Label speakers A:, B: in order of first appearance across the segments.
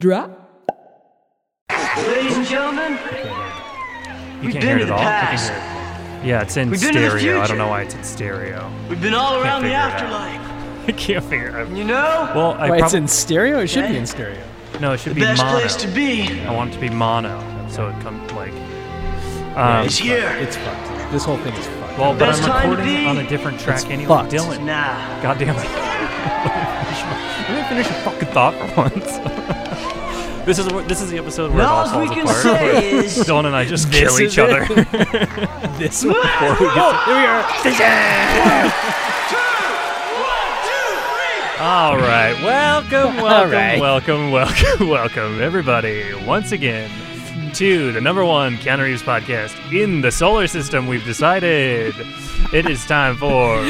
A: Drop.
B: Ladies and gentlemen,
C: You
B: We've
C: can't
B: been
C: hear
B: to
C: it at
B: the
C: all. I
B: past.
C: can hear it. Yeah, it's in
B: We've been to the
C: stereo. I don't know
B: future.
C: why it's in stereo.
B: we've been all around the
C: figure it out.
B: afterlife.
C: I can't figure it out.
B: You know,
C: Well, I
D: Wait, it's
C: probably
D: in stereo? It should be in stereo.
C: no. It should
B: the
C: be
B: best
C: mono.
B: place to be
C: I want it to be mono, so it comes like. Um,
B: is here.
D: It's fucked. This whole thing is fucked.
C: well, but
B: best
C: I'm
B: time to
C: recording
B: be-
C: on a different track anyway.
D: fucked.
C: Dylan,
B: Nah.
C: God damn it. Let me finish a fucking thought for once. this is wh- this is the episode where it all
B: All we
C: falls
B: can
C: apart. where
B: say is
C: Dylan and I just
D: This
C: kill
D: is
C: each
D: it.
C: other.
D: this one before we get to- Here we are.
C: All right, welcome, welcome,
D: All right.
C: welcome, welcome, welcome, everybody, once again to the number one Keanu Reeves podcast in the solar system. We've decided it is time for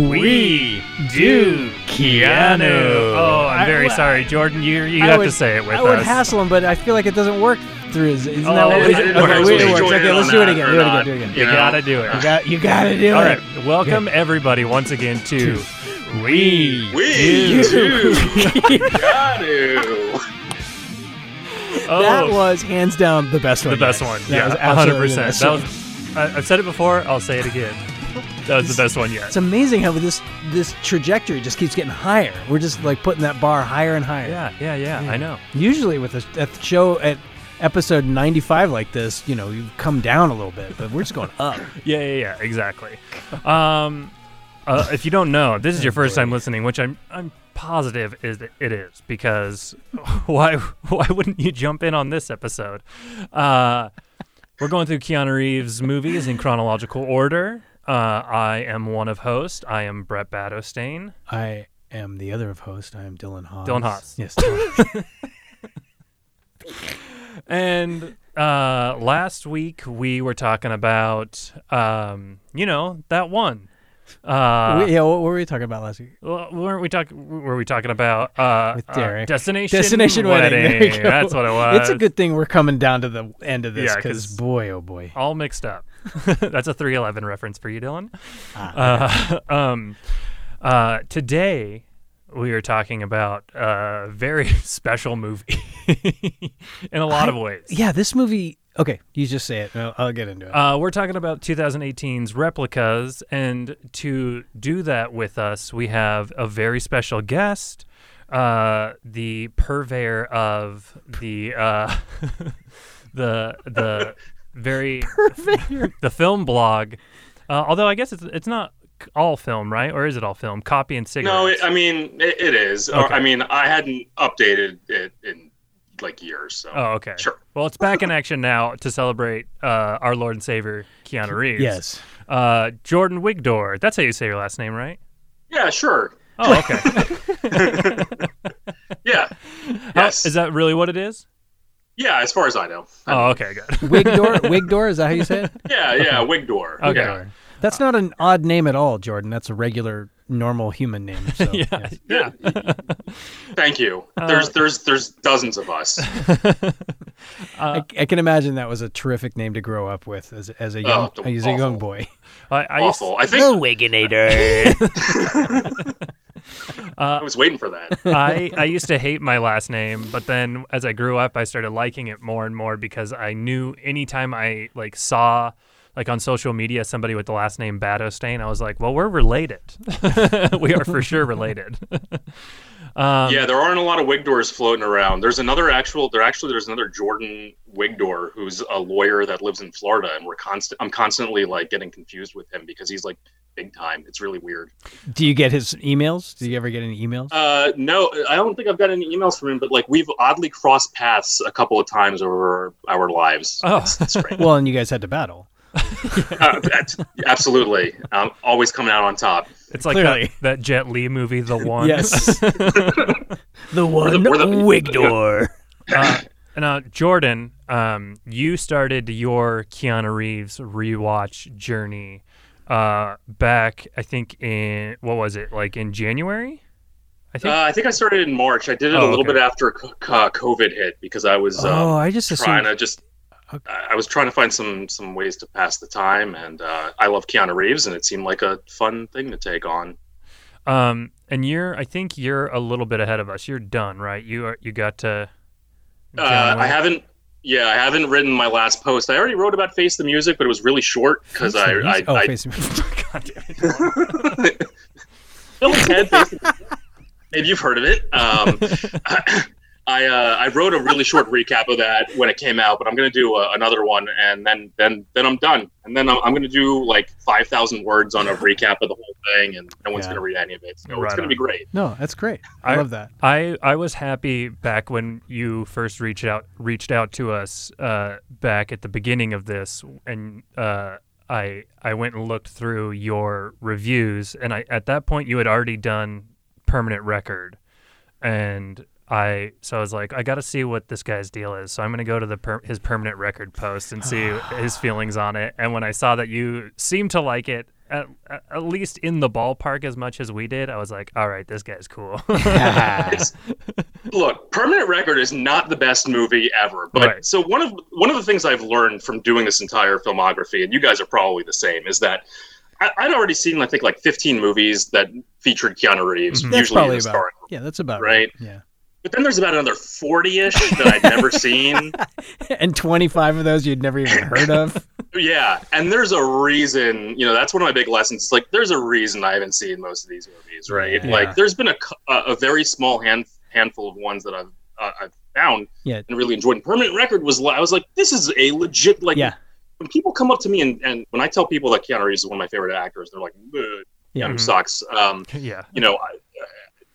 C: We Do Keanu. Oh, I'm
D: I-
C: very
D: well,
C: sorry, Jordan. You you
D: I
C: have
D: would-
C: to say it with
D: I
C: us.
D: would hassle him, but I feel like it doesn't work through his. Isn't that
C: Oh,
D: what
C: it-
D: we
C: it
D: did?
C: works.
D: Okay,
C: We
D: wait, it
C: joined
D: works.
E: in
D: Okay,
E: on
D: let's do it
E: that
D: again.
E: or
D: Do it again.
E: not.
D: Do it again.
C: you
E: You know?
C: gotta do it.
D: You got, you gotta do
C: All
D: it.
C: right, welcome everybody once again to We
E: We do.
C: Oh,
D: That was hands down the best one.
C: the best
D: yet.
C: one.
D: That was
C: yeah, hundred
D: absolutely the
C: percent.
D: best
C: That
D: one.
C: was. I, I've said it before. I'll say it again. That was the best one yet.
D: It's amazing how this this trajectory just keeps getting higher. We're just like putting that bar higher and higher.
C: Yeah, yeah, yeah. I know.
D: Usually with a, a show at episode 95 like this, you know, you come down a little bit, but we're just going up.
C: Yeah, yeah, yeah. Exactly. Um, uh, if you don't know, if this is your first time listening, which I'm, I'm positive is that it is because why, why wouldn't you jump in on this episode? Uh, we're going through Keanu Reeves movies in chronological order. Uh, I am one of hosts. I am Brett Battostain.
D: I am the other of host. I am Dylan Haas.
C: Dylan Haas.
D: Yes.
C: And uh, last week we were talking about, um, you know, that one. Uh,
D: yeah, what were we talking about last week?
C: well, weren't we talking? Were we talking about uh,
D: With
C: uh,
D: Derek.
C: destination
D: Destination wedding. There you go.
C: That's what it was.
D: It's a good thing we're coming down to the end of this
C: Yeah,
D: because
C: 'cause-
D: boy, oh boy.
C: all mixed up. That's a 311 reference for you, Dylan.
D: Ah,
C: Uh, um, uh, today, we are talking about a very special movie in a lot of ways.
D: Yeah, this movie. Okay, you just say it. I'll, I'll get into it.
C: Uh, we're talking about 2018's replicas, and to do that with us, we have a very special guest, uh, the purveyor of the uh, the the very the film blog. Uh, although I guess it's it's not all film, right? Or is it all film? Copy and cigarettes.
E: No, it, I mean it, it is. Or,
C: Okay.
E: I mean I hadn't updated it in like years. So
C: Oh, okay.
E: Sure.
C: Well, it's back in action now to celebrate uh, our Lord and Savior Keanu Reeves.
D: yes.
C: Uh, Jordan Wigdor. That's how you say your last name, right?
E: yeah, sure.
C: Oh, okay.
E: Yeah,
C: How-
E: Yes.
C: is that really what it is?
E: yeah. As far as I know.
C: Oh, okay, good.
D: Wigdor? Wigdor? Is that how you say it?
E: Yeah, yeah. Wigdor.
C: Okay.
E: Yeah.
D: That's not an odd name at all, Jordan. That's a regular, normal human name. So,
C: Yeah. Uh,
D: yes.
E: Thank you. There's there's there's dozens of us.
D: I, I can imagine that was a terrific name to grow up with as, as a young
E: Oh,
D: as a young
E: awful.
D: boy.
C: I, I, used,
E: Awful. I think
C: uh,
E: I was waiting for that.
C: I, I used to hate my last name, but then as I grew up, I started liking it more and more because I knew anytime I like saw like on social media somebody with the last name Badostain, I was like, well, we're related. we are for sure related. um,
E: yeah, there aren't a lot of Wigdors floating around. There's another actual. There actually there's another Jordan Wigdor who's a lawyer that lives in Florida, and we're constant. I'm constantly like getting confused with him because he's like big time. It's really weird.
D: Do you get his emails? Do you ever get any emails?
E: Uh, no, I don't think I've got any emails from him, but like we've oddly crossed paths a couple of times over our lives.
C: Oh.
E: It's- it's great.
D: well, and you guys had to battle.
E: Uh, that's- absolutely. I'm always coming out on top.
C: It's like
D: Clearly.
C: that, that Jet Li movie, The One.
D: the one
E: we're the-
D: Wigdor.
C: uh, now, Jordan, um, you started your Keanu Reeves rewatch journey uh, back, I think, in what was it, like in January? I
E: Uh,
C: think.
E: I think I started in March. I did it
C: Oh,
E: a little
C: okay.
E: bit after c- c- uh, COVID hit because I was um,
D: Oh, I just
E: trying
D: assumed.
E: to just. I I was trying to find some some ways to pass the time, and uh, I love Keanu Reeves, and it seemed like a fun thing to take on.
C: um, and you're, I think you're a little bit ahead of us. You're done, right? You are, you got to
E: Uh, I haven't. Yeah, I haven't written my last post. I already wrote about Face the Music, but it was really short because I, I,
D: oh,
E: I
D: face God damn it.
E: Bill and Ted Face the Music. Maybe you've heard of it. Um, I I, uh, I wrote a really short recap of that when it came out, but I'm gonna do uh, another one, and then then then I'm done, and then I'm, I'm gonna do like five thousand words on a recap of the whole thing, and no one's
D: Yeah.
E: gonna read any of it. So
C: Right
E: it's gonna
C: on.
E: be great.
D: No, that's great. I,
C: I-
D: love that.
C: I I was happy back when you first reached out reached out to us uh, back at the beginning of this, and uh, I I went and looked through your reviews, and I at that point you had already done permanent record, and I so I was like I got to see what this guy's deal is, so I'm gonna go to the per, his permanent record post and see his feelings on it, and when I saw that you seemed to like it. At, at- at least in the ballpark as much as we did, I was like, "All right, this guy's cool."
E: It's- look, Permanent Record is not the best movie ever, but
C: Right.
E: so one of one of the things I've learned from doing this entire filmography, and you guys are probably the same, is that I, I'd already seen I think like 15 movies that featured Keanu Reeves,
C: Mhm.
D: That's
E: usually in
D: probably
E: a
D: about.
E: starring.
D: Yeah, that's about
E: Right.
D: Yeah,
E: But then there's about another 40-ish that I'd never seen.
D: and twenty five of those you'd never even heard of.
E: Yeah, and there's a reason. You know, that's one of my big lessons. It's like there's a reason I haven't seen most of these movies, right?
D: Yeah.
E: Like there's been a, cu- a, a very small hand, handful of ones that I've uh, I've found
D: Yeah.
E: and really enjoyed. And Permanent Record was li- I was like, this is a legit like.
D: Yeah.
E: When people come up to me and, and when I tell people that Keanu Reeves is one of my favorite actors, they're like, "Ugh, Keanu
D: Yeah.
C: Mhm.
E: sucks. Um,
C: yeah.
E: you know,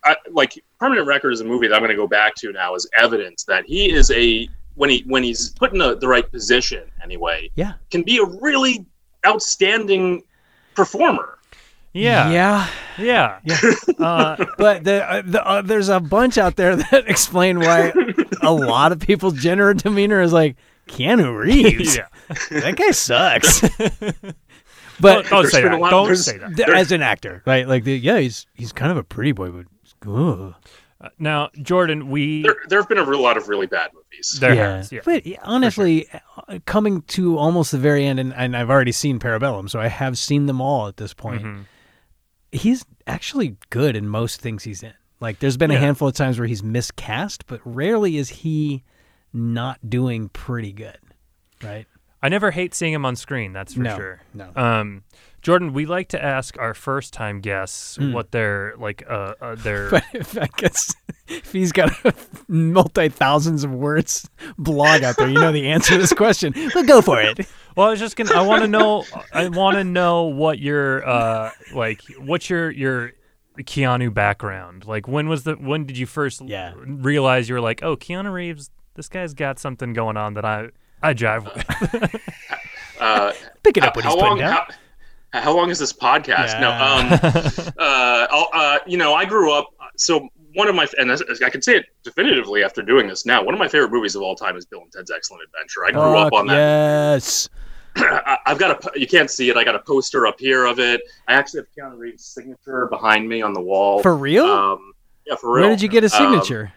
E: I, I, like Permanent Record is a movie that I'm going to go back to now as evidence that he is a when he when he's put in a, the right position anyway,
D: Yeah.
E: can be a really outstanding performer.
C: Yeah.
D: yeah.
C: Yeah. Uh,
D: But the, uh, the, uh, there's a bunch out there that explain why a lot of people's general demeanor is like Keanu Reeves.
C: yeah.
D: That guy sucks.
C: Don't,
D: but
C: don't
E: There's
C: say
E: been a
C: that.
E: lot-
C: Don't
E: there's-
C: say that.
D: th- as an actor, right? Like, the, yeah, he's he's kind of a pretty boy, but ugh.
C: Uh, Now, Jordan, we
E: There there have been a real lot of really bad movies.
C: there has. Yeah.
D: But yeah, honestly, uh coming to almost the very end, and, and I've already seen Parabellum, so I have seen them all at this point.
C: Mhm.
D: He's actually good in most things he's in. Like, there's been a
C: Yeah.
D: handful of times where he's miscast, but rarely is he not doing pretty good, right?
C: I never hate seeing him on screen. That's for
D: No,
C: sure.
D: no.
C: Um, Jordan, we like to ask our first-time guests what their like uh, uh
D: Hmm.
C: their
D: But if I guess if he's got multi thousands of words blog out there, you know the answer to this question. But go for it.
C: Well, I was just gonna. I want to know. I want to know what your uh like. What's your your Keanu background? Like, when was the when did you first
D: Yeah.
C: realize you were like, oh, Keanu Reeves, this guy's got something going on that I I jive with.
E: Uh,
D: Pick it
E: how,
D: up what
E: how
D: he's putting
E: long?
D: down.
E: How, how long is this podcast? No,
D: Yeah.
E: um, uh, I'll, uh, you know, I grew up. So one of my and this- I can say it definitively after doing this now. One of my favorite movies of all time is Bill and Ted's Excellent Adventure. I grew up
D: Fuck
E: on that.
D: yes.
E: I- I've got a. po- You can't see it. I got a poster up here of it. I actually have Keanu Reeves' signature behind me on the wall.
D: For real?
E: Um, yeah, for real.
D: Where did you get his
E: Um,
D: signature?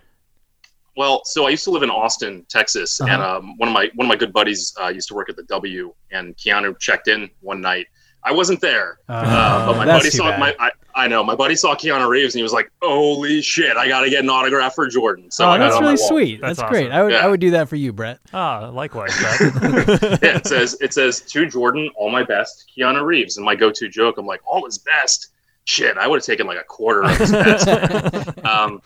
E: well, so I used to live in Austin, Texas,
D: Uh-huh.
E: and um, one of my one of my good buddies uh, used to work at the W, and Keanu checked in one night. I wasn't there, uh,
D: Oh,
E: but my
D: that's
E: buddy
D: too
E: saw
D: bad.
E: my. I, I know my buddy saw Keanu Reeves, and he was like, "Holy shit! I got to get an autograph for Jordan." So
D: oh,
E: I got it
D: that's
E: on my
D: really
E: wall.
D: sweet. That's,
C: That's
D: great.
C: awesome.
D: I would I
E: Yeah.
D: would do that for you, Brett.
C: Ah, likewise. Brad.
E: yeah, it says it says to Jordan, all my best, Keanu Reeves, and my go-to joke. I'm like, all his best. Shit, I would have taken like a quarter of his best. um,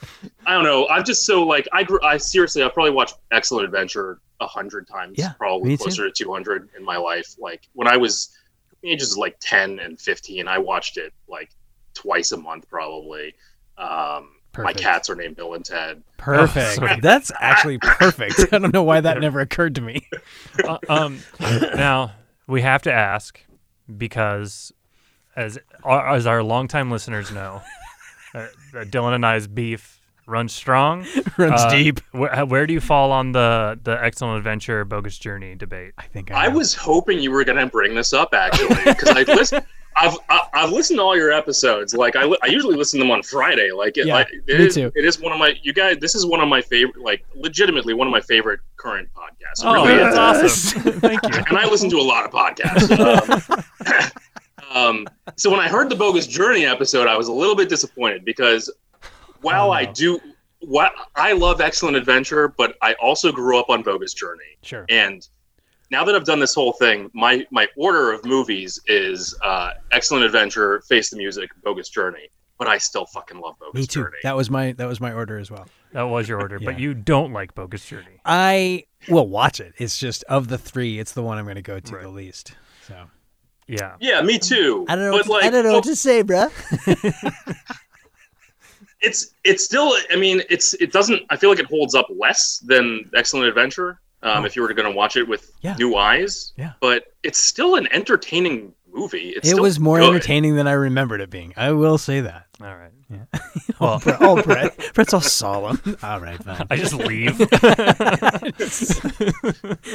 E: I don't know. I'm just so like I grew. I seriously, I probably watched Excellent Adventure a hundred times,
D: Yeah, me
E: probably
D: too.
E: closer to 200 in my life. Like when I was ages like 10 and 15, I watched it like twice a month, probably. Um, my
D: Perfect.
E: cats are named Bill and Ted.
D: Perfect.
C: sweet.
D: Oh, that's actually perfect. I don't know why that never occurred to me.
C: Uh, um, now we have to ask because, as our, as our longtime listeners know, uh, uh, Dylan and I's beef runs strong,
D: Runs
C: Uh,
D: deep.
C: Where, where do you fall on the the excellent adventure, bogus journey debate?
D: I think I,
E: I
D: know.
E: was hoping you were going to bring this up actually because I listen. I've I- I've listened to all your episodes. Like I, li- I usually listen to them on Friday. Like it,
D: Yeah,
E: like, it
D: me
E: is-
D: too.
E: it is one of my you guys. This is one of my favorite, like legitimately one of my favorite current podcasts. It
C: Oh,
E: really
C: that's
E: is.
C: awesome! Thank you.
E: And I listen to a lot of podcasts. Um, um, so when I heard the bogus journey episode, I was a little bit disappointed because while I do what I love Excellent Adventure, but I also grew up on Bogus Journey.
D: Sure.
E: And now that I've done this whole thing, my my order of movies is uh, Excellent Adventure, Face the Music, Bogus Journey. But I still fucking love Bogus
D: Me too.
E: Journey.
D: That was my that was my order as well.
C: That was your order, but
D: Yeah.
C: you don't like Bogus Journey.
D: I will watch it. It's just of the three, it's the one I'm going to go to the least. So
C: Yeah.
E: yeah, me too.
D: I don't know.
E: But like,
D: I don't know
E: oh,
D: what to say, bruh.
E: it's it's still. I mean, it's it doesn't. I feel like it holds up less than Excellent Adventure. Um, If you were going to watch it with
D: Oh. Yeah.
E: new eyes,
D: Yeah.
E: But it's still an entertaining movie. It's
D: It
E: still
D: was more
E: good.
D: entertaining than I remembered it being. I will say that.
C: All right.
D: Well, Brett, oh, Brett, Brett's all solemn. All right, fine.
C: I just leave.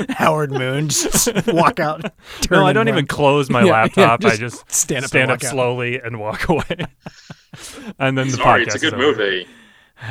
D: Howard Moon, just walk out. turn
C: no, I
D: and
C: don't
D: run.
C: even close my
D: Yeah, yeah,
C: laptop. I
D: just
C: just
D: stand up and
C: stand up
D: walk out.
C: slowly and walk away. and then the
E: Sorry,
C: podcast
E: it's a
C: is
E: good
C: over.
E: movie.
C: Uh,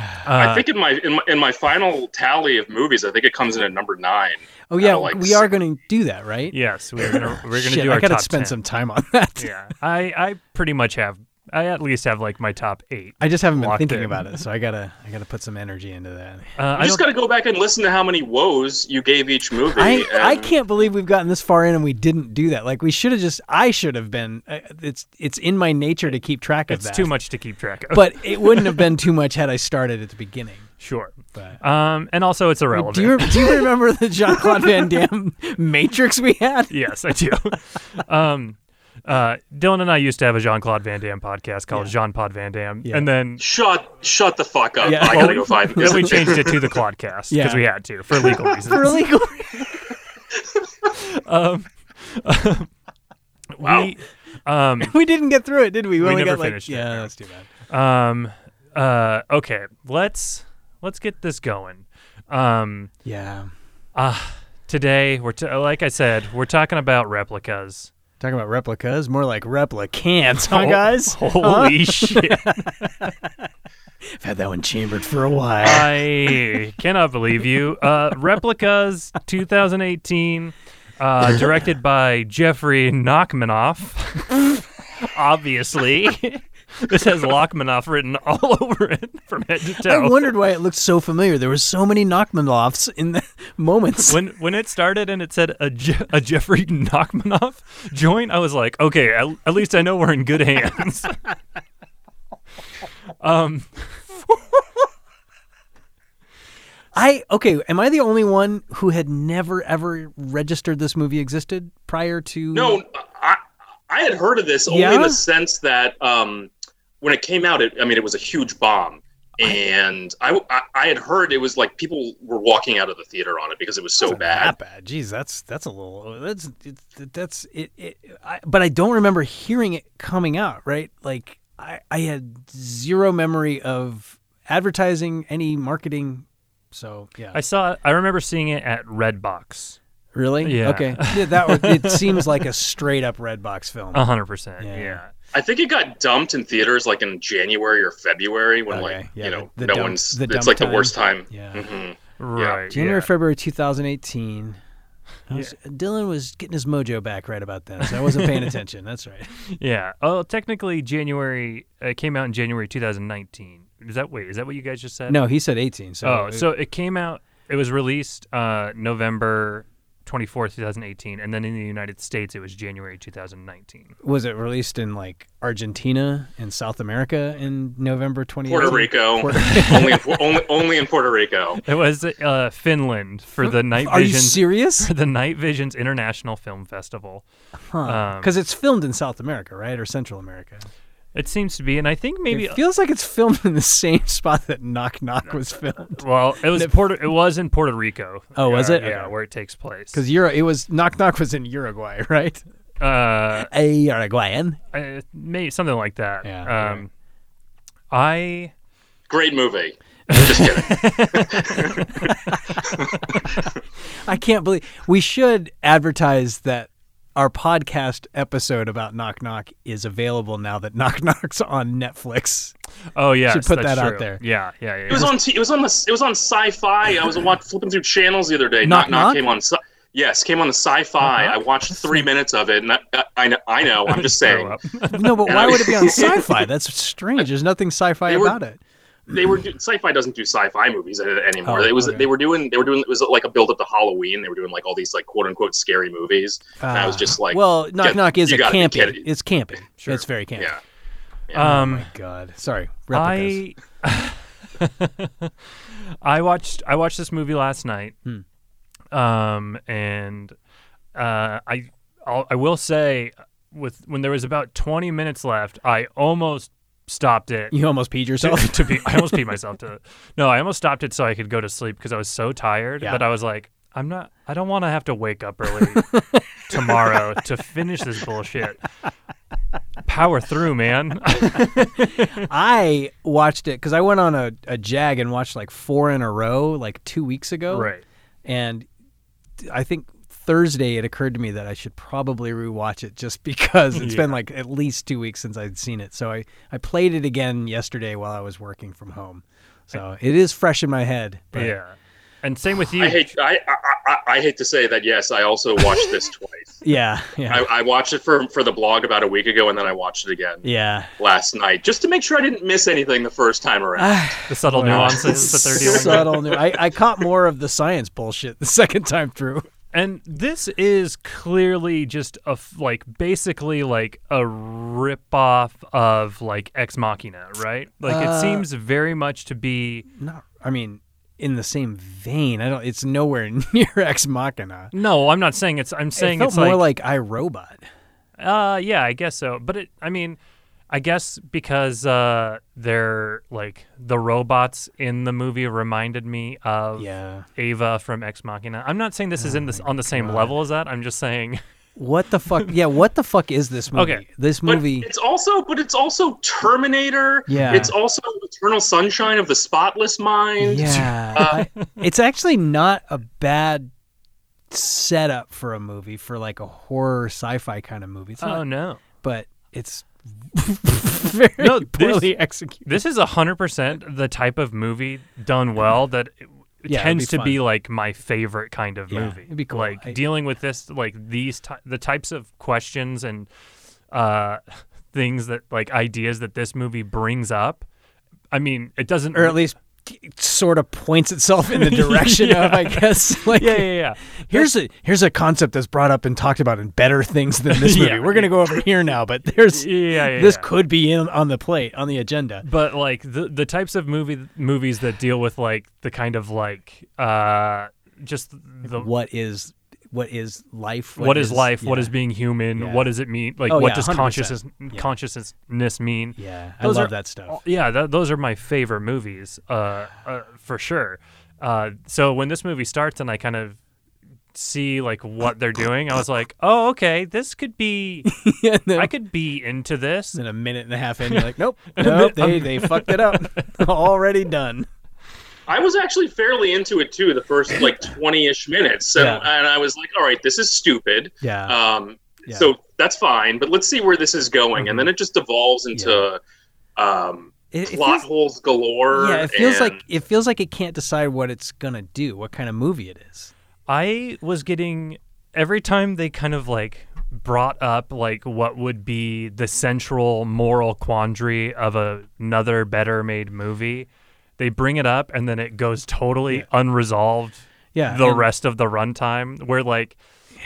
E: I think in my, in my in my final tally of movies, I think it comes in at number nine.
D: Oh yeah,
E: I like
D: we are going to do that, right?
C: yes, we're gonna we're gonna
D: Shit,
C: do our
D: I gotta
C: top
D: spend
C: 10.
D: some time on that.
C: yeah, I I pretty much have. I at least have like my top eight.
D: I just haven't been
C: Locked
D: thinking
C: in.
D: about it, so I gotta I gotta put some energy into that.
C: Uh,
E: You
C: I
E: just
C: don't-
E: got to go back and listen to how many woes you gave each movie.
D: I, I
E: and-
D: can't believe we've gotten this far in and we didn't do that. Like we should have just I should have been. uh, It's it's in my nature to keep track of
C: it's
D: that.
C: too much to keep track of.
D: but it wouldn't have been too much had I started at the beginning.
C: sure.
D: But
C: Um, and also it's irrelevant.
D: do you do you remember the Jean Claude Van Damme Matrix we had?
C: yes, I do. um, uh, Dylan and I used to have a Jean Claude Van Damme podcast called Jean Pod Van Damme,
D: Yeah.
C: and then
E: Shut shut the fuck up.
D: Yeah.
E: I gotta go find
C: then
E: this.
C: we changed it to the Quadcast because
D: Yeah.
C: we had to for legal reasons.
D: For legal.
C: We, um,
D: We didn't get through it, did we? We, only
C: never
D: got like,
C: finished it,
D: Yeah,
C: no.
D: that's too bad.
C: um, uh, okay, let's let's get this going. Um,
D: Yeah.
C: today we're t- uh, like I said, we're talking about replicas.
D: Talking about replicas, more like replicants, huh,
C: Oh,
D: guys? Huh?
C: Holy shit!
D: I've had that one chambered for a while.
C: I cannot believe you. Uh, Replicas 2018, uh, directed by Jeffrey Nachmanoff. Obviously. this has Lachmanoff written all over it from head to toe.
D: I wondered why it looked so familiar. There were so many Nachmanoffs in the moments.
C: when when it started and it said a, Je- a Jeffrey Nachmanoff joint, I was like, okay, at, at least I know we're in good hands. um,
D: I okay, am I the only one who had never ever registered this movie existed prior to
E: No, I I had heard of this only in
D: Yeah?
E: the sense that um, when it came out, it, I mean, it was a huge bomb, and I, I I had heard it was like people were walking out of the theater on it because it was so bad.
D: That bad. Jeez, that's that's a little that's it's that's it, it I, but I don't remember hearing it coming out, right? Like I I had zero memory of advertising any marketing so yeah.
C: I saw. I remember seeing it at Redbox.
D: really?
C: Yeah.
D: Okay. Yeah, that was, it seems like a straight up Redbox film.
C: A hundred percent.
D: Yeah.
C: Yeah.
E: I think it got dumped in theaters like in January or February when
D: Okay,
E: like
D: yeah,
E: you know
D: the- the
E: no
D: dump-
E: one's
D: the dump
E: it's like
D: time.
E: the worst time.
D: Yeah.
E: Mhm.
D: January,
C: Right. Mm-hmm. yeah.
D: February 2018. I was- Dylan was getting his mojo back right about then, so I wasn't paying attention. That's right.
C: Yeah. Oh, technically January it came out in January 2019. Is that wait, is that what you guys just said?
D: No, he said 18. So
C: Oh, so it came out it was released uh November 24th, 2018, and then in the United States it was January 2019.
D: was it released in like Argentina and South America in November 2018?
E: Puerto Rico,
D: Puerto-
E: only, in, only only in Puerto Rico.
C: It was uh Finland for the Night
D: Are you
C: Visions
D: serious?
C: for the Night Visions International Film Festival. Um,
D: Because it's filmed in South America, right, or Central America?
C: It seems to be and I think maybe
D: It feels like it's filmed in the same spot that Knock Knock was filmed.
C: well, it was Puerto it was in Puerto Rico.
D: Oh, was
C: uh,
D: it?
C: Yeah,
D: Okay.
C: where it takes place.
D: Because Euro, it was Knock Knock was in Uruguay, right?
C: uh
D: A Uruguayan.
C: uh, maybe something like that.
D: Yeah,
C: Um, I
E: Great movie. Just kidding.
D: I can't believe we should advertise that our podcast episode about Knock Knock is available now that Knock Knock's on Netflix.
C: oh yeah,
D: put that out there.
C: Yeah, yeah, yeah.
E: It was on. T- it was on the. It was on Sci-Fi. I was watch, flipping through channels the other day.
D: Knock
E: Knock knock,
D: Knock?
E: came on. Sci- yes, came on the Sci-Fi. I watched three minutes of it, and I, I, I know. I know. I'm just
C: Grow
E: saying.
C: up.
D: No, but why would it be on sci-fi? That's strange. There's nothing sci-fi
E: They were-
D: about it.
E: they were do, sci-fi doesn't do sci-fi movies uh, anymore.
D: Oh,
E: it was
D: okay.
E: they were doing they were doing it was uh, like a build up to Halloween. They were doing like all these like quote unquote scary movies. and I was
D: Ah.
E: just like,
D: well, knock
E: yeah,
D: knock is
E: you
D: a
E: gotta be
D: campy.
E: kidding.
D: It's campy.
C: Sure.
D: It's very campy.
E: yeah,
D: Oh
C: Um,
D: my god. Sorry. Replicas.
C: I I watched I watched this movie last night,
D: Hmm.
C: um, and uh, I I'll, I will say with when there was about twenty minutes left, I almost stopped it.
D: you almost peed yourself.
C: to be, I almost peed myself to. No, I almost stopped it so I could go to sleep because I was so tired.
D: Yeah.
C: But I was like, I'm not. I don't want to have to wake up early tomorrow to finish this bullshit. Power through, man.
D: I watched it because I went on a, a jag and watched like four in a row like two weeks ago.
C: right.
D: And I think Thursday it occurred to me that I should probably rewatch it just because it's been like at least two weeks since I'd seen it. So I, I played it again yesterday while I was working from home. So it is fresh in my head. but-
C: Yeah. And same with you.
E: I hate I, I I I hate to say that. Yes, I also watched this twice.
D: Yeah.
E: I,
D: Yeah.
E: I watched it for for the blog about a week ago, and then I watched it again
D: yeah.
E: last night just to make sure I didn't miss anything the first time around.
C: the subtle nuances that they're dealing with.
D: Subtle new. I, I caught more of the science bullshit the second time through.
C: And this is clearly just a f- like basically like a ripoff of like Ex Machina, right? Like it
D: Uh,
C: seems very much to be
D: Not. I mean, in the same vein. I don't. It's nowhere near Ex Machina.
C: No, I'm not saying it's I'm saying
D: it felt
C: it's
D: more
C: like,
D: like, iRobot.
C: uh yeah, I guess so. But it I mean I guess because uh they're like the robots in the movie reminded me of
D: Yeah.
C: Ava from Ex Machina. I'm not saying this is in this on the same level as that. I'm just saying
D: What the fuck? Yeah. What the fuck is this movie?
C: Okay.
D: This
E: But
D: movie.
E: it's also, but it's also Terminator.
D: Yeah.
E: It's also Eternal Sunshine of the Spotless Mind.
D: Yeah. I- it's actually not a bad setup for a movie for like a horror sci-fi kind of movie. It's not,
C: Oh no.
D: but it's very
C: No, this-
D: poorly executed.
C: This is 100% the type of movie done well that it
D: Yeah, it'd
C: tends
D: be
C: to be like my favorite kind of
D: Yeah,
C: movie.
D: it'd be cool.
C: Like
D: I-
C: dealing with this like these ty- the types of questions and uh things that like ideas that this movie brings up. I mean, it doesn't
D: or at least sort of points itself in the direction of, I guess. Like,
C: Yeah, yeah, yeah.
D: here's a here's a concept that's brought up and talked about in better things than this movie.
C: Yeah.
D: We're gonna go over here now, but there's
C: Yeah, yeah,
D: this
C: yeah.
D: could be in on the plate on the agenda.
C: but like the the types of movie movies that deal with like the kind of like uh just the
D: What is what is life?
C: what is, life?
D: yeah.
C: What is being human?
D: Yeah.
C: What does it mean? Like,
D: Oh,
C: what
D: yeah,
C: does
D: 100%.
C: consciousness consciousness mean?
D: Yeah,
C: Those
D: I love
C: are
D: that stuff.
C: Oh, yeah, th- those are my favorite movies, uh, uh, for sure. Uh, so when this movie starts and I kind of see like what they're doing, I was like, oh, okay, this could be,
D: yeah, and then
C: I could be into this.
D: in a minute and a half in, you're like, nope, nope, they they fucked it up. Already done.
E: I was actually fairly into it too the first like 20-ish minutes. So,
D: Yeah.
E: and I was like, all right, this is stupid.
D: Yeah,
E: Um,
D: Yeah. Mm-hmm.
E: So that's fine, but let's see where this is going. And then it just devolves into um,
D: It- it
E: plot
D: feels-
E: holes galore.
D: yeah. It feels
E: and-
D: like it feels like it can't decide what it's gonna do, what kind of movie it is.
C: I was getting every time they kind of like brought up like what would be the central moral quandary of a, another better made movie. They bring it up and then it goes totally unresolved
D: Yeah,
C: the
D: and-
C: rest of the runtime where like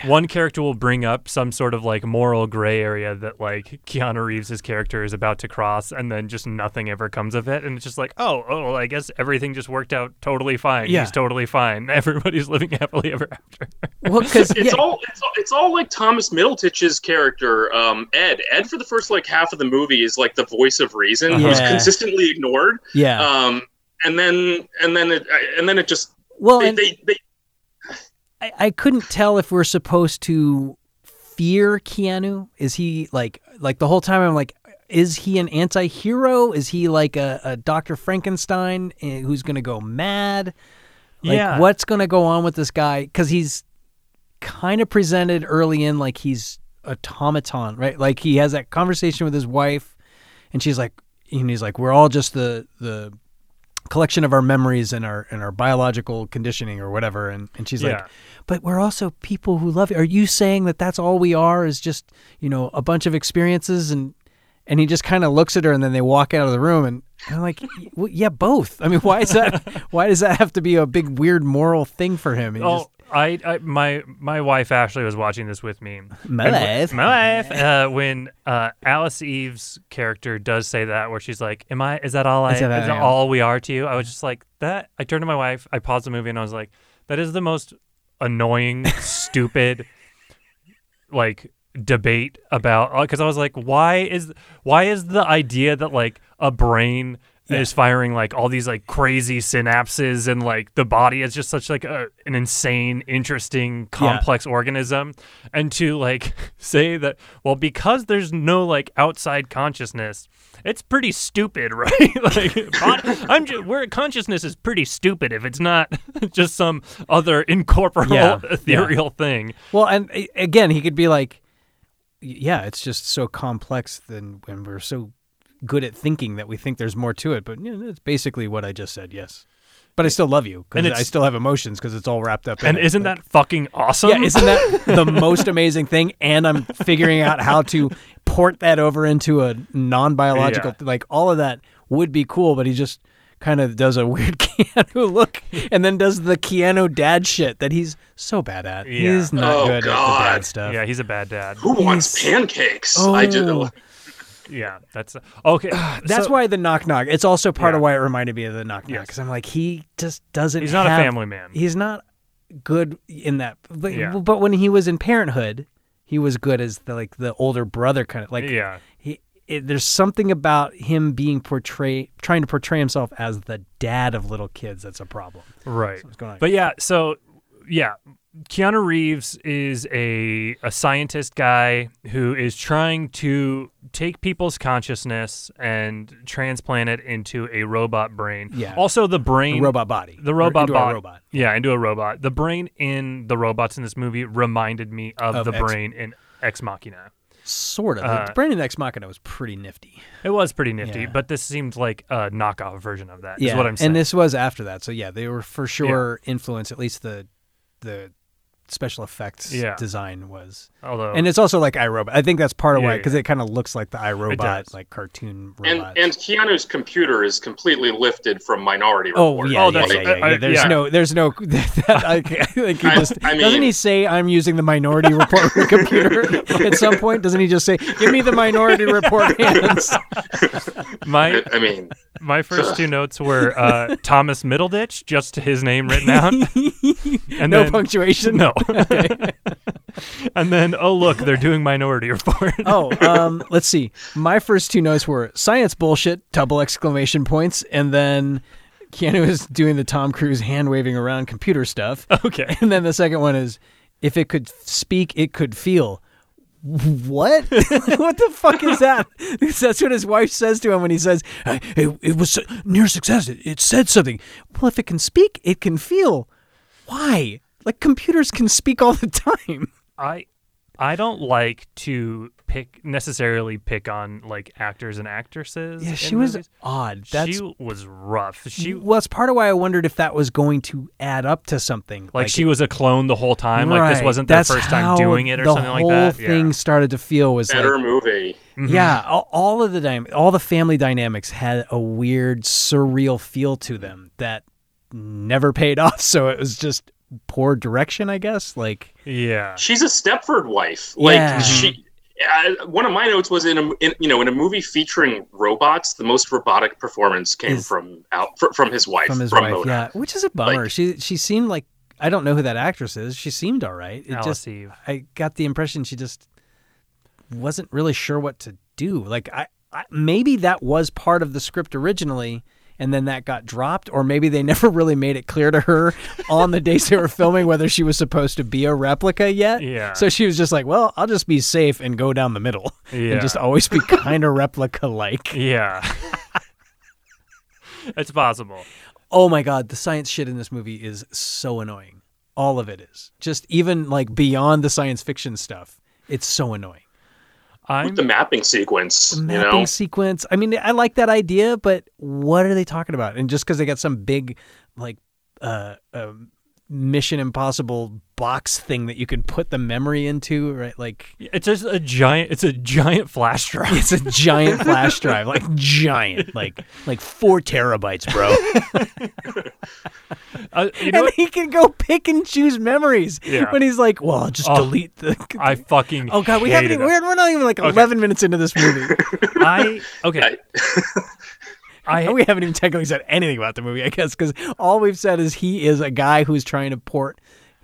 C: one character will bring up some sort of like moral gray area that like Keanu Reeves' character is about to cross and then just nothing ever comes of it and it's just like oh oh well, I guess everything just worked out totally fine
D: Yeah.
C: he's totally fine everybody's living happily ever after
D: Well, because
E: it's all it's, all it's all like Thomas Middletich's character, um, Ed. Ed for the first like half of the movie is like the voice of reason, who's
D: Yeah.
E: consistently ignored.
D: yeah.
E: Um, and then and then it and then it just
D: well,
E: they,
D: Oh, and
E: they, they
D: I, I couldn't tell if we're supposed to fear Keanu. Is he like like the whole time? I'm like, is he an anti-hero? Is he like a, a Doctor Frankenstein eh, who's gonna go mad? Like,
C: Yeah.
D: what's gonna go on with this guy? Because he's kind of presented early in like he's automaton, right? Like he has that conversation with his wife, and she's like, and he's like, we're all just the the collection of our memories and our and our biological conditioning or whatever and, and she's
C: Yeah.
D: like but we're also people who love you are you saying that that's all we are is just you know a bunch of experiences and and he just kind of looks at her, and then they walk out of the room, and I'm like, well, yeah, both. I mean, why is that? why does that have to be a big weird moral thing for him? He
C: Oh,
D: just-
C: I, I my my wife Ashley was watching this with me.
D: My
C: And
D: wife.
C: wh- my wife. Uh, when uh, Alice Eve's character does say that, where she's like, "Am I? Is that all? I,
D: Is
C: is
D: that I
C: that
D: am?"
C: all we are to you?" I was just like that. I turned to my wife. I paused the movie and I was like, "That is the most annoying, stupid, like." debate about because I was like why is why is the idea that like a brain is firing like all these like crazy synapses and like the body is just such like a, an insane interesting complex organism and to like say that well because there's no like outside consciousness it's pretty stupid right like bod- i'm just where consciousness is pretty stupid if it's not just some other incorporeal
D: Yeah, yeah.
C: ethereal thing
D: well, and a- again, he could be like, yeah, it's just so complex, then when we're so good at thinking that we think there's more to it. But you know, that's basically what I just said. Yes, but I still love you
C: And
D: because
C: it's-
D: I still have emotions because it's all wrapped up. in
C: and
D: it.
C: isn't
D: Like-
C: that fucking awesome
D: Yeah, isn't that the most amazing thing? And I'm figuring out how to port that over into a non-biological,
C: Yeah.
D: like all of that would be cool. But he just kind of does a weird Keanu look, and then does the Keanu dad shit that he's so bad at.
C: Yeah.
D: He's not
E: Oh,
D: good at the dad
E: God.
D: stuff.
C: yeah he's a bad dad
E: Who wants pancakes? I did.
D: Oh.
C: yeah that's okay
D: That's
C: so-
D: why the knock knock. It's also part of
C: Yeah.
D: why it reminded me of the knock knock
C: Yes.
D: because I'm like he just doesn't.
C: He's not a
D: have-
C: family man.
D: He's not good in that. But,
C: Yeah.
D: but when he was in Parenthood, he was good as the like the older brother kind of like
C: yeah
D: he, it, there's something about him being portray trying to portray himself as the dad of little kids that's a problem.
C: right
D: going on.
C: but yeah so yeah keanu reeves is a a scientist guy who is trying to take people's consciousness and transplant it into a robot brain
D: Yeah.
C: also the brain
D: robot body.
C: the
D: Or
C: robot,
D: into a
C: bot-
D: robot.
C: yeah into a robot the brain in the robots in this movie reminded me of,
D: Of
C: the
D: Ex-
C: brain in ex machina
D: Sort of.
C: Uh,
D: the Brandon X Machina was pretty nifty.
C: it was pretty nifty
D: Yeah.
C: but this seemed like a knockoff version of that. Is what i'm saying
D: And this was after that, so yeah, they were for sure influenced. At least the the special effects
C: Yeah.
D: design was.
C: although
D: And it's also like iRobot. I think that's part of
C: Yeah,
D: why,
C: yeah,
D: because it kind of looks like the iRobot
C: does.
D: like cartoon
E: And
D: robot.
E: and Keanu's computer is completely lifted from Minority
D: Oh
E: Report.
D: yeah,
C: Oh,
D: yeah,
C: that's
D: yeah,
C: right.
D: yeah,
C: I-
D: yeah. There's
C: yeah.
D: no, there's no. That, I, I think he
E: I-
D: just
E: I mean-
D: doesn't he say I'm using the Minority Report computer at some point? Doesn't he just say, "Give me the Minority Report hands"?
C: my
E: I, I mean,
C: My first two notes were uh, Thomas Middleditch, just his name written out, and
D: No
C: then
D: punctuation.
C: no, and then oh look, they're doing Minority Report.
D: Oh, um, let's see. My first two notes were science bullshit, double exclamation points, and then Keanu is doing the Tom Cruise hand waving around computer stuff.
C: okay,
D: And then the second one is if it could speak, it could feel. What? what the fuck is that? Because That's what his wife says to him when he says, "I- it, it was near success. It, it said something. Well, if it can speak, it can feel. Why? Like computers can speak all the time.
C: I I don't like to pick necessarily pick on like actors and actresses.
D: Yeah,
C: in
D: she was
C: movies.
D: odd. That's
C: she was rough. She
D: well, that's part of why I wondered if that was going to add up to something.
C: like, she was a clone the whole time. Like this
D: Right.
C: wasn't their
D: That's
C: first time
D: how
C: doing it or something like
D: The whole
C: that.
D: thing
C: yeah. Mm-hmm.
D: started to feel was
E: better
D: like,
E: movie.
D: yeah, all, all of the dy- all the family dynamics had a weird surreal feel to them that never paid off. So it was just poor direction, I guess. Like
C: yeah.
E: She's a Stepford wife. Like
D: Yeah. Mm-hmm.
E: she. I, one of my notes was in a in, you know in a movie featuring robots, the most robotic performance came
D: Is-
E: from out fr- from his wife
D: from his wife,
E: Mona.
D: yeah, which is a bummer. she she seemed like I don't know who that actress is. She seemed all right. It
C: Alice
D: just
C: Eve.
D: I got the impression she just wasn't really sure what to do. Like I, I maybe that was part of the script originally and then that got dropped or maybe they never really made it clear to her on the days they were filming whether she was supposed to be a replica yet.
C: Yeah.
D: So she was just like, "Well, I'll just be safe and go down the middle
C: Yeah.
D: and just always be kind of replica like."
C: Yeah. it's possible.
D: Oh my god, the science shit in this movie is so annoying. All of it is. Just even like beyond the science fiction stuff, it's so annoying.
C: I'm
E: With the mapping sequence,
D: the
E: you
D: mapping
E: know,
D: sequence. I mean, I like that idea, but what are they talking about? And just because they got some big, like, uh, um, Mission Impossible box thing that you can put the memory into, right? Like
C: It's just a giant. It's a giant flash drive.
D: it's a giant flash drive, like giant, like like four terabytes, bro.
C: Uh, you know
D: and
C: what?
D: he can go pick and choose memories
C: Yeah.
D: when he's like, well, I'll just
C: Oh,
D: delete the.
C: I fucking.
D: oh god, we haven't.
C: hated
D: Even, we're, we're not even like eleven minutes into this movie,
C: it. I okay. I
D: and we haven't even technically said anything about the movie, I guess, because all we've said is he is a guy who's trying to port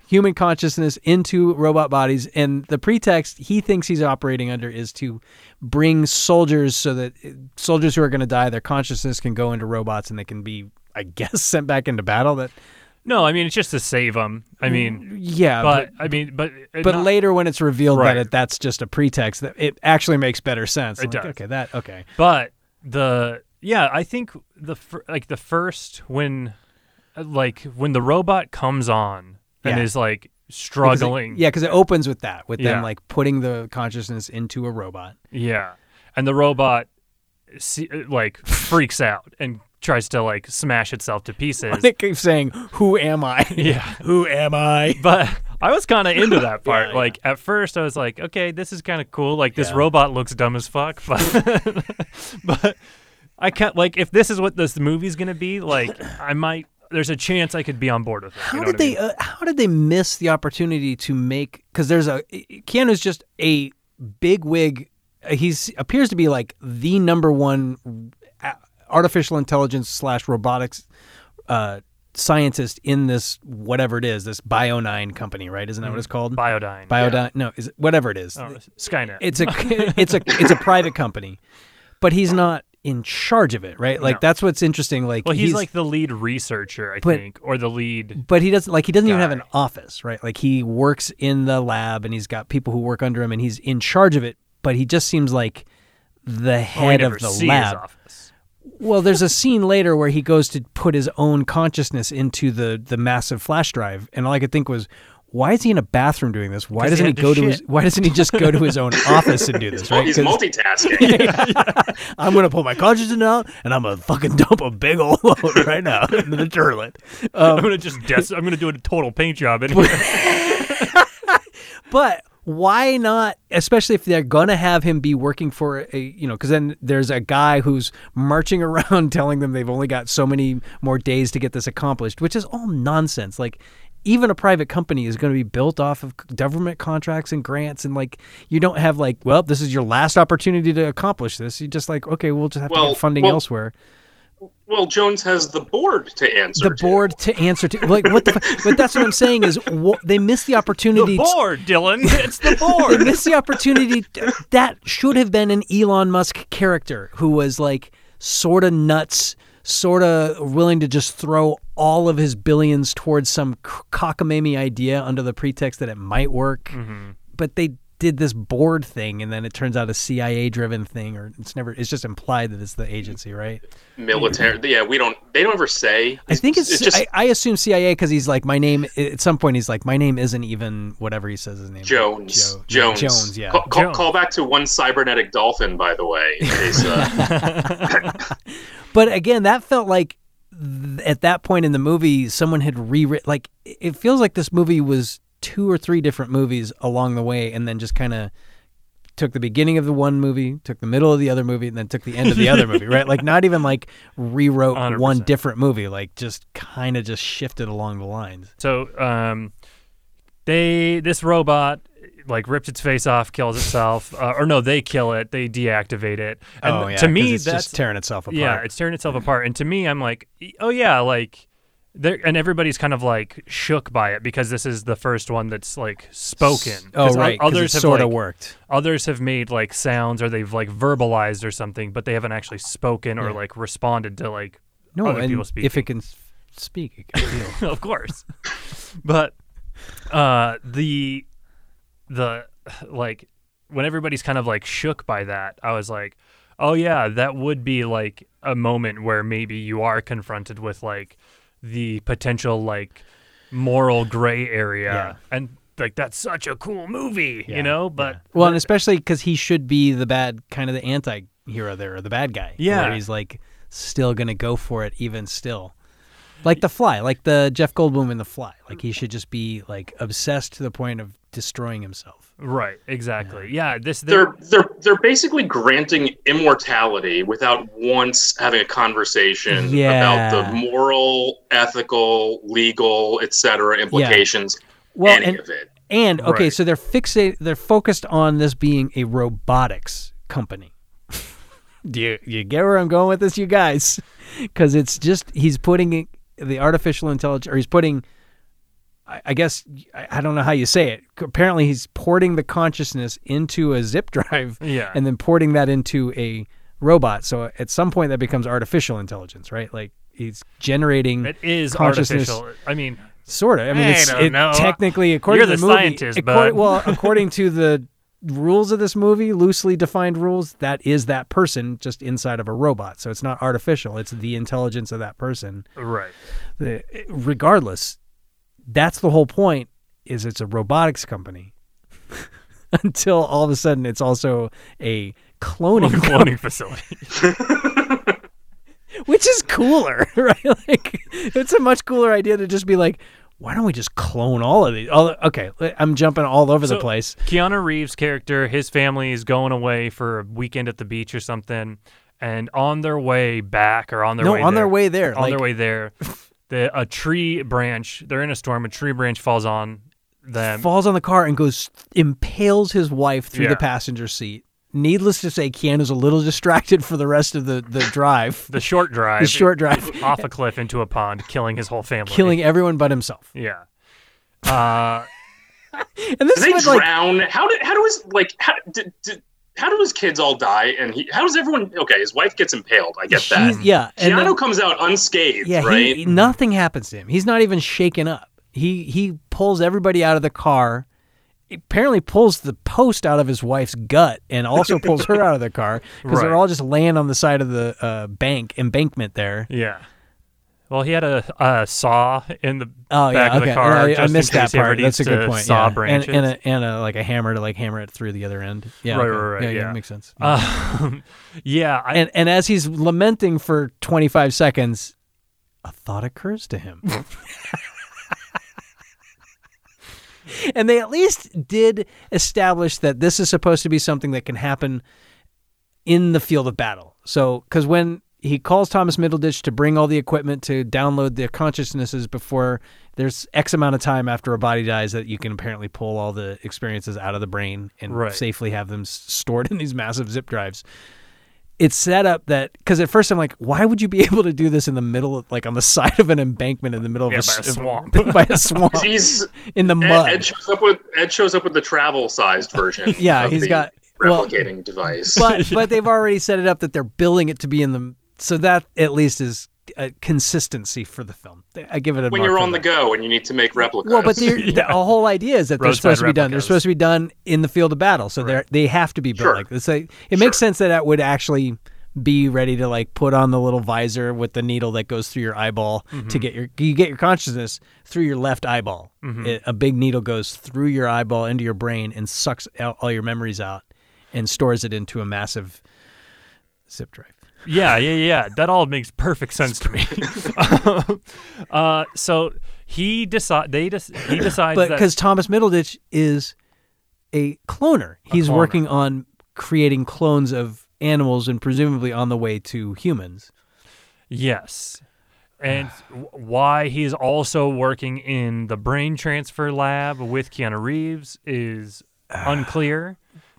D: human consciousness into robot bodies, and the pretext he thinks he's operating under is to bring soldiers so that uh, soldiers who are going to die, their consciousness can go into robots and they can be, I guess, sent back into battle. That
C: no. I mean, it's just to save them. I mean,
D: Mm, yeah,
C: but I mean, but uh,
D: but
C: not-
D: later when it's revealed
C: Right.
D: that it, that's just a pretext that it actually makes better sense
C: It
D: I'm like,
C: does.
D: okay that okay
C: but the yeah i think the fir- like the first when uh, like when the robot comes on and
D: Yeah.
C: is like
D: Because it-
C: struggling
D: yeah because it opens with that with
C: Yeah.
D: them like putting the consciousness into a robot
C: yeah and the robot see, like freaks out and tries to like smash itself to pieces
D: and it keeps saying who am i
C: yeah
D: who am i
C: but I was kind of into that part.
D: Yeah, yeah.
C: like at first, I was like, okay, this is kind of cool. Like this robot looks dumb as fuck, but but I can't. Like if this is what this movie's gonna be, like I might. There's a chance I could be on board with it. you
D: how
C: know
D: did
C: what I mean?
D: they uh, how did they miss the opportunity to make because there's a keanu's just a big wig he's appears to be like the number one a- artificial intelligence slash robotics uh scientist in this whatever it is this bio nine company right isn't that what
C: Mm-hmm.
D: it's called
C: Biodyne.
D: Biodine. No, is it, whatever it is.
C: Oh, Skynet.
D: It's a it's a it's a private company, but he's not in charge of it, right? Like
C: No.
D: that's what's interesting. Like
C: well, he's, like the lead researcher, I
D: But-
C: think, or the lead.
D: but he doesn't like he doesn't even have
C: guy.
D: an office, right? Like he works in the lab and he's got people who work under him and he's in charge of it. But he just seems like the
C: Oh, we
D: head
C: never
D: of the
C: see His
D: lab.
C: office.
D: Well, there's a scene later where he goes to put his own consciousness into the the massive flash drive, and all I could think was. Why is he in a bathroom doing this? Why
C: 'Cause he
D: doesn't he,
C: had to
D: go to his?
C: shit.
D: Why doesn't he just go to his own office and do this? Right?
E: he's
D: 'Cause-
E: multitasking.
D: I'm gonna pull my consciousness out and I'm gonna fucking dump a big old load right now into the Um, turlet.
C: I'm gonna just. Des- I'm gonna do a total paint job. Anyway.
D: But why not? Especially if they're gonna have him be working for a, you know, because then there's a guy who's marching around telling them they've only got so many more days to get this accomplished, which is all nonsense. Like. Even a private company is going to be built off of government contracts and grants, and like you don't have like, well, this is your last opportunity to accomplish this. You just like, okay, we'll just have to
E: Well,
D: get funding
E: well,
D: elsewhere.
E: well, Jones has the board to answer.
D: the
E: to.
D: board to answer to. Like what the? fu- but that's what I'm saying is wha- they missed the opportunity.
C: the
D: to-
C: board, Dylan. It's the
D: they
C: board.
D: missed the opportunity. t- that should have been an Elon Musk character who was like sort of nuts, sort of willing to just throw all of his billions towards some c- cockamamie idea under the pretext that it might work.
C: Mm-hmm.
D: But they did this board thing, and then it turns out a CIA-driven thing, or it's never. It's just implied that it's the agency, right?
E: military. Yeah, we don't. They don't ever say.
D: I think it's,
E: just
D: I, I assume CIA because he's like my name. At some point, he's like my name isn't even whatever he says his name. is.
E: Jones.
D: Joe-
E: Jones.
D: Jones. Yeah.
E: Call, call,
C: Jones.
E: call back to one cybernetic dolphin, by the way. in case, uh,
D: But again, that felt like th- at that point in the movie, someone had rewritten. Like it- it feels like this movie was two or three different movies along the way, and then just kind of took the beginning of the one movie, took the middle of the other movie, and then took the end of the other movie. Right? Like not even like rewrote one
C: 100%.
D: different movie. Like just kind of just shifted along the lines.
C: So um, they this robot like rips its face off, kills itself, uh, or no, they kill it, they deactivate it. And
D: oh yeah.
C: to
D: 'cause
C: me,
D: it's
C: that's
D: just tearing itself apart.
C: yeah, it's tearing itself apart. And to me, I'm like, "E- oh yeah, like. There, and everybody's kind of like shook by it because this is the first one that's like spoken. 'Cause
D: Oh
C: o-
D: right,
C: others
D: others
C: have
D: sort of
C: like-
D: worked.
C: Others have made like sounds or they've like verbalized or something, but they haven't actually spoken or like responded to like
D: No,
C: other
D: and
C: people speaking.
D: if it can s- speak, it can feel.
C: of course. but uh, the the like when everybody's kind of like shook by that, I was like, oh yeah, that would be like a moment where maybe you are confronted with like the potential like moral gray area
D: Yeah.
C: and like that's such a cool movie,
D: Yeah,
C: you know, but
D: well, and especially because he should be the bad, kind of the anti-hero there, or the bad guy.
C: Yeah.
D: where he's like still gonna go for it, even still. like the fly like the jeff goldblum in the fly like he should just be like obsessed to the point of destroying himself
C: Right, exactly. Yeah, this
E: They're they're they're basically granting immortality without once having a conversation
D: Yeah.
E: about the moral, ethical, legal, etc. implications.
D: Well,
E: any
D: and-
E: of it.
D: and okay
C: Right.
D: so they're fixate they're focused on this being a robotics company do you, you get where i'm going with this you guys because it's just he's putting it- the artificial intelligence or he's putting I I guess I I don't know how you say it. Apparently, he's porting the consciousness into a zip drive,
C: Yeah.
D: and then porting that into a robot. So at some point, that becomes artificial intelligence, right? Like he's generating
C: it is
D: consciousness
C: artificial. I mean,
D: Sort of. I mean,
C: I
D: it's
C: don't
D: it,
C: know.
D: technically according
C: You're
D: to the,
C: the
D: movie.
C: scientist,
D: accord-
C: bud.
D: well, according to the rules of this movie, loosely defined rules, that is that person just inside of a robot. So it's not artificial. It's the intelligence of that person.
C: right.
D: The- regardless, that's the whole point. Is it's a robotics company until all of a sudden it's also a cloning, company,
C: Cloning facility.
D: which is cooler, right? Like it's a much cooler idea to just be like. Why don't we just clone all of these? All, okay, I'm jumping all over the
C: So-
D: place.
C: Keanu Reeves' character, his family is going away for a weekend at the beach or something, and on their way back or on their
D: no,
C: way
D: on
C: there,
D: their way there.
C: on
D: like,
C: their way there, the, a tree branch. They're in a storm. A tree branch falls on them.
D: falls on the car and goes impales his wife through
C: Yeah.
D: the passenger seat. Needless to say, Keanu's a little distracted for the rest of the the drive,
C: the short drive.
D: the short drive,
C: off a cliff into a pond, killing his whole family.
D: killing everyone but himself.
C: Yeah. Uh,
D: And this
E: Did they
D: is what, like
E: drown? how did how do his like how did, did how do his kids all die? And he how does everyone? Okay, his wife gets impaled. I get that.
D: he's, yeah, and
E: Keanu
D: then-
E: comes out unscathed,
D: yeah, he-
E: right?
D: he- nothing happens to him. He's not even shaken up. He he pulls everybody out of the car. Apparently pulls the post out of his wife's gut and also pulls her out of the car because they're
C: Right.
D: all just laying on the side of the uh, bank embankment there.
C: yeah. Well, he had a, a saw in the
D: Oh
C: back
D: yeah,
C: of
D: okay.
C: the car.
D: I, I
C: just in
D: missed that
C: case he ever
D: part.
C: needs
D: That's a good
C: to
D: point.
C: Saw
D: yeah. And,
C: branches.
D: and, a, and a, like a hammer to like hammer it through the other end. Yeah,
C: Right,
D: okay.
C: right, right,
D: Yeah, yeah,
C: yeah.
D: makes sense.
C: Um, yeah, I,
D: and and as he's lamenting for 25 seconds, a thought occurs to him. and they at least did establish that this is supposed to be something that can happen in the field of battle. So, because when he calls Thomas Middleditch to bring all the equipment to download their consciousnesses before there's X amount of time after a body dies that you can apparently pull all the experiences out of the brain and
C: Right.
D: safely have them s- stored in these massive zip drives. It's set up that because at first I'm like, why would you be able to do this in the middle, of, like on the side of an embankment in the middle
C: Yeah,
D: of a,
C: by a
D: s-
C: swamp.
D: by a swamp,
E: He's
D: in the
E: Ed,
D: mud.
E: Ed shows up with Ed shows up with the travel sized version.
D: Yeah,
E: of
D: he's
E: the
D: got- well,
E: replicating device.
D: but but they've already set it up that they're building it to be in the so that at least is a consistency for the film. I give it a
E: when
D: mark
E: you're
D: for
E: on the
D: that.
E: go and you need to make replicas.
D: Well, but they're- the whole idea is that they're
C: Roadside
D: supposed to be done. They're
C: replicas.
D: supposed to be done in the field of battle, so they're they have to be built
E: Sure.
D: like this. Like, it makes sense that that would actually be ready to like put on the little visor with the needle that goes through your eyeball to get your you get your consciousness through your left eyeball. It- a big needle goes through your eyeball into your brain and sucks out all your memories out and stores it into a massive zip drive.
C: yeah, yeah, yeah. That all makes perfect sense to me. uh, so he decide they dec- he decides
D: but
C: that
D: because Thomas Middleditch is a cloner, he's
C: cloner.
D: working on creating clones of animals and presumably on the way to humans.
C: yes, and w- why he's also working in the brain transfer lab with Keanu Reeves is
D: Ah.
C: unclear.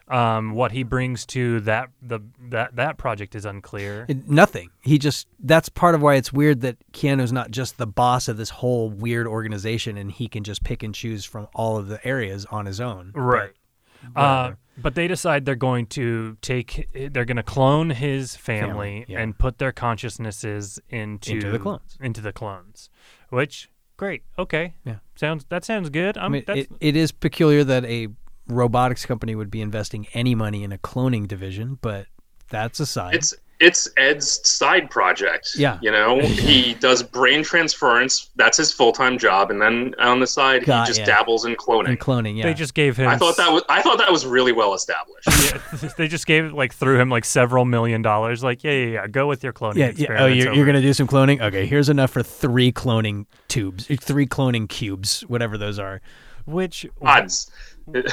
C: Um, what he brings to that the that that project is unclear.
D: It- nothing. He just that's part of why it's weird that Keanu's not just the boss of this whole weird organization and he can just pick and choose from all of the areas on his own.
C: Right. Uh, but they decide they're going to take, they're going to clone his family,
D: Family, yeah.
C: and put their consciousnesses into,
D: Into the clones.
C: Into the clones, which great, okay,
D: Yeah.
C: sounds that sounds good. I'm,
D: I mean,
C: that's,
D: it, it is peculiar that a robotics company would be investing any money in a cloning division, but that's aside.
E: it's it's Ed's side project.
D: Yeah.
E: You know, he does brain transference. That's his full time job, and then on the side,
D: Got
E: he just
D: ya.
E: dabbles in cloning.
D: and cloning. Yeah,
C: They just gave him.
E: I thought that was I thought that was really well established.
C: Yeah, they just gave like threw him like several million dollars. Like yeah, yeah, yeah. Go with your cloning.
D: yeah, yeah.
C: experiment.
D: Oh, you're, you're gonna do some cloning. Okay, here's enough for three cloning tubes, eh, three cloning cubes, whatever those are.
C: which
E: Pods.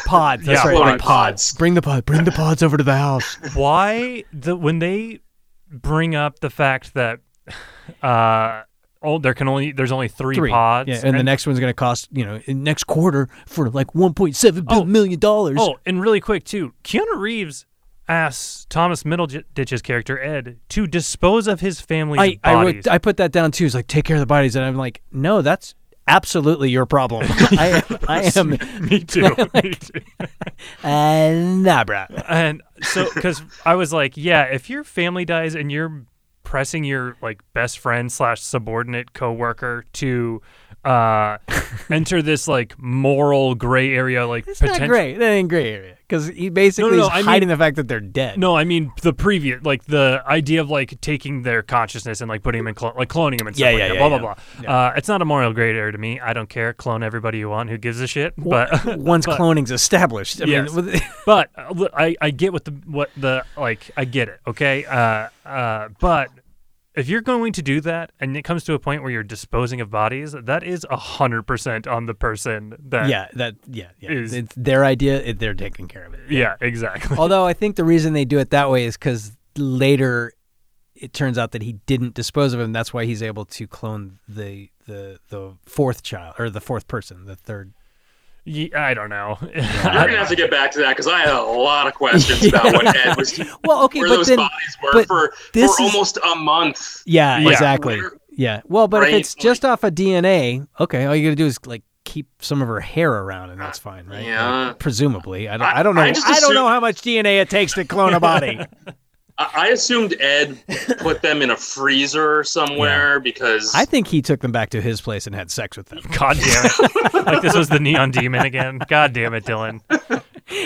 D: Pods. That's
C: Yeah,
D: right.
E: cloning
D: like pods.
E: pods.
D: Bring the pod. Bring the pods over to the house.
C: why the when they bring up the fact that uh oh there can only there's only three,
D: Three
C: pods
D: Yeah, and, the next one's gonna cost you know in next quarter for like 1.7 billion million dollars.
C: oh and really quick too Keanu Reeves asks Thomas Middleditch's character Ed to dispose of his family's
D: I I,
C: bodies.
D: wrote, I put that down too. It's like take care of the bodies, and I'm like, no, that's absolutely your problem. I I am
C: me too. me too.
D: uh, nah, bruh.
C: And so, because I was like, yeah, if your family dies and you're pressing your like best friend slash subordinate coworker to uh enter this like moral gray area, like
D: It's not great. That ain't gray area because he basically
C: no,
D: is
C: I mean-
D: hiding the fact that they're dead.
C: No, I mean the previous, like the idea of like taking their consciousness and like putting them in, clo- like cloning them and stuff
D: Yeah,
C: like
D: yeah,
C: that,
D: yeah,
C: blah,
D: yeah.
C: blah, blah. Uh, it's not a moral grade area to me. I don't care. Clone everybody you want. Who gives a shit? But
D: once cloning's established. I
C: Yes.
D: mean, with-
C: but uh, l- I, I get what the what the like I get it okay uh uh but if you're going to do that and it comes to a point where you're disposing of bodies that is a hundred percent on the person that
D: yeah, that yeah, yeah.
C: Is-
D: it's their idea. It, they're taking care of it.
C: yeah exactly
D: Although I think the reason they do it that way is because later it turns out that he didn't dispose of him. That's why he's able to clone the the the fourth child or the fourth person, the third.
C: Ye- I don't know
E: You're gonna have to get back to that because I had a lot of questions about what Ed was
D: Well, okay,
E: where
D: but
E: those
D: then-
E: bodies were
D: but
E: for,
D: this is-
E: for almost a month.
D: Yeah,
C: Yeah.
D: exactly.
E: Where-
D: Yeah. Well, but if
E: Right,
D: it's just off of DNA, okay, all you got to do is like keep some of her hair around, and that's fine, right?
E: Yeah.
D: Like, presumably, I don't. I,
E: I-
D: don't know. I,
E: I just
D: don't
E: assume-
D: know how much DNA it takes to clone a body.
E: I, I assumed Ed put them in a freezer somewhere because
D: I think he took them back to his place and had sex with them,
C: god damn it like this was the neon demon again god damn it Dylan
D: Oh,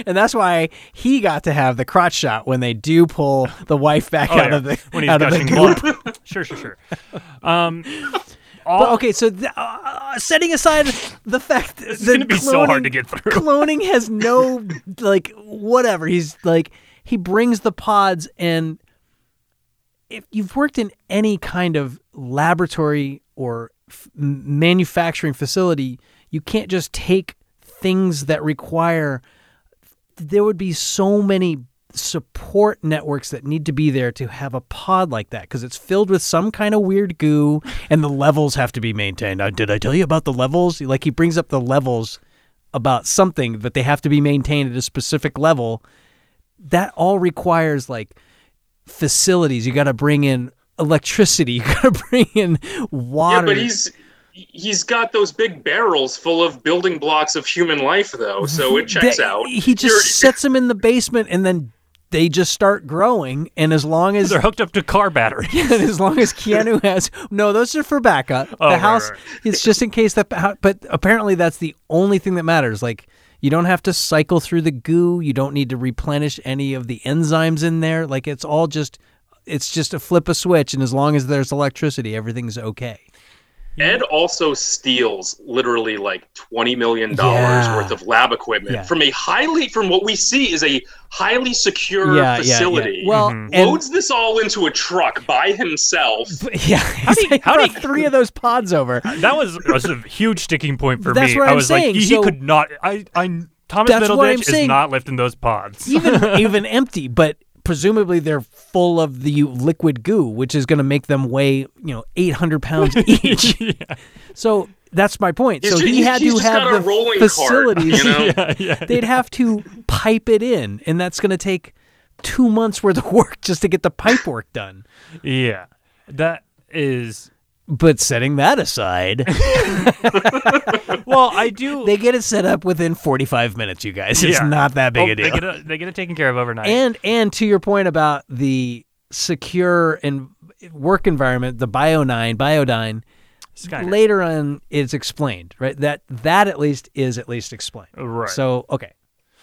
D: and that's why he got to have the crotch shot when they do pull the wife back
C: Oh,
D: out
C: yeah.
D: of the
C: when he's
D: out of the
C: gushing
D: goop.
C: blood sure sure sure um all,
D: But okay, so th- uh, setting aside the fact that
C: is gonna be so hard to get through.
D: cloning has no like whatever. He's like he brings the pods, and if you've worked in any kind of laboratory or f- m- manufacturing facility, you can't just take things that require. There would be so many support networks that need to be there to have a pod like that because it's filled with some kind of weird goo and the levels have to be maintained. Uh, Did I tell you about the levels? Like he brings up the levels about something, but they have to be maintained at a specific level. That all requires like facilities. You got to bring in electricity. You got to bring in
E: yeah,
D: water.
E: but he's he's got those big barrels full of building blocks of human life though, so it checks
D: That-
E: out.
D: He just
E: You're-
D: sets them in the basement and then they just start growing. And as long as
C: they're hooked up to car batteries
D: and as long as Keanu has no, those are for backup.
C: Oh,
D: the
C: right,
D: house,
C: right.
D: it's just in case that. But apparently, that's the only thing that matters. Like you don't have to cycle through the goo. You don't need to replenish any of the enzymes in there. Like it's all just, it's just a flip a switch, and as long as there's electricity, everything's okay.
E: Ed also steals literally like twenty million dollars
D: Yeah.
E: worth of lab equipment
D: Yeah.
E: from a highly from what we see is a highly secure
D: yeah,
E: facility.
D: yeah, yeah. Well, and.
E: loads this all into a truck by himself.
D: Yeah, how
C: do you- how do you-
D: three of those pods over?
C: that was, was a huge sticking point for
D: That's
C: me.
D: what
C: I
D: I'm
C: was
D: saying,
C: like, he
D: so-
C: could not. I, I, Thomas
D: That's what I'm
C: Middleditch
D: saying.
C: is not lifting those pods.
D: even even empty, but presumably they're full of the liquid goo, which is going to make them weigh you know eight hundred pounds each. So that's my point.
E: He's
D: so
E: ju-
D: he
E: he's-
D: had
E: he's
D: to
E: just got a
D: have the
E: rolling
D: facilities.
E: Cart, you know?
D: They'd have to pipe it in, and that's going to take two months worth of work just to get the pipe work done.
C: yeah, that is.
D: But setting that aside,
C: Well, I do.
D: they get it set up within forty five minutes. You guys, it's
C: yeah.
D: not that big
C: Oh,
D: a deal.
C: They get it, they get it taken care of overnight.
D: and and to your point about the secure and work environment, the Bio9, Biodyne.
C: Skynet.
D: Later on, it's explained, right? That that at least is at least explained.
C: Right.
D: So okay,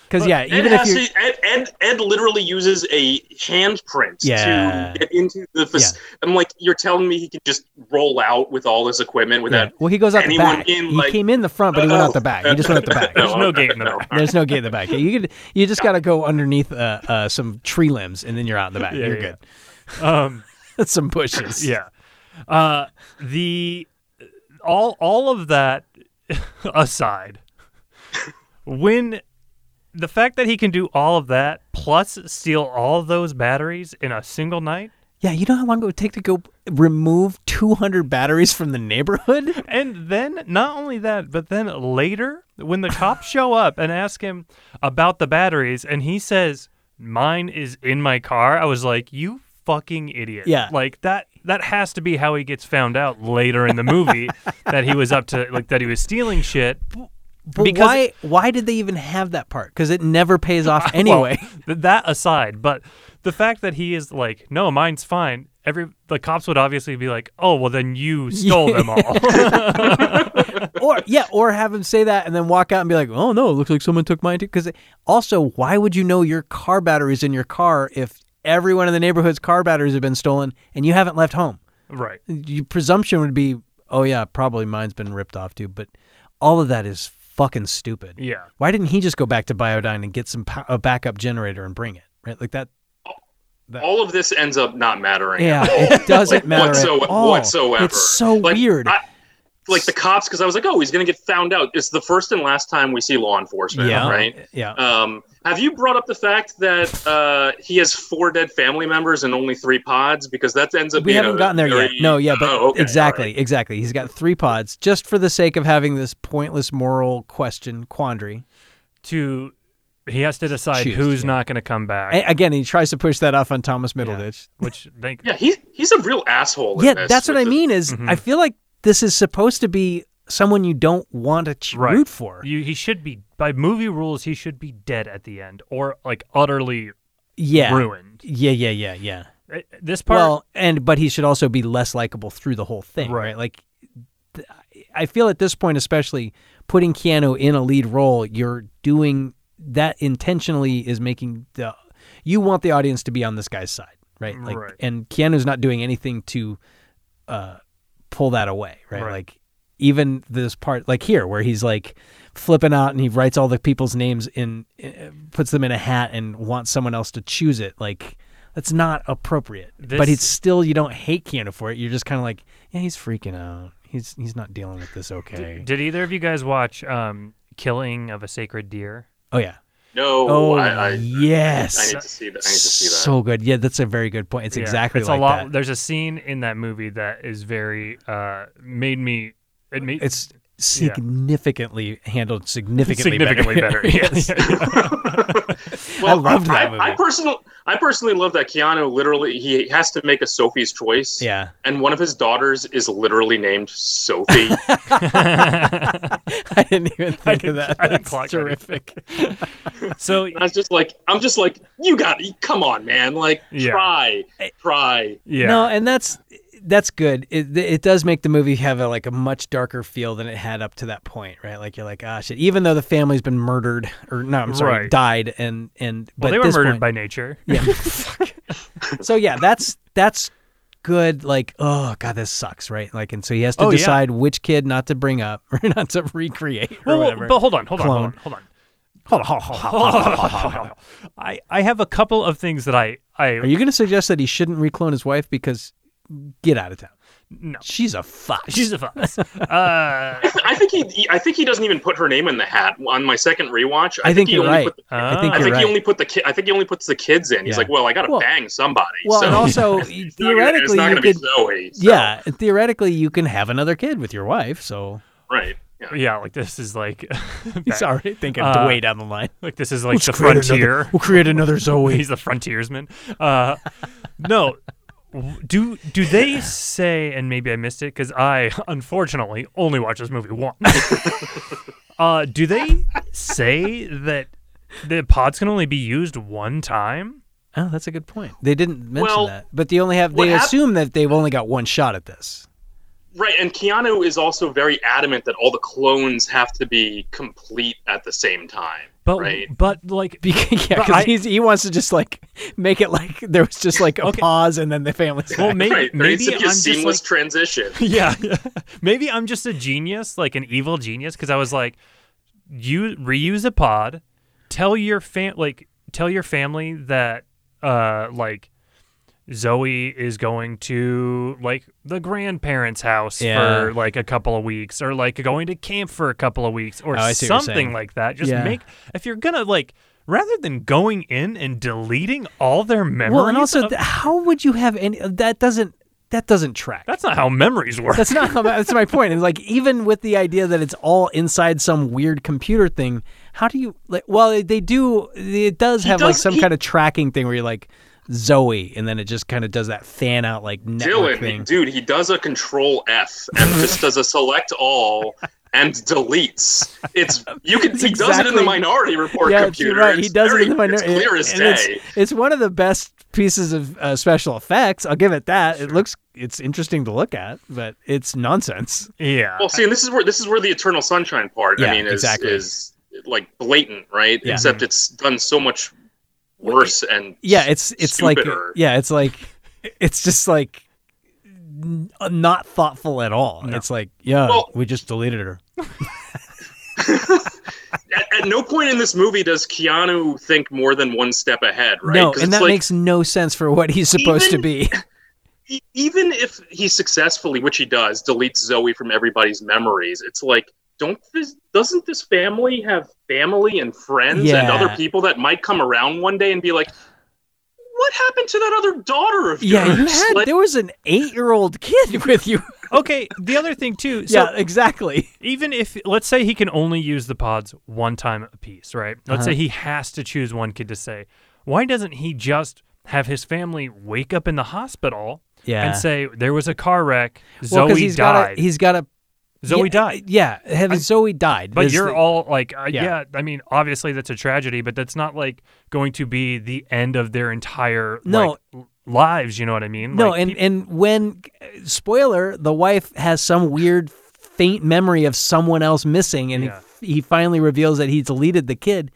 D: Because yeah,
E: Ed,
D: even if
E: has
D: you
E: to- Ed, Ed, Ed literally uses a handprint
D: Yeah.
E: to get into the. Fac- I'm like, you're telling me he can just roll out with all this equipment
D: yeah.
E: without.
D: well, he goes out the
E: anyone
D: back.
E: in,
D: he
E: like- Oh.
D: came in the front, but he went out the back. He just went out the back.
C: There's no gate in the back.
D: There's no gate in the back. You could, you just got to go underneath uh, uh, some tree limbs, and then you're out in the back.
C: Yeah,
D: you're
C: yeah.
D: good.
C: Um,
D: That's some bushes.
C: yeah. Uh, the all all of that aside, when the fact that he can do all of that plus steal all those batteries in a single night,
D: yeah. You know how long it would take to go remove 200 batteries from the neighborhood?
C: and then not only that, but then later when the cops show up and ask him about the batteries, and he says, "Mine is in my car." I was like, "You." Fucking idiot!
D: Yeah.
C: like that. That has to be how he gets found out later in the movie that he was up to, like that he was stealing shit.
D: But
C: Because-
D: why? Why did they even have that part? Because it never pays off anyway.
C: Well, th- that aside, but the fact that he is like, no, mine's fine. Every the cops would obviously be like, oh, well, then you stole them all.
D: or yeah, or have him say that and then walk out and be like, "Oh no, it looks like someone took mine too." Because also, why would you know your car batteries in your car if everyone in the neighborhood's car batteries have been stolen and you haven't left home?
C: right.
D: Your presumption would be, "Oh yeah, probably mine's been ripped off too." But all of that is fucking stupid.
C: Yeah.
D: Why didn't he just go back to Biodyne and get some pow- a backup generator and bring it? Right, like that.
E: All of this ends up not mattering.
D: Yeah, it doesn't matter
E: whatso-
D: at all.
E: whatsoever.
D: It's so
E: Like,
D: weird.
E: I- like the cops, because I was like, oh, he's gonna get found out. It's the first and last time we see law enforcement,
D: yeah. Uh,
E: right?
D: Yeah.
E: Um, have you brought up the fact that uh, he has four dead family members and only three pods? Because that ends up
D: we
E: being
D: haven't
E: a
D: gotten there yet.
E: very-
D: No, yeah, but
E: Oh, okay,
D: exactly,
E: all right.
D: exactly. He's got three pods just for the sake of having this pointless moral question quandary.
C: To he has to decide
D: Choose,
C: who's
D: yeah.
C: not going to come back.
D: A- again, he tries to push that off on Thomas Middleditch.
C: which thank
E: Yeah, he, he's a real asshole. in
D: Yeah,
E: this,
D: that's what
E: which
D: I
E: is-
D: mean. Is I feel like this is supposed to be someone you don't want to ch-
C: Right.
D: root for.
C: you, he should be by movie rules. He should be dead at the end or like utterly
D: Yeah,
C: ruined.
D: yeah, yeah, yeah, yeah.
C: Uh, This part,
D: Well, and but he should also be less likable through the whole thing, right?
C: Right.
D: Like, th- I feel at this point, especially putting Keanu in a lead role, you're doing that intentionally is making the you want the audience to be on this guy's side, right? Like,
C: Right.
D: and Keanu's not doing anything to uh, pull that away, right?
C: Right.
D: Like, even this part, like here, where he's like flipping out and he writes all the people's names in, uh, puts them in a hat and wants someone else to choose it, like. That's not appropriate, but
C: This-
D: it's still you don't hate Keanu for it. You're just kind of like, yeah, he's freaking out. He's he's not dealing with this okay.
C: did either of you guys watch um, Killing of a Sacred Deer?
D: Oh yeah.
E: No,
D: Oh
E: I, I, I
D: yes.
E: need to see that. I need to see that.
D: So good. Yeah, that's a very good point. It's
C: Yeah,
D: exactly
C: it's
D: like
C: a lot
D: that.
C: there's a scene in that movie that is very uh made me it made
D: It's significantly handled significantly,
C: significantly better, yes
E: well,
D: loved that
E: I,
D: movie.
E: I personally, I personally love that Keanu literally he has to make a Sophie's choice.
D: yeah.
E: And one of his daughters is literally named Sophie.
D: I didn't even think of
C: didn't-
D: that.
C: I didn't
D: That's
C: clock that either.
D: terrific.
C: so
E: And I was just like, I'm just like, you got, come on, man, like
C: Yeah.
E: try, try.
C: yeah
D: No, and that's that's good. It it does make the movie have a, like a much darker feel than it had up to that point, right? Like you're like, ah, shit. Even though the family's been murdered, or no, I'm sorry,
C: Right.
D: died, and and but
C: well, they
D: at
C: were
D: this
C: murdered
D: point-
C: by nature
D: Yeah. so yeah, that's that's good. Like, oh god, this sucks, right? Like, and so he has to
C: Oh, yeah.
D: decide which kid not to bring up or not to recreate or
C: well, well,
D: whatever.
C: but hold on hold
D: Clone.
C: on hold on hold on hold on, hold on, hold on, hold on. i i have a couple of things that i i
D: Are you going to suggest that he shouldn't reclone his wife because get out of town?
C: no
D: She's a fox.
C: she's a fox uh
E: I think he, he- I think he doesn't even put her name in the hat. On my second rewatch,
D: I think
E: he
D: you're
E: only
D: right.
E: Put the,
D: I
C: Ah.
D: think
E: I
D: you're
E: think
D: right.
E: he only put the kid. I think he only puts the kids in. He's
D: Yeah.
E: like, well, I gotta
D: Well-
E: bang somebody.
D: well,
E: so
D: and also
E: it's not gonna-
D: theoretically, you could
E: it's not gonna be Zoe. so-
D: yeah, theoretically you can have another kid with your wife. So
E: right. Yeah.
C: yeah like this is like back-
D: already thinking
C: Uh,
D: way down the line.
C: like this is like the frontier
D: we'll create another Zoe.
C: he's the frontiersman. Uh, no, w- do do they say? And maybe I missed it because I unfortunately only watched this movie once. uh, do they say that the pods can only be used one time?
D: Oh, that's a good point. They didn't mention
E: Well,
D: that, but they only have.
E: what
D: They
E: hap-
D: assume that they've only got one shot at this.
E: Right, and Keanu is also very adamant that all the clones have to be complete at the same time.
C: But
E: Right.
C: but like
D: Because, yeah,
C: But
D: because
C: I-
D: he's he wants to just like make it like there was just like a
C: Okay.
D: pause and then the family.
C: well maybe
E: right. There needs
C: maybe
E: to
C: I'm
E: be a
C: just like,
E: seamless transition.
C: yeah maybe i'm just a genius like an evil genius because i was like you reuse a pod tell your fam like tell your family that uh like zoe is going to like the grandparents house
D: Yeah.
C: for like a couple of weeks or like going to camp for a couple of weeks or
D: Oh, I see what you're saying.
C: something like that just
D: Yeah.
C: make if you're gonna like rather than going in and deleting all their memories
D: well, and also,
E: uh,
C: of-
D: th- how would you have any? That doesn't that doesn't track.
C: that's not how memories work
D: That's not how. That's my point. And like, even with the idea that it's all inside some weird computer thing, how do you? Like, well, they do. It does have like
E: does-
D: some
E: he-
D: kind of tracking thing where you're like Zoe, and then it just kind of does that fan out like network
E: Dylan,
D: thing.
E: dude, he does a control F and just does a select all and deletes. It's you can he does it in
D: exactly-
E: the minority report
D: yeah,
E: computer.
D: you're right. He
E: It's
D: does
E: very-
D: it in the minority.
E: It's clear as
D: and it's-
E: day.
D: It's, one of the best pieces of uh, special effects. I'll give it that. It looks it's interesting to look at, but it's nonsense.
C: yeah
E: Well, see, and this is where this is where the Eternal Sunshine part.
D: Yeah,
E: I mean, is
D: exactly.
E: is like blatant, right?
D: Yeah.
E: Except it's done so much worse and
D: Yeah, it's it's
E: stupider.
D: like yeah, it's like it's just like n- not thoughtful at all. It's like yeah,
E: Well-
D: we just deleted her.
E: At, at no point in this movie does Keanu think more than one step ahead, right?
D: No,
E: 'Cause
D: and
E: it's
D: that
E: like,
D: makes no sense for what he's supposed to
E: Even-
D: be.
E: e- even if he successfully, which he does, deletes Zoe from everybody's memories, it's like, don't this, doesn't this family have family and friends and
D: Yeah.
E: other people that might come around one day and be like, what happened to that other daughter of
D: Yeah, you
E: yours?
D: had
E: Like,
D: there was an eight year old kid with you.
C: okay the other thing too so
D: yeah, exactly.
C: even if let's say he can only use the pods one time a piece, right? Let's
D: Uh-huh.
C: say he has to choose one kid to say, why doesn't he just have his family wake up in the hospital
D: Yeah.
C: and say there was a car wreck,
D: Well,
C: Zoe
D: he's
C: died,
D: got a, he's got a
C: Zoe
D: yeah,
C: died.
D: Yeah, have Zoe died.
C: But
D: is
C: you're
D: the-
C: all like, uh,
D: Yeah.
C: yeah. I mean, obviously that's a tragedy, but that's not like going to be the end of their entire
D: No.
C: like, l- lives. You know what I mean?
D: No,
C: Like,
D: and
C: peop-
D: and when spoiler, the wife has some weird faint memory of someone else missing, and
C: Yeah.
D: he, he finally reveals that he deleted the kid.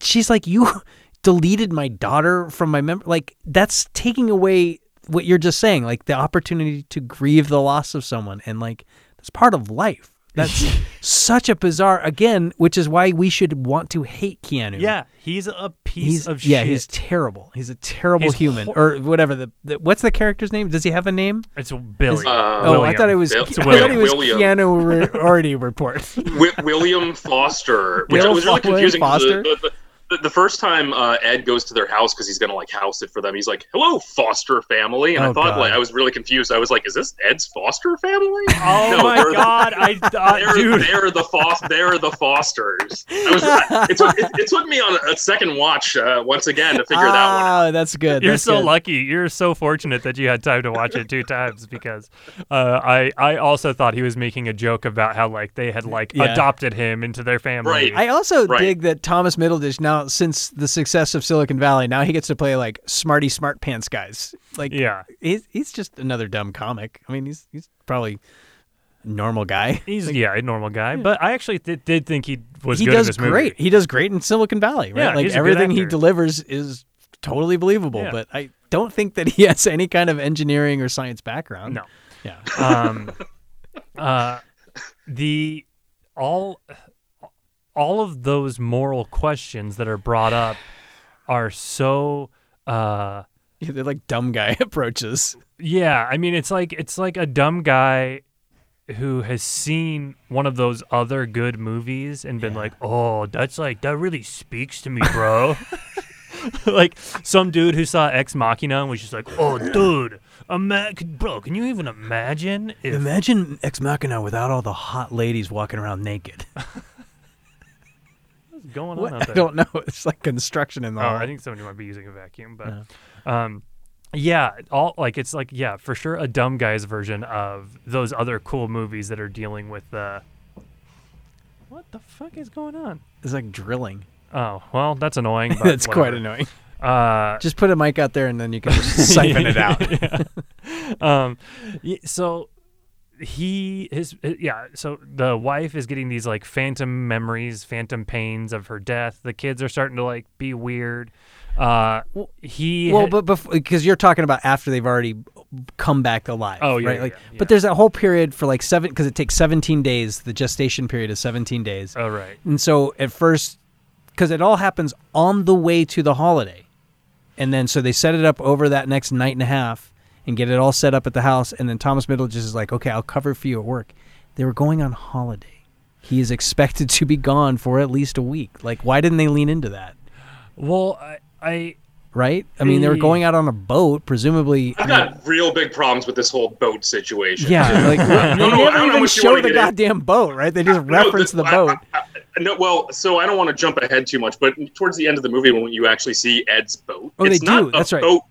D: She's like, "You deleted my daughter from my memory." Like that's taking away what you're just saying, like the opportunity to grieve the loss of someone, and like that's part of life. That's such a bizarre again, which is why we should want to hate Keanu.
C: yeah, he's a piece
D: He's,
C: of
D: yeah,
C: shit.
D: he's terrible. He's a terrible
C: He's
D: human,
C: hor-
D: or whatever. The, the what's the character's name? Does he have a name?
C: it's Billy.
E: Uh,
D: Oh, I thought it
C: William.
D: was.
E: Bill-
D: I
E: it's
D: thought
E: William.
D: it was
E: William.
D: Keanu Re- already report.
E: Wi- William Foster, which
D: Will
E: was really
D: Fo- William
E: confusing. 'cause
D: Foster?
E: The, the, the, the first time uh, Ed goes to their house because he's gonna like house it for them, he's like, "Hello, Foster family," and
D: Oh,
E: I thought
D: God.
E: like I was really confused. I was like, "Is this Ed's Foster family?"
C: Oh
E: No,
C: my
E: they're the-
C: god! I thought,
E: They're,
C: dude.
E: they're the Fos- they're the Fosters. I was, I- it, took, it, it took me on a second watch uh, once again to figure that one. out.
D: Ah, that's good.
C: You're
D: that's
C: so
D: good.
C: lucky. You're so fortunate that you had time to watch it two times because uh, I I also thought he was making a joke about how like they had like
D: Yeah.
C: adopted him into their family.
E: Right.
D: I also
E: Right.
D: dig that Thomas Middleditch now, since the success of Silicon Valley, now he gets to play like smarty smart pants guys. Like,
C: yeah.
D: he's he's just another dumb comic. I mean, he's he's probably a normal guy.
C: He's yeah, a normal guy, but I actually th- did think he was
D: he
C: good in
D: does
C: this movie.
D: great. He does great in Silicon Valley. Right?
C: Yeah,
D: like
C: he's a good
D: everything he
C: actor.
D: delivers is totally believable.
C: Yeah.
D: But I don't think that he has any kind of engineering or science background.
C: No.
D: Yeah.
C: Um, uh, the all all of those moral questions that are brought up are so uh
D: Yeah, they're like dumb guy approaches.
C: Yeah, I mean it's like it's like a dumb guy who has seen one of those other good movies and been like, "Oh, that's like that really speaks to me, bro." like some dude who saw Ex Machina and was just like, "Oh, dude, ima- bro, can you even imagine if
D: Imagine Ex Machina without all the hot ladies walking around naked.
C: what's going on
D: What?
C: out
D: I
C: there?"
D: don't know. It's like construction in the.
C: Oh,
D: hall.
C: I think somebody might be using a vacuum, but um, yeah, all like it's like yeah, for sure a dumb guy's version of those other cool movies that are dealing with uh what the fuck is going on?
D: it's like drilling.
C: Oh, well, that's annoying. But
D: That's quite
C: whatever.
D: annoying.
C: Uh,
D: Just put a mic out there and then you can just siphon it out.
C: um, y- so he his yeah so the wife is getting these like phantom memories phantom pains of her death the kids are starting to like be weird uh he
D: Well, but because you're talking about after they've already come back alive.
C: Oh, yeah,
D: right?
C: yeah,
D: like,
C: yeah, yeah.
D: but there's that whole period for like seven because it takes 17 days. The gestation period is 17 days,
C: oh right
D: and so at first, because it all happens on the way to the holiday, and then so they set it up over that next night and a half and get it all set up at the house, and then Thomas Middleditch is like, okay, I'll cover for you at work. They were going on holiday. He is expected to be gone for at least a week. Like, why didn't they lean into that?
C: well i, I
D: right? I mean, they were going out on a boat, presumably. I
E: I've
D: mean,
E: got real big problems with this whole boat situation.
D: yeah, like they
E: no, no, I
D: never
E: don't know
D: even
E: what you wanna
D: show the
E: get in.
D: goddamn boat, right? They just
E: No,
D: reference the
E: I-
D: boat.
E: I- I- no, well, so I don't want to jump ahead too much, but towards the end of the movie, when you actually see Ed's boat,
D: Oh, they
E: it's not
D: do.
E: a
D: That's right.
E: boat.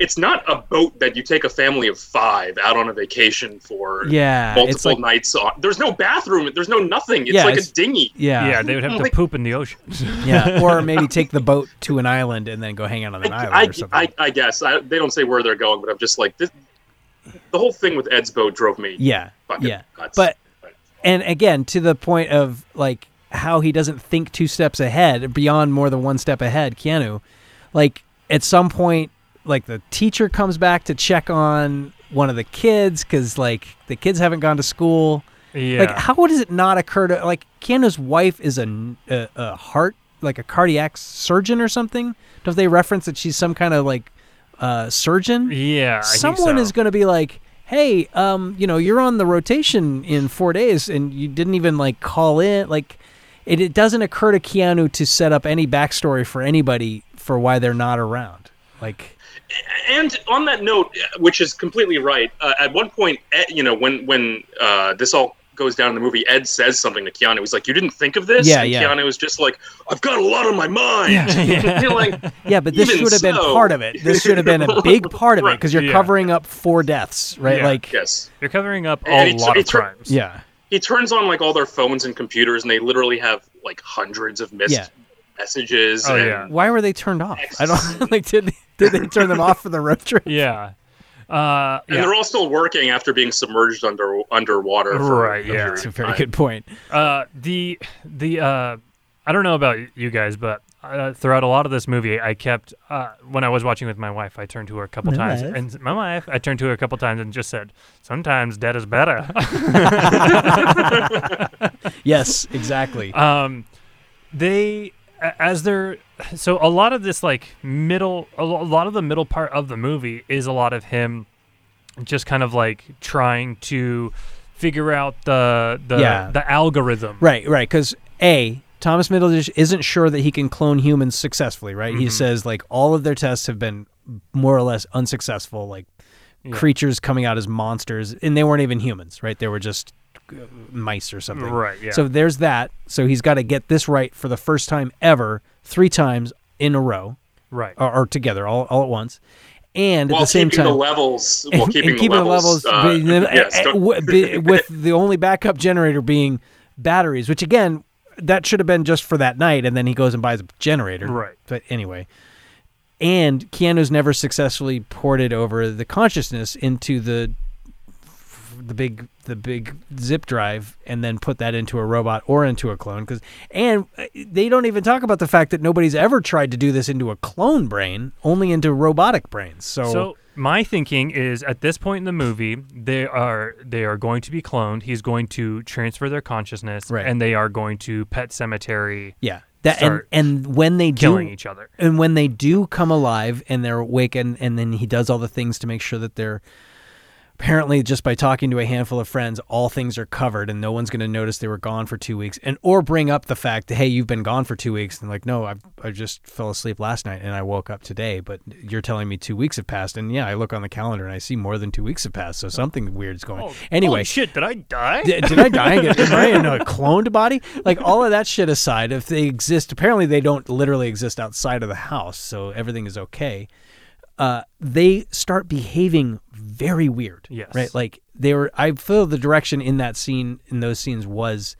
E: It's not a boat that you take a family of five out on a vacation for
D: Yeah,
E: multiple
D: it's like-
E: nights on. There's no bathroom. There's no nothing. It's
D: Yeah,
E: like
D: it's-
E: a dinghy.
D: yeah,
C: yeah they would have to
E: Like-
C: poop in the ocean
D: yeah. Or maybe take the boat to an island and then go hang out on an island
E: I,
D: or something.
E: I, I guess I, they don't say where they're going, but I'm just like this. The whole thing with Ed's boat drove me.
D: yeah,
E: fucking
D: yeah.
E: nuts.
D: But and again, to the point of like how he doesn't think two steps ahead, beyond more than one step ahead, Keanu. Like at some point, like the teacher comes back to check on one of the kids because like the kids haven't gone to school.
C: yeah
D: Like, how does it not occur to like Keanu's wife is a, n- a- a heart like a cardiac surgeon or something? Don't they reference that she's some kind of like uh, surgeon?
C: yeah I think
D: Someone
C: so.
D: is going to be like, "Hey, um, you know, you're on the rotation in four days, and you didn't even like call in." Like, it, it doesn't occur to Keanu to set up any backstory for anybody for why they're not around. Like,
E: and on that note, which is completely right, uh, at one point, Ed, you know, when when uh, this all goes down in the movie, Ed says something to Keanu. He's like, "You didn't think of this?"
D: Yeah,
E: and
D: yeah.
E: Keanu is just like, "I've got a lot on my mind." You're like,
D: Yeah, but this
E: Even
D: should have been
E: so-
D: part of it. This should have been a big part of it because you're
C: Right. Yeah.
D: covering up four deaths, right?
C: Yeah.
D: Like,
E: yes.
C: you're covering up
E: And
C: a
E: it's-
C: lot of
E: it's-
C: crimes
D: yeah,
E: He turns on like all their phones and computers, and they literally have like hundreds of missed
D: Yeah.
E: messages.
C: Oh,
E: and
C: yeah.
D: why were they turned off? I don't like. Did they, did they turn them off for the road trip?
C: yeah uh
E: And
C: yeah
E: they're all still working after being submerged under underwater. For
C: Right,
E: a
C: yeah.
E: period
D: That's a
E: of
D: very
E: time.
D: good point.
C: Uh, the the uh, I don't know about you guys, but uh, throughout a lot of this movie, I kept uh, when I was watching with my wife, I turned to her a couple
D: My
C: times,
D: wife.
C: and my wife, I turned to her a couple times and just said, "Sometimes dead is better."
D: Yes, exactly.
C: um, they a- as they're so a lot of this like middle a lo- a lot of the middle part of the movie is a lot of him just kind of like trying to figure out the the
D: Yeah.
C: the algorithm
D: right, right. Because a Thomas Middleditch isn't sure that he can clone humans successfully. Right,
C: Mm-hmm.
D: he says like all of their tests have been more or less unsuccessful. Like creatures coming out as monsters, and they weren't even humans. Right, they were just uh, mice or something.
C: Right, yeah.
D: So there's that. So he's got to get this right for the first time ever, three times in a row
C: right
D: or, or together, all, all at once. And at
E: While
D: the same
E: keeping
D: time,
E: the levels, while
D: and
E: keeping, the levels,
D: but then-
E: uh, yes,
D: uh,
E: don't-
D: w- b- with the only backup generator being batteries, which again, that should have been just for that night, and then he goes and buys a generator.
C: Right.
D: But anyway, and Keanu's never successfully ported over the consciousness into the the big the big zip drive and then put that into a robot or into a clone because and uh, they don't even talk about the fact that nobody's ever tried to do this into a clone brain only into robotic brains
C: So my thinking is at this point in the movie, they are they are going to be cloned. He's going to transfer their consciousness,
D: Right.
C: and they are going to pet cemetery,
D: Yeah. That and,
C: start
D: and when they
C: killing
D: do
C: each other.
D: and when they do come alive and they're awake and, and then he does all the things to make sure that they're apparently just by talking to a handful of friends all things are covered and no one's going to notice they were gone for 2 weeks and or bring up the fact that hey you've been gone for 2 weeks and like no I I just fell asleep last night and I woke up today but you're telling me 2 weeks have passed and yeah I look on the calendar and I see more than 2 weeks have passed so something weird's going anyway
C: Oh, shit! Did I die?
D: did, did I die and get am I in a cloned body? Like all of that shit aside, if they exist, apparently they don't literally exist outside of the house, so everything is okay. Uh, they start behaving very weird.
C: Yes.
D: Right. Like they were. I feel the direction in that scene, in those scenes, was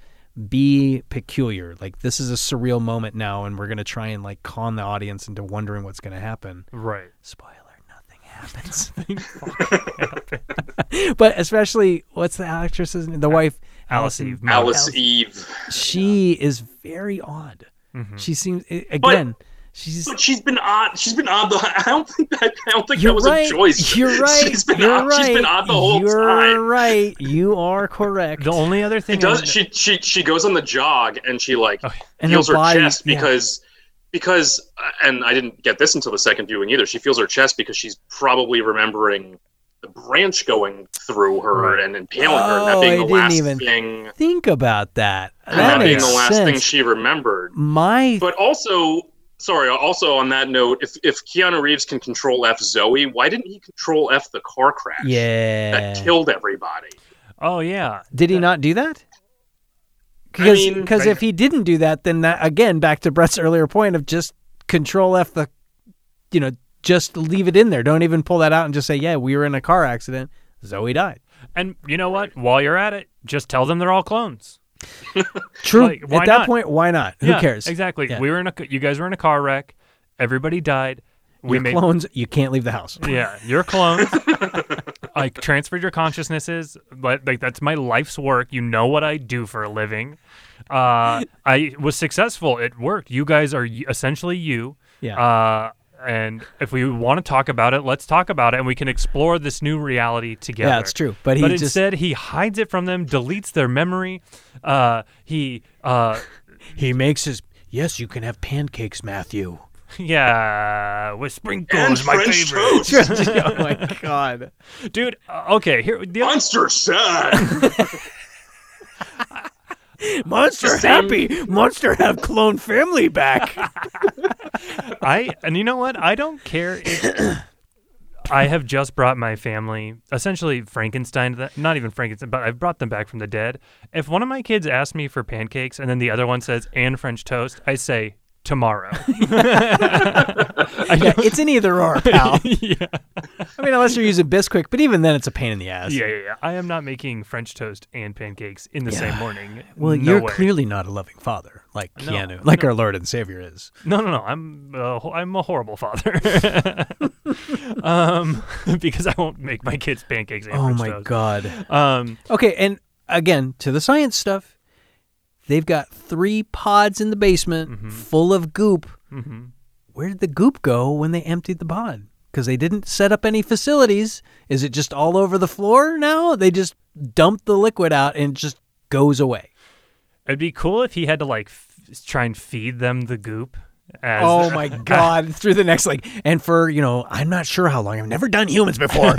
D: be peculiar. Like this is a surreal moment now, and we're gonna try and like con the audience into wondering what's gonna happen.
C: right.
D: Spoiler: nothing happens. but especially, what's the actress's name? The wife,
C: Alice
D: Allison-
C: Eve.
E: Alice Eve.
D: She is very odd.
C: Mm-hmm.
D: She seems i-
E: But-
D: again. she's
E: But she's been odd. She's been odd. The, I don't think that. I don't think
D: You're
E: that was
D: right.
E: a choice.
D: You're right.
E: She's been
D: You're
E: odd.
D: right.
E: She's been odd the whole
D: You're
E: time.
D: right. You are correct.
C: The only other thing
E: It does. She she she goes on the jog and she like
D: And
E: feels
D: her
E: her,
D: body-
E: chest
D: yeah.
E: because because and I didn't get this until the second viewing either. She feels her chest because she's probably remembering the branch going through her and impaling her, and
D: Oh,
E: that
D: I
E: being the
D: didn't
E: last
D: even-
E: thing.
D: Think about that.
E: and
D: That
E: that being
D: makes
E: the last
D: sense.
E: thing she remembered.
D: My
E: But also, sorry, also on that note, if if Keanu Reeves can control F Zoe, why didn't he control F the car crash?
D: yeah.
E: That killed everybody.
C: Oh yeah.
D: Did he not do that? Because
E: mean-
D: because if he didn't do that, then that again back to Brett's earlier point of just control F the, you know, just leave it in there. Don't even pull that out and just say, yeah, we were in a car accident. Zoe died.
C: And you know what? While you're at it, just tell them they're all clones.
D: True.
C: Like, why
D: At that
C: not?
D: point, why not? Who
C: Yeah,
D: cares?
C: Exactly.
D: Yeah.
C: We were in a. You guys were in a car wreck. Everybody died. We
D: Your
C: made
D: clones. You can't leave the house.
C: Yeah, your clones. I transferred your consciousnesses, but like that's my life's work. You know what I do for a living. Uh, I was successful. It worked. You guys are y- essentially you.
D: Yeah.
C: Uh, and if we want to talk about it, let's talk about it, and we can explore this new reality together.
D: Yeah, it's true. But he
C: But
D: just
C: instead, he hides it from them, deletes their memory. Uh, he, uh,
D: he makes his yes. You can have pancakes, Matthew.
C: yeah, with
E: And
C: sprinkles, my
E: French
C: favorite.
E: toast,
D: oh my god.
C: Dude, uh, okay, here the other,
E: monster son.
D: Monster happy. Monster have clone family back.
C: I and you know what? I don't care if I have just brought my family, essentially Frankenstein, to the- not even Frankenstein, but I've brought them back from the dead. If one of my kids asks me for pancakes and then the other one says and French toast, I say tomorrow. I
D: Yeah,
C: don't-
D: it's an either or, pal.
C: yeah.
D: I mean, unless you're using Bisquick, but even then, it's a pain in the ass.
C: yeah, yeah, yeah. I am not making French toast and pancakes in the same morning.
D: Well,
C: No
D: you're
C: way.
D: clearly not a loving father, like
C: No,
D: Keanu, like our Lord and Savior is.
C: No, no, no. I'm a, ho- I'm a horrible father. um, because I won't make my kids pancakes. And
D: Oh
C: French
D: my
C: toast.
D: god.
C: Um,
D: Okay, and again to the science stuff. They've got three pods in the basement
C: Mm-hmm.
D: full of goop.
C: mhm.
D: Where did the goop go when they emptied the pod? Because they didn't set up any facilities. Is it just all over the floor now? They just dump the liquid out and it just goes away.
C: It'd be cool if he had to like f- try and feed them the goop. As,
D: Oh my god! Through the next like, and for you know, I'm not sure how long. I've never done humans before,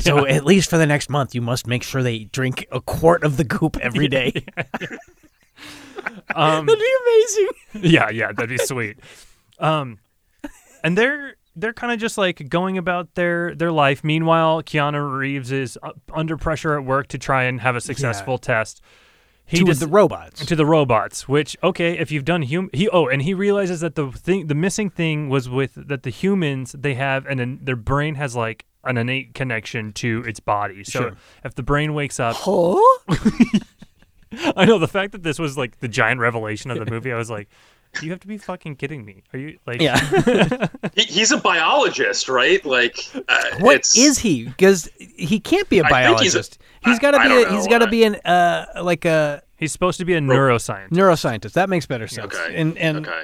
D: so at least for the next month, you must make sure they drink a quart of the goop every day.
C: um,
D: That'd be amazing.
C: yeah, yeah, that'd be sweet. Um, and they're they're kind of just like going about their their life. Meanwhile, Keanu Reeves is u- under pressure at work to try and have a successful test. He
D: to
C: just,
D: the robots.
C: to the robots, which okay, if you've done human, he oh, and he realizes that the thing, the missing thing was with that the humans they have, and then their brain has like an innate connection to its body. So if the brain wakes up,
D: Huh?
C: I know the fact that this was like the giant revelation of the movie. I was like, you have to be fucking kidding me. Are you like?
D: Yeah.
E: He- he's a biologist, right? Like, uh,
D: What is
E: it's,
D: he? Because he can't be a
E: I think he's a-
D: biologist. he's got to
E: I-
D: be.
E: I don't
D: A, he's got
E: know.
D: to be an uh like a
C: He's supposed to be a neuroscientist.
D: neuroscientist. That makes better sense.
E: Okay.
D: And and
E: okay.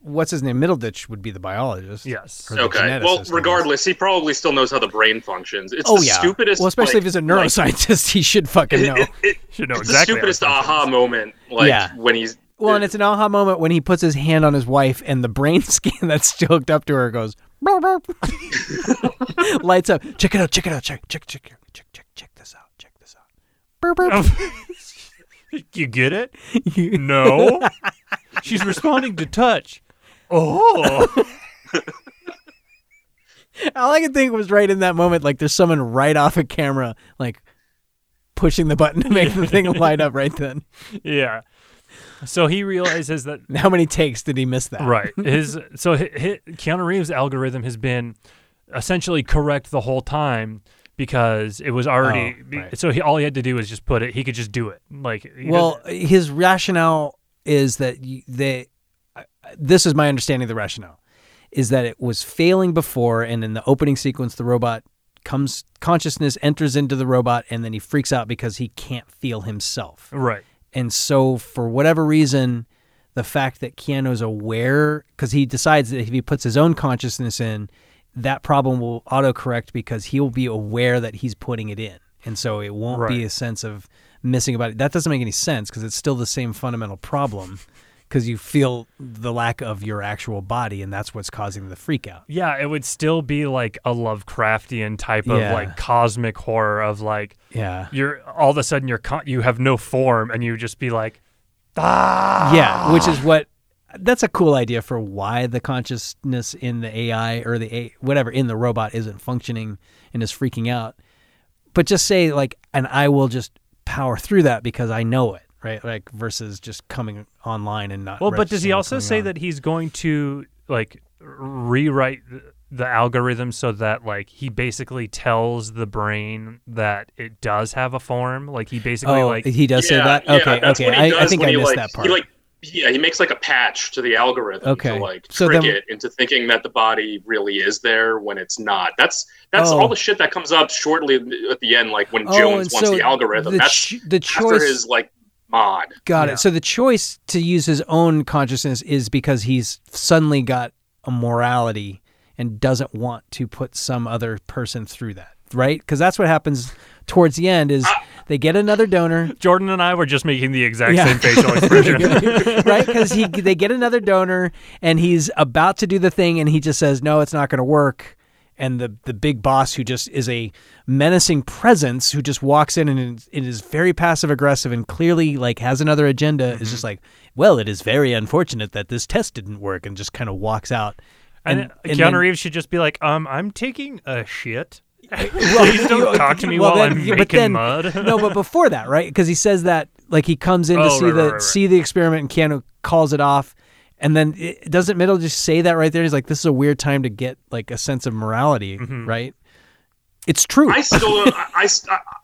D: what's his name? Middleditch would be the biologist.
C: Yes.
D: Or the
E: Okay. Well,
D: geneticist, I guess.
E: regardless, he probably still knows how the brain functions. It's
D: Oh
E: the
D: yeah.
E: stupidest.
D: well, especially if
E: like-
D: he's a
E: like,
D: neuroscientist, he should fucking know.
E: it- it- it-
C: Should know
E: it's
C: exactly how
E: the stupidest
C: it functions.
E: aha moment. Like
D: Yeah.
E: when he's
D: Well, and it's an aha moment when he puts his hand on his wife, and the brain scan that's still hooked up to her goes "Burp, burp." lights up. Check it out. Check it out. Check check check check check check check this out. Check this out. Burp, burp.
C: You get it? no. She's responding to touch. Oh.
D: All I could think was right in that moment, like there's someone right off of camera, like pushing the button to make the thing light up right then.
C: yeah. So he realizes that
D: How many takes did he miss that?
C: right his so hi hi keanu reeves algorithm has been essentially correct the whole time because it was already
D: Oh, right.
C: so he, all he had to do was just put it he could just do it like he
D: Well,
C: doesn't-
D: his rationale is that you, they. I- I- This is my understanding of the rationale, is that it was failing before, and in the opening sequence, the robot comes consciousness enters into the robot, and then he freaks out because he can't feel himself.
C: Right.
D: And so, for whatever reason, the fact that Keanu's aware, because he decides that if he puts his own consciousness in, that problem will autocorrect because he'll be aware that he's putting it in. And so it won't be
C: Right.
D: a sense of missing about it. That doesn't make any sense because it's still the same fundamental problem because you feel the lack of your actual body, and that's what's causing the freak out.
C: Yeah, it would still be like a Lovecraftian type
D: Yeah.
C: of like cosmic horror of like
D: Yeah.
C: you're all of a sudden you're con- you have no form and you just be like
D: Yeah, which
C: Ah.
D: is what that's a cool idea for why the consciousness in the AI or the A, whatever in the robot isn't functioning and is freaking out. But just say like, and I will just power through that because I know it, right? Like versus just coming online and not.
C: well, but does he
D: registering
C: also
D: what's
C: say
D: going on.
C: that he's going to like rewrite th- the algorithm so that like he basically tells the brain that it does have a form? Like he basically
D: Oh,
C: like
D: he does say that. Okay,
E: that's
D: okay.
E: what he
D: I, I
E: does
D: think
E: when
D: I
E: he,
D: missed
E: like-
D: that part.
E: He like, yeah, he makes like a patch to the algorithm
D: Okay.
E: to like
D: So
E: trick
D: then-
E: it into thinking that the body really is there when it's not. That's that's
D: Oh.
E: all the shit that comes up shortly at the end, like when
D: Oh,
E: Jones
D: and
E: wants
D: so
E: the algorithm.
D: the,
E: that's
D: ch- the
E: after
D: choice.
E: his like mod.
D: Got
C: Yeah.
D: it. So the choice to use his own consciousness is because he's suddenly got a morality and doesn't want to put some other person through that, right? Because that's what happens towards the end is they get another donor,
C: Jordan and I were just making the exact
D: Yeah.
C: same facial expression.
D: right? Because he they get another donor and he's about to do the thing and he just says, "No, it's not going to work." And the the big boss who just is a menacing presence who just walks in and is, and is very passive aggressive and clearly like has another agenda is
C: Mm-hmm.
D: just like, "Well, it is very unfortunate that this test didn't work," and just kind of walks out.
C: and, uh, Keanu
D: then-
C: Reeves should just be like, "Um, I'm taking a shit. Please don't talk to me
D: well,
C: while
D: then-
C: I'm
D: yeah, but
C: making
D: then-
C: mud."
D: no, but before that, right? Because he says that like he comes in to
C: Oh,
D: see
C: right,
D: the
C: right, right,
D: see the experiment, and Keanu calls it off, and then it, doesn't Middle just say that right there? He's like, "This is a weird time to get like a sense of morality,
C: Mm-hmm.
D: right?" It's true.
E: I still don't. I, I,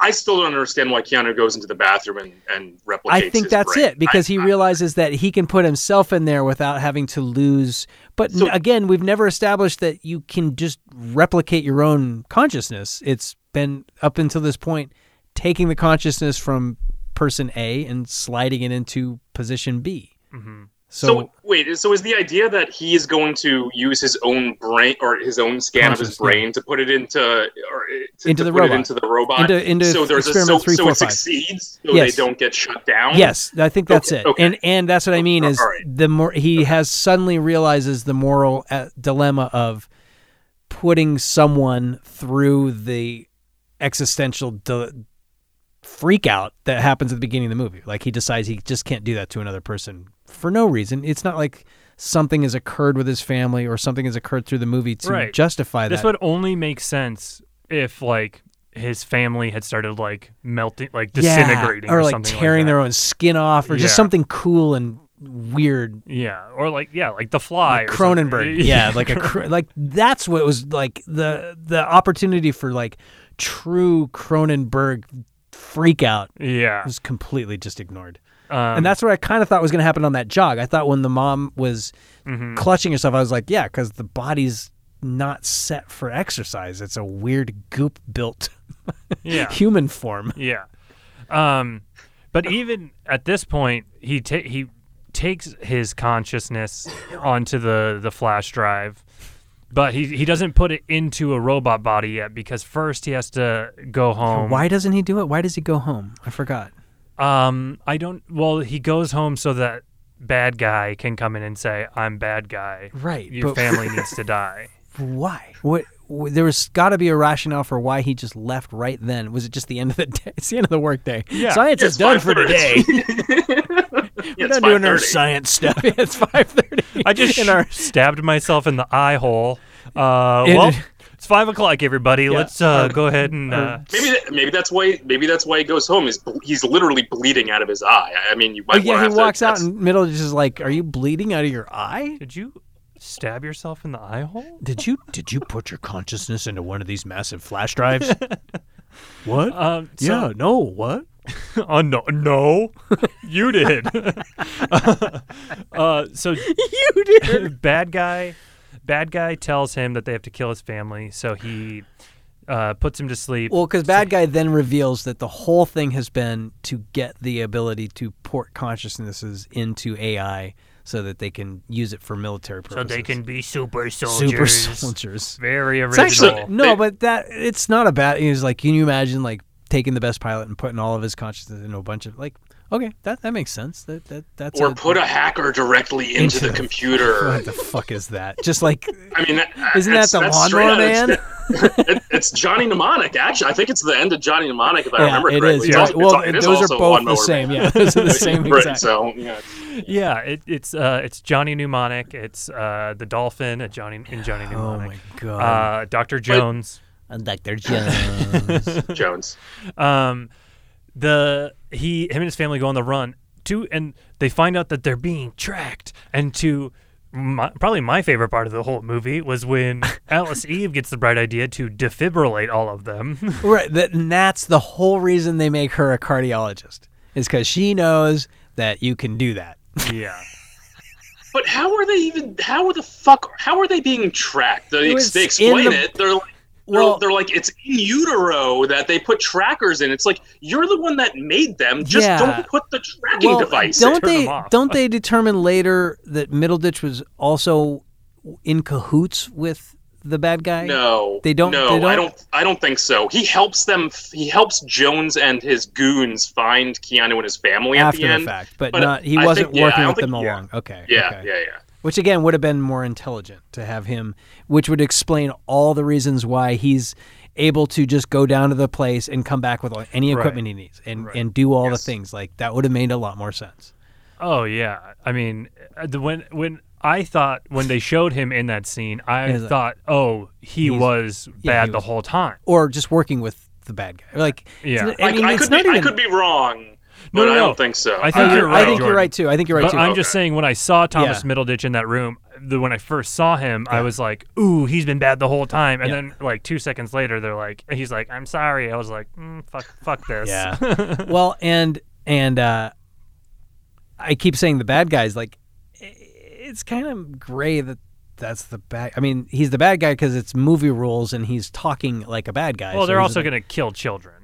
E: I still don't understand why Keanu goes into the bathroom and, and replicates.
D: I think
E: his
D: that's
E: brain.
D: it because
E: I-
D: he realizes that he can put himself in there without having to lose. But n-
E: So-
D: again, we've never established that you can just replicate your own consciousness. It's been up until this point taking the consciousness from person A and sliding it into position B. So,
E: So, wait, so is the idea that he is going to use his own brain or his own scan of his
D: Conscious, yeah.
E: brain to put it into or uh, to,
D: Into
E: to
D: the
E: put
D: robot.
E: it into the robot?
D: Into- into
E: so there's a, so,
D: experiment three,
E: so
D: four,
E: it
D: five.
E: succeeds, so
D: Yes.
E: they don't get shut down.
D: yes, I think that's
E: Okay,
D: it.
E: okay.
D: And and that's what I mean is
E: All right.
D: the more he has suddenly realizes the moral uh, dilemma of putting someone through the existential de- freak out that happens at the beginning of the movie. Like he decides he just can't do that to another person for no reason. It's not like something has occurred with his family or something has occurred through the movie to
C: Right.
D: justify that.
C: This would only make sense if like his family had started like melting, like disintegrating,
D: yeah, or, like
C: something
D: tearing
C: like
D: their own skin off or just
C: Yeah.
D: something cool and weird
C: their yeah, or like yeah, like The Fly, or something.
D: Cronenberg. yeah, like a Cro- like that's what was like the the opportunity for like true Cronenberg freak out
C: yeah.
D: was completely just ignored.
C: Um,
D: and that's what I kind of thought was going to happen on that jog. I thought when the mom was
C: Mm-hmm.
D: clutching herself, I was like, yeah, cuz the body's not set for exercise. It's a weird goop built
C: yeah,
D: human form.
C: yeah. Um, but even at this point, he ta- he takes his consciousness onto the the flash drive. But he, he doesn't put it into a robot body yet because first he has to go home.
D: Why doesn't he do it? Why does he go home? I forgot.
C: Um, I don't. Well, he goes home so that bad guy can come in and say, "I'm bad guy."
D: Right,
C: Your
D: but-
C: family needs to die.
D: Why? What? w- There was got to be a rationale for why he just left right then. Was it just the end of the day? It's the end of the workday.
C: Yeah.
D: science is
E: It's
D: done for
E: 5:30.
D: today. We're not doing our
E: 5:30.
D: science stuff. It's five thirty.
C: I just
D: in our
C: stabbed myself in the eye hole.
D: In-
C: Uh,
D: um,
C: well, it's five o'clock, everybody. Let's uh, go ahead and. Uh,
E: Maybe that, maybe that's why maybe that's why he goes home. Is ble- he's literally bleeding out of his eye. I mean, you might
D: oh, yeah.
E: wanna
D: He
E: have
D: walks
E: to,
D: out
E: that's-
D: in the middle, just is like, "Are you bleeding out of your eye?
C: did you stab yourself in the eye hole?
D: Did you did you put your consciousness into one of these massive flash drives? what?
C: Um,
D: yeah.
C: so-
D: no. What?
C: Uh, no, no, you did. uh, so
D: You did.
C: bad guy bad guy tells him that they have to kill his family, so he uh, puts him to sleep.
D: Well, because bad guy then reveals that the whole thing has been to get the ability to port consciousnesses into AI so that they can use it for military
C: so
D: purposes.
C: they can be super soldiers.
D: super soldiers.
C: Very
D: It's
C: original.
D: actually no,
E: They-
D: but that it's not a bad. He's like, can you imagine like taking the best pilot and putting all of his consciousness into a bunch of like, okay, that that makes sense. That that that's
E: or put a hacker directly into,
D: into
E: the
D: the-
E: computer.
D: What the fuck is that? Just like
E: I mean, that,
D: Isn't
E: it's-
D: that the
E: that's
D: Lawnmower
E: straight
D: Man?
E: out of- it- it's Johnny Mnemonic. Actually, I think it's the end of Johnny Mnemonic. If I
D: yeah,
E: remember
D: it
E: correctly,
D: is.
E: It's
D: yeah.
E: also-
D: well,
E: it's- it is
D: those
E: also
D: are both the
E: Lawnmower
D: same.
E: Man.
D: Yeah, those are the same
E: Right,
D: exact.
E: So yeah.
C: Yeah, it, it's uh, it's Johnny Mnemonic. It's uh, the dolphin at Johnny in Johnny
D: Oh
C: Mnemonic.
D: my god.
C: Uh, Doctor Jones.
D: I'm Dr. Jones.
E: Jones.
C: Um, the he him and his family go on the run to, and they find out that they're being tracked. And to my, probably my favorite part of the whole movie was when Alice Eve gets the bright idea to defibrillate all of them.
D: Right, that, and that's the whole reason they make her a cardiologist is because she knows that you can do that.
C: yeah.
E: But how are they even? How are the fuck? How are they being tracked? They,
D: It
E: ex-
D: was
E: they
D: in
E: explain
D: the-
E: it. They're like. They're,
D: Well-
E: they're like it's in utero that they put trackers in. It's like you're the one that made them. Just
D: Yeah.
E: don't put the tracking device.
D: don't
E: in.
C: turn
D: they
C: them off.
D: don't they determine later that Middleditch was also in cahoots with the bad guy?
E: No,
D: They don't-
E: No,
D: they
E: I
D: don't-
E: don't. I don't think so. He helps them. He helps Jones and his goons find Keanu and his family at
D: after
E: the end.
D: fact, but,
E: but
D: not he
E: I
D: wasn't
E: think- yeah, I
D: working
E: don't
D: with
E: think-
D: them
E: yeah.
D: along. Okay,
E: Yeah,
D: okay.
E: yeah, yeah.
D: which again would have been more intelligent to have him, which would explain all the reasons why he's able to just go down to the place and come back with like, any equipment he needs and and do all the things like that would have made a lot more sense.
C: Oh yeah. I mean, uh, the, when when I thought when they showed him in that scene, I
D: He's like-
C: thought, oh, he was
D: yeah,
C: bad
D: he
C: the
D: was-
C: whole time.
D: or just working with the bad guy. Like,
C: Yeah.
D: it's- I mean,
E: I, I
D: it's
E: could be.
D: not even.
E: I could be wrong,
C: No,
E: but
C: no,
E: I
C: no.
E: don't think so.
C: I
D: I
C: think
D: think
C: you're right.
D: think
C: Jordan.
D: you're right too. I think you're right
C: But
D: too.
C: I'm just saying, when I saw Thomas
D: Yeah.
C: Middleditch in that room, the, when I first saw him, I was like, "Ooh, he's been bad the whole time." And
D: Yeah.
C: then, like two seconds later, they're like, "He's like, I'm sorry." I was like, mm, "Fuck, fuck this."
D: yeah. well, and and uh, I keep saying the bad guys. Like, i- it's kind of gray that that's the bad. I mean, he's the bad guy because it's movie rules, and he's talking like a bad guy.
C: Well,
D: so
C: they're
D: he's
C: also
D: like-
C: going to kill children.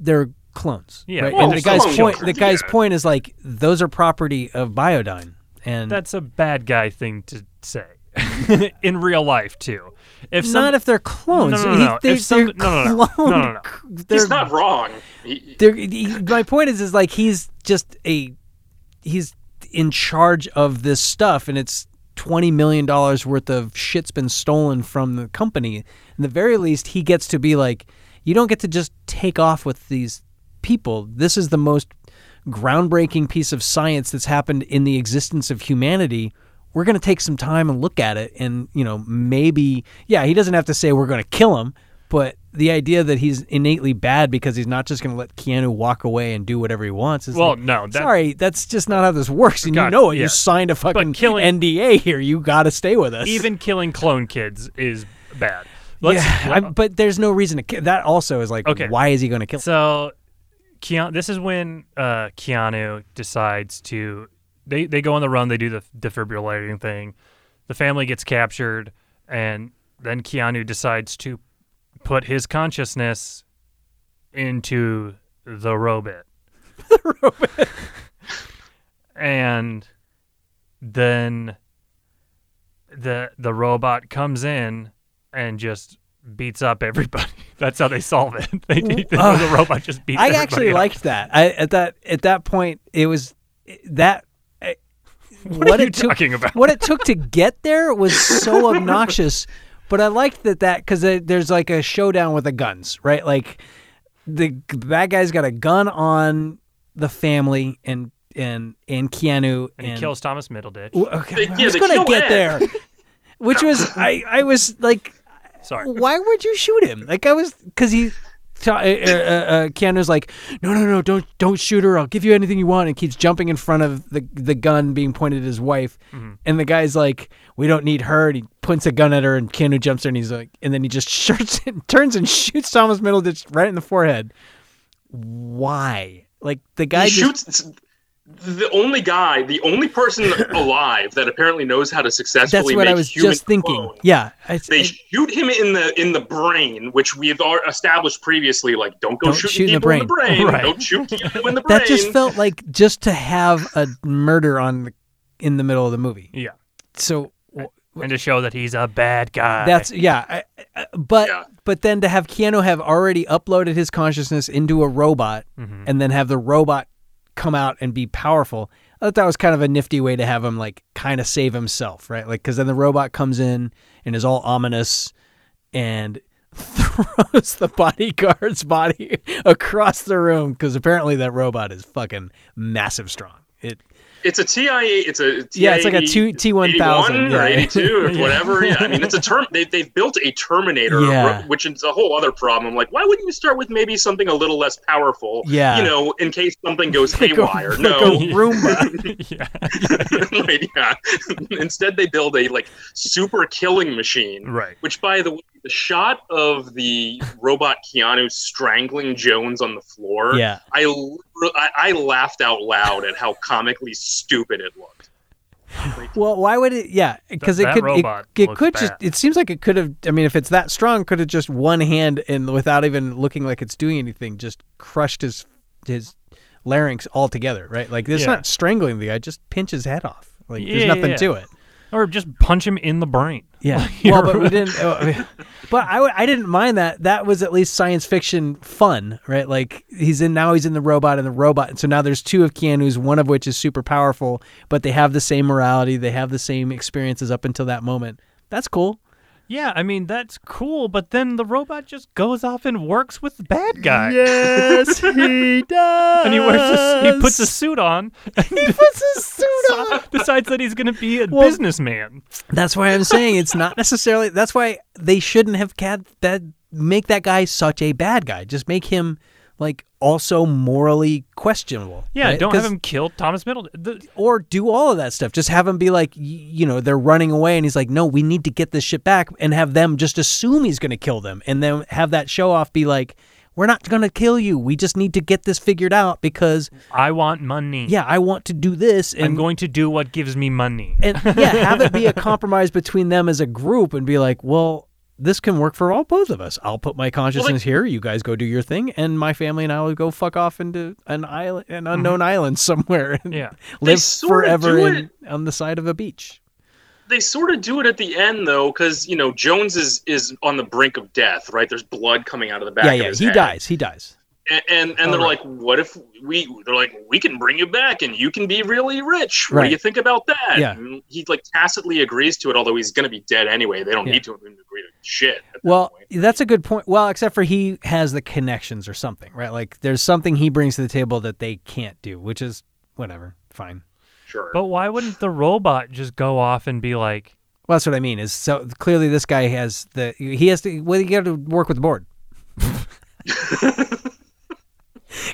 D: they're clones.
C: Yeah,
D: right?
C: well,
D: and the guy's
E: clone
D: point. The
E: children,
D: guy's
E: yeah.
D: point is like those are property of Biodyne, and
C: That's a bad guy thing to say in real life too. If some,
D: not if they're clones.
C: No, no, no,
D: He-
C: no.
D: They,
C: If some-
D: they're
C: no, no, no.
D: cloned.
C: No, no, no.
D: They're-
E: He's not wrong. He-
D: they're- he- my point is, is like he's just a he's in charge of this stuff, and it's twenty million dollars worth of shit's been stolen from the company. In the very least, he gets to be like, you don't get to just take off with these people. This is the most groundbreaking piece of science that's happened in the existence of humanity. We're going to take some time and look at it, and you know, maybe, yeah, he doesn't have to say we're going to kill him, but the idea that he's innately bad because he's not just going to let Keanu walk away and do whatever he wants is
C: well,
D: like,
C: no, that,
D: sorry, that's just not how this works, and
C: God,
D: you know it.
C: yeah.
D: You signed a fucking
C: killing-
D: NDA here. You got to stay with us.
C: even killing clone kids is bad. Let's,
D: yeah, I'm- but there's no reason to. Ki- that also is like,
C: Okay.
D: why is he going to kill?
C: So, Keanu, this is when uh, Keanu decides to. They they go on the run. They do the defibrillating thing. The family gets captured, and then Keanu decides to put his consciousness into the robot. the robot. and then the the robot comes in and just beats up everybody. That's how they solve it. They, the robot just beats.
D: I
C: everybody
D: actually
C: up.
D: liked that. I at that at that point it was that. I-
C: What, are you
D: it took,
C: talking about?
D: What it took to get there was so obnoxious, but I liked that that because there's like a showdown with the guns, right? Like the g- bad guy's got a gun on the family and and and Keanu
C: And he kills Thomas Middleditch.
D: Well, Okay,
E: They-
D: I
E: yeah,
D: was
E: they
D: gonna
E: kill
D: get
E: Ed.
D: there, which was I I was like
C: Sorry.
D: why would you shoot him? Like I was, because he, ta- uh, uh, uh, Keanu's like, no, no, no, don't, don't shoot her. I'll give you anything you want, and keeps jumping in front of the the gun being pointed at his wife,
E: Mm-hmm.
D: and the guy's like, we don't need her. And he points a gun at her, and Keanu jumps her, and he's like, and then he just shirts and turns and shoots Thomas Middleditch right in the forehead. Why? Like the guy
E: he
D: just,
E: shoots. the only guy, the only person alive that apparently knows how to successfully.
D: That's what
E: make
D: I was
E: human
D: just thinking.
E: clones,
D: Yeah, I,
E: They
D: I-
E: shoot him in the in the brain, which we have al- established previously. Like, don't go
D: Don't
E: shooting
D: shoot in the
E: people
D: brain.
C: Right.
E: Don't shoot people in the brain.
D: that just felt like just to have a murder on the, in the middle of the movie.
C: Yeah.
D: So w-
C: And to show that he's a bad guy.
D: that's yeah, I, I, but
E: Yeah.
D: but then to have Keanu have already uploaded his consciousness into a robot and then have the robot come out and be powerful. I thought that was kind of a nifty way to have him like kind of save himself, right? Like cuz then the robot comes in and is all ominous and throws the bodyguard's body across the room cuz apparently that robot is fucking massive strong. It
E: It's a TI. It's a TI
D: Yeah, it's like a two- T1000,
E: 81
D: yeah.
E: or 82 or whatever. Yeah, I mean, it's a term. They, they've built a Terminator,
D: Yeah.
E: which is a whole other problem. Like, why wouldn't you start with maybe something a little less powerful?
D: Yeah.
E: you know, in case something goes
D: like a-
E: haywire.
D: like
E: no,
D: a Roomba.
C: yeah.
E: Right, yeah. Instead, they build a like super killing machine.
C: Right.
E: Which, by the way, the shot of the robot Keanu strangling Jones on the floor.
D: Yeah.
E: I, l- I- I laughed out loud at how comically stupid it looked.
D: Well, why would it? Yeah, because it
C: that
D: could. It,
C: robot
D: it
C: looks
D: could just.
C: bad.
D: It seems like it could have. I mean, if it's that strong, could have just one hand and without even looking like it's doing anything, just crushed his his larynx altogether. Right? Like it's
C: Yeah.
D: not strangling the guy; just pinch his head off. Like
C: Yeah,
D: there's nothing
C: yeah.
D: to it.
C: Or just punch him in the brain.
D: Yeah. well, but we didn't. oh, I mean, but I, w- I didn't mind that. That was at least science fiction fun, right? Like he's in now he's in the robot and the robot. So now there's two of Keanu's, one of which is super powerful, but they have the same morality. They have the same experiences up until that moment. That's cool.
C: Yeah, I mean that's cool, but then the robot just goes off and works with the bad guy.
D: Yes, he does.
C: And he wears a, he puts a suit on and
D: Uh, puts a suit
C: decides that he's going to be a
D: Well-
C: businessman.
D: That's why I'm saying it's not necessarily. That's why they shouldn't have cat that make that guy such a bad guy. Just make him like also morally questionable.
C: Yeah,
D: right?
C: don't have
D: 'Cause-
C: him kill Thomas Middleton. The-
D: or do all of that stuff. Just have him be like, y- you know, they're running away, and he's like, no, we need to get this shit back, and have them just assume he's going to kill them, and then have that show off be like, we're not going to kill you. We just need to get this figured out because,
C: I want money.
D: yeah, I want to do this, and
C: Mm-hmm. I'm going to do what gives me money.
D: and yeah, have it be a compromise between them as a group and be like, well, this can work for all both of us. I'll put my consciousness here. You guys go do your thing, and my family and I will go fuck off into an island, an unknown island somewhere, and
C: Yeah.
D: live
E: Mm-hmm. sorta
D: forever
E: do
D: in, on the side of a beach.
E: They sort of do it at the end though, because you know Jones is is on the brink of death. Right? There's blood coming out of the back.
D: Yeah,
E: of
D: yeah,
E: his
D: he
E: head.
D: dies. He dies.
E: and and, and they're
C: Alright.
E: like, "What if we?" They're like, "We can bring you back, and you can be really rich. What
D: Right.
E: do you think about that?"
D: Yeah.
E: And he like tacitly agrees to it, although he's going to be dead anyway. They don't
D: Yeah.
E: need to agree to shit. at that
D: Well,
E: point.
D: that's a good point. Well, except for he has the connections or something, right? Like there's something he brings to the table that they can't do, which is whatever, fine.
E: sure.
C: But why wouldn't the robot just go off and be like,
D: Well, that's what I mean. Is so clearly this guy has the he has to. Well, you got to work with the board.
C: oh,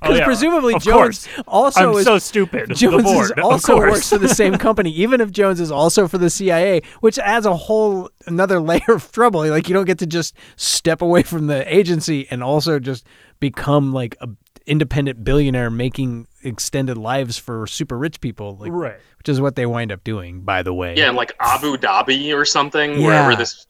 D: Because
C: yeah,
D: presumably
C: of
D: Jones
C: course.
D: also
C: I'm
D: is
C: so stupid. The
D: Jones
C: board,
D: is
C: of
D: also
C: course.
D: works for the same company, even if Jones is also for the CIA, which adds a whole another layer of trouble. Like you don't get to just step away from the agency and also just become like a independent billionaire making extended lives for super rich people, like,
C: Right.
D: Which is what they wind up doing, by the way.
E: yeah, in like Abu Dhabi or something,
D: Yeah.
E: wherever this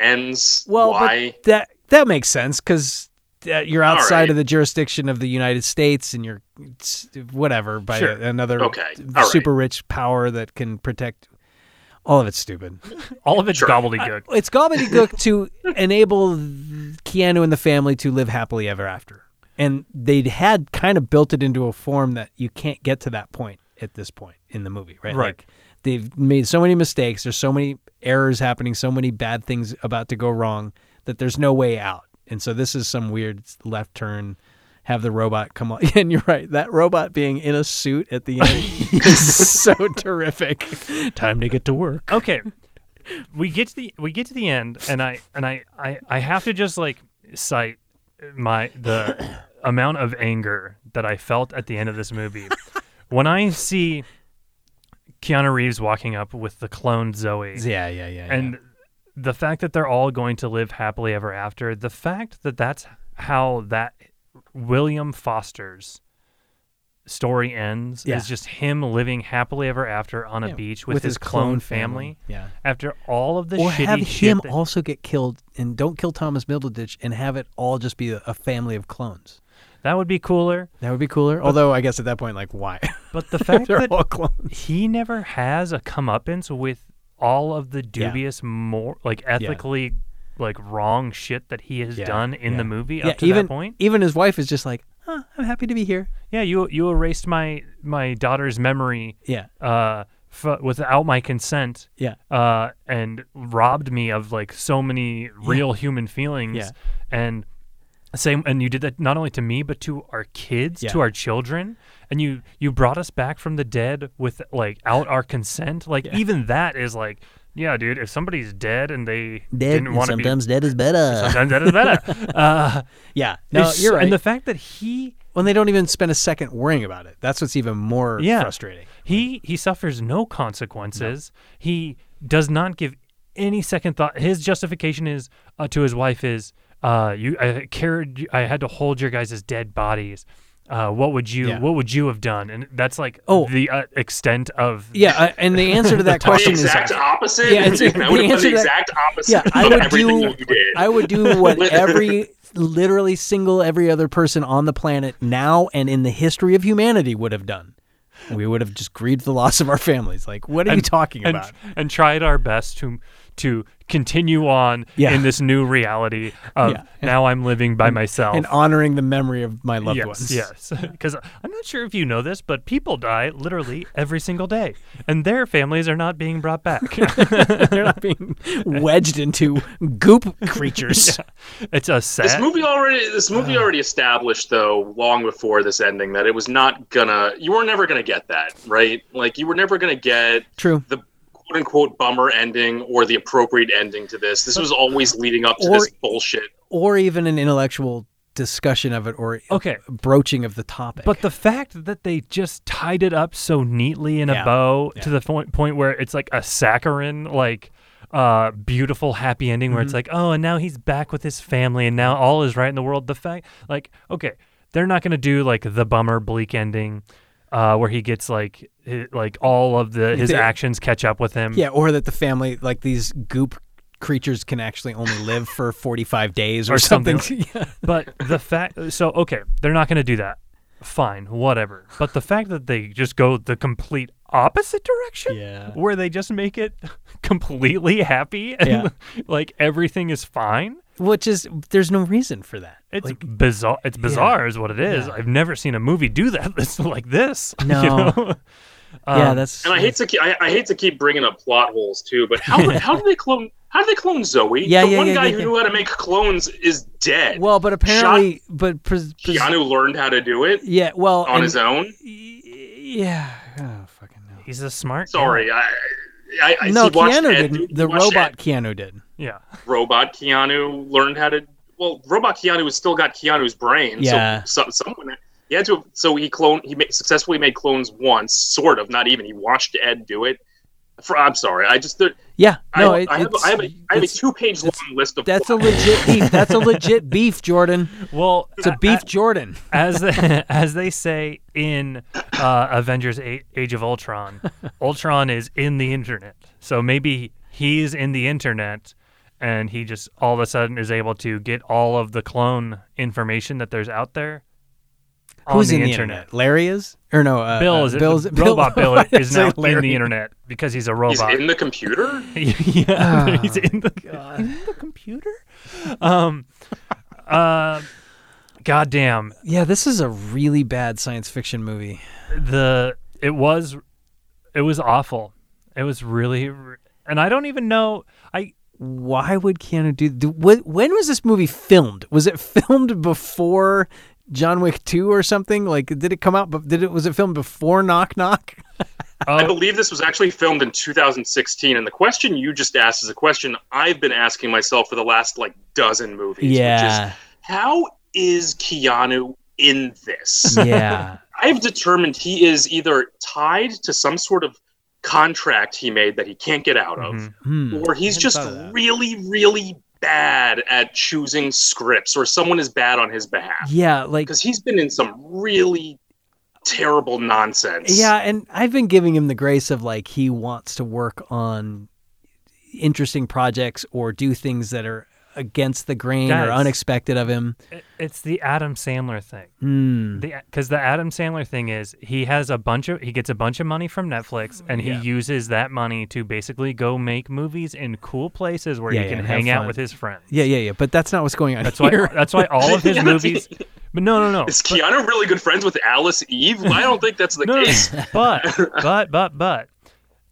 E: ends.
D: Well,
E: why?
D: but that that makes sense because you're
E: All
D: outside
E: right.
D: of the jurisdiction of the United States, and you're it's whatever by
C: Sure.
D: another
E: Okay. All right.
D: super rich power that can protect. All of it's stupid.
C: All of it's gobbledygook.
D: It's gobbledygook to enable Keanu and the family to live happily ever after, and they had kind of built it into a form that you can't get to that point at this point in the movie, right?
C: Right.
D: Like, they've made so many mistakes. There's so many errors happening, so many bad things about to go wrong that there's no way out. And so this is some weird left turn. Have the robot come on, and you're right. That robot being in a suit at the end is so terrific. Time to get to work.
C: okay we get to the we get to the end and i and i i, I have to just like cite my the amount of anger that i felt at the end of this movie when i see keanu reeves walking up with the clone zoe
D: Yeah, yeah, yeah. yeah.
C: and the fact that they're all going to live happily ever after the fact that that's how that william foster's story ends
D: Yeah.
C: is just him living happily ever after on a
D: Yeah,
C: beach with, his, clone, family.
D: Yeah.
C: After all of the
D: or
C: shitty
D: have
C: shit
D: him
C: that-
D: also get killed and don't kill Thomas Middleditch and have it all just be a, a family of clones.
C: that would be cooler.
D: That would be cooler. Although I guess at that point, like, why?
C: But the fact
D: They're
C: that
D: all clones.
C: he never has a comeuppance with all of the
D: Yeah.
C: dubious, more like ethically, like wrong shit that he has
D: Yeah,
C: done in
D: yeah.
C: the movie
D: yeah,
C: up to
D: even
C: that point.
D: even his wife is just like, huh, I'm happy to be here.
C: Yeah, you you erased my my daughter's memory
D: Yeah,
C: uh, f- without my consent.
D: yeah,
C: uh, and robbed me of like so many real human feelings.
D: Yeah.
C: And same, and you did that not only to me but to our kids,
D: Yeah.
C: to our children, and you you brought us back from the dead with like out our consent. Like even that is like, yeah, dude. If somebody's dead and they didn't want to be,
D: dead is better.
C: sometimes that is better. uh,
D: Yeah, uh, no,
C: it's-
D: you're right.
C: And the fact that he
D: when they don't even spend a second worrying about it, that's what's even more
C: Yeah.
D: frustrating.
C: He he suffers no consequences. He does not give any second thought. His justification is uh, to his wife is uh, you I carried you- I had to hold your guys' dead bodies. Uh, what would you
D: Yeah.
C: What would you have done? And that's like
D: Oh.
C: the uh, extent of
D: Yeah, uh, and the answer to that
E: The
D: question is
E: exact opposite.
D: Yeah, it's-
E: I would
D: the
E: have done
D: answer
E: the
D: to that-
E: exact opposite
D: yeah, I
E: of
D: would
E: everything
D: do-
E: that you did.
D: I would do what every literally single every other person on the planet now and in the history of humanity would have done. We would have just grieved the loss of our families. Like, what are you talking
C: and,
D: about?
C: and tried our best to to continue on
D: Yeah.
C: in this new reality of
D: Yeah.
C: now I'm living by myself.
D: And honoring the memory of my loved
C: yes,
D: ones.
C: Yes, because I'm not sure if you know this, but people die literally every single day, and their families are not being brought back.
D: They're not being wedged into goop creatures.
C: it's a sad.
E: This movie already this movie already established though long before this ending that it was not gonna you were never gonna get that right like you were never gonna get
D: True.
E: the quote unquote bummer ending or the appropriate ending to this this was always leading up to
D: Or-
E: this bullshit
D: Or even an intellectual discussion of it or
C: Okay.
D: broaching of the topic.
C: But the fact that they just tied it up so neatly in
D: Yeah.
C: a bow to the fo- point where it's like a saccharine, like uh, beautiful happy ending where it's
D: Mm-hmm.
C: like, oh, and now he's back with his family, and now all is right in the world. The fact, like, okay, they're not gonna do like the bummer bleak ending. Uh, where he gets like hi- like all of the his
D: They-
C: actions catch up with him.
D: Yeah, or that the family, like these goop creatures, can actually only live for 45 days or,
C: Or
D: something.
C: something
D: Yeah.
C: but the fact so okay they're not going to do that fine whatever but the fact that they just go the complete opposite direction
D: Yeah.
C: where they just make it completely happy and
D: Yeah.
C: like everything is fine
D: Which is, there's no reason for that.
C: it's
D: Like,
C: bizarre it's bizarre is what it is
D: Yeah.
C: i've never seen a movie do that this like this you
D: No.
C: know?
D: yeah,
C: Um,
D: that's.
E: and I hate to keep, I, I hate to keep bringing up plot holes too but how how do they clone how do they clone Zoe
D: Yeah,
E: the
D: yeah,
E: one
D: yeah,
E: guy
D: yeah,
E: who
D: yeah.
E: knew how to make clones is dead
D: Well, but apparently, but. Pres, pres-
E: Keanu learned how to do it
D: yeah, well.
E: on
D: and-
E: his own
D: y- Yeah. Oh, fucking no.
C: he's a smart guy.
E: sorry I I, I
D: no,
E: he watched
D: Keanu
E: Ed- he
D: didn't. The
E: watched Ed
D: robot Keanu did.
C: yeah
E: robot Keanu learned how to. Well, robot Keanu has still got Keanu's brain.
D: Yeah.
E: So, so someone he had to. So he clone. He ma- successfully made clones once, sort of. Not even. He watched Ed do it. For, I'm sorry. I just. There,
D: Yeah. No,
E: I,
D: it,
E: I, have,
D: it's,
E: I have a, I have a
D: it's-
E: two page long
D: it's-
E: list of.
D: That's a
E: plots.
D: legit beef. That's a legit beef, Jordan.
C: well
D: It's a beef, Jordan.
C: as they, as they say in uh, Avengers: A- Age of Ultron, Ultron is in the internet. So maybe he's in the internet, and he just all of a sudden is able to get all of the clone information that there's out there. On
D: Who's
C: the
D: in the
C: internet?
D: internet? Larry is, or no? Uh,
C: Bill
D: uh,
C: is
D: Bill's,
C: robot. Bill,
D: Why did I
C: is
D: say
C: now in
D: Larry?
C: the internet because he's a
E: He's
C: robot.
E: in the computer.
C: yeah, Oh, he's in the, he's in the computer. Um, uh, goddamn,
D: Yeah, this is a really bad science fiction movie.
C: the it was it was awful it was really and i don't even know i
D: Why would Keanu do? do when, when was this movie filmed? Was it filmed before John Wick Two or something? Like, did it come out? But did it was it filmed before Knock Knock?
C: oh,
D: Oh.
E: I believe this was actually filmed in 2016. And the question you just asked is a question I've been asking myself for the last like dozen movies. Which is, how is Keanu in this?
D: yeah,
E: I've determined he is either tied to some sort of contract he made that he can't get out of,
C: Mhm.
D: Hmm.
E: or he's
D: hadn't
E: just
D: thought of that.
E: really, really bad at choosing scripts, or someone is bad on his behalf.
D: yeah. Like,
E: Because he's been in some really terrible nonsense.
D: Yeah, and I've been giving him the grace of like he wants to work on interesting projects or do things that are against the grain
C: Guys.
D: or unexpected of him.
C: It- It's the Adam Sandler thing.
D: Mm.
C: Because the, Adam Sandler thing is he has a bunch of he gets a bunch of money from Netflix and he uses that money to basically go make movies in cool places where
D: Yeah,
C: he
D: yeah,
C: can
D: have
C: hang out
D: fun.
C: with his friends.
D: Yeah, yeah, yeah. But that's not what's going on
C: That's why.
D: here.
C: That's why all of his movies. But no, no, no.
E: Is Keanu really good friends with Alice Eve? I don't think that's the
C: No, no,
E: case.
C: no. but but but but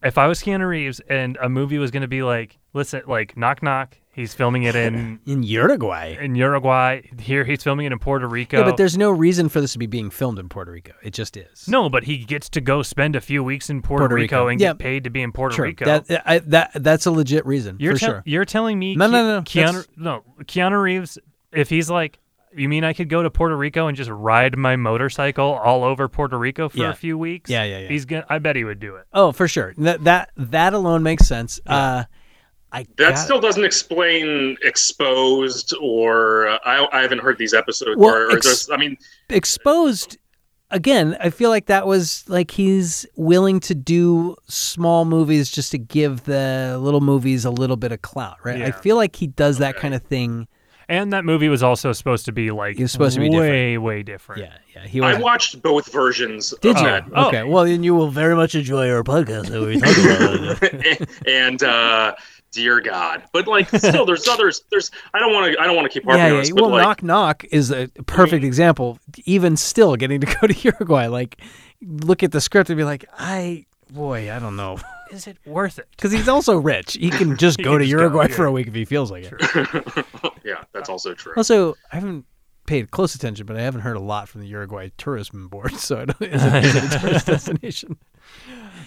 C: if I was Keanu Reeves and a movie was going to be like, listen, like knock knock, he's filming it in
D: in Uruguay.
C: in Uruguay. Here he's filming it in Puerto Rico.
D: Yeah, but there's no reason for this to be being filmed in Puerto Rico. It just is.
C: no, but he gets to go spend a few weeks in Puerto,
D: Puerto
C: Rico,
D: Rico.
C: and
D: Yeah.
C: get paid to be in Puerto
D: sure.
C: Rico.
D: That, uh, I, that that's a legit reason
C: you're
D: for
C: tell-
D: sure.
C: you're telling me
D: No,
C: Ke-
D: no, no,
C: Keanu
D: that's-
C: no Keanu Reeves if he's like you mean I could go to Puerto Rico and just ride my motorcycle all over Puerto Rico for
D: Yeah.
C: a few weeks?
D: Yeah, yeah, yeah.
C: He's gonna. I bet he would do it.
D: Oh, for sure. That that that alone makes sense. Uh, I got-
E: That still doesn't explain exposed or uh, I, I haven't heard these episodes.
D: Well,
E: or, or
D: ex-
E: there's, I mean,
D: exposed again. I feel like that was like he's willing to do small movies just to give the little movies a little bit of clout, right? I
C: Yeah.
D: feel like he does that kind of thing.
C: And that movie was also supposed to be like
D: It was supposed to be different.
C: way way different.
D: Yeah, yeah. He
E: I
D: was.
E: watched both versions.
D: Did
E: of
D: you?
E: that.
C: oh.
D: Okay. Well, then you will very much enjoy our podcast that we talk about.
E: and uh, dear God, but like still, there's others. There's I don't want to I don't want to keep harping
D: yeah,
E: on
D: yeah.
E: this, but
D: Well,
E: like
D: knock knock is a perfect example. Even still, getting to go to Uruguay, like look at the script and be like, I boy, I don't know,
C: Is it worth it?
D: because he's also rich. He can just go to
C: just go,
D: Uruguay
C: yeah.
D: for a week if he feels like it.
E: yeah, that's also true.
D: Also, I haven't paid close attention, but I haven't heard a lot from the Uruguay tourism board, so I don't think it's a tourist destination.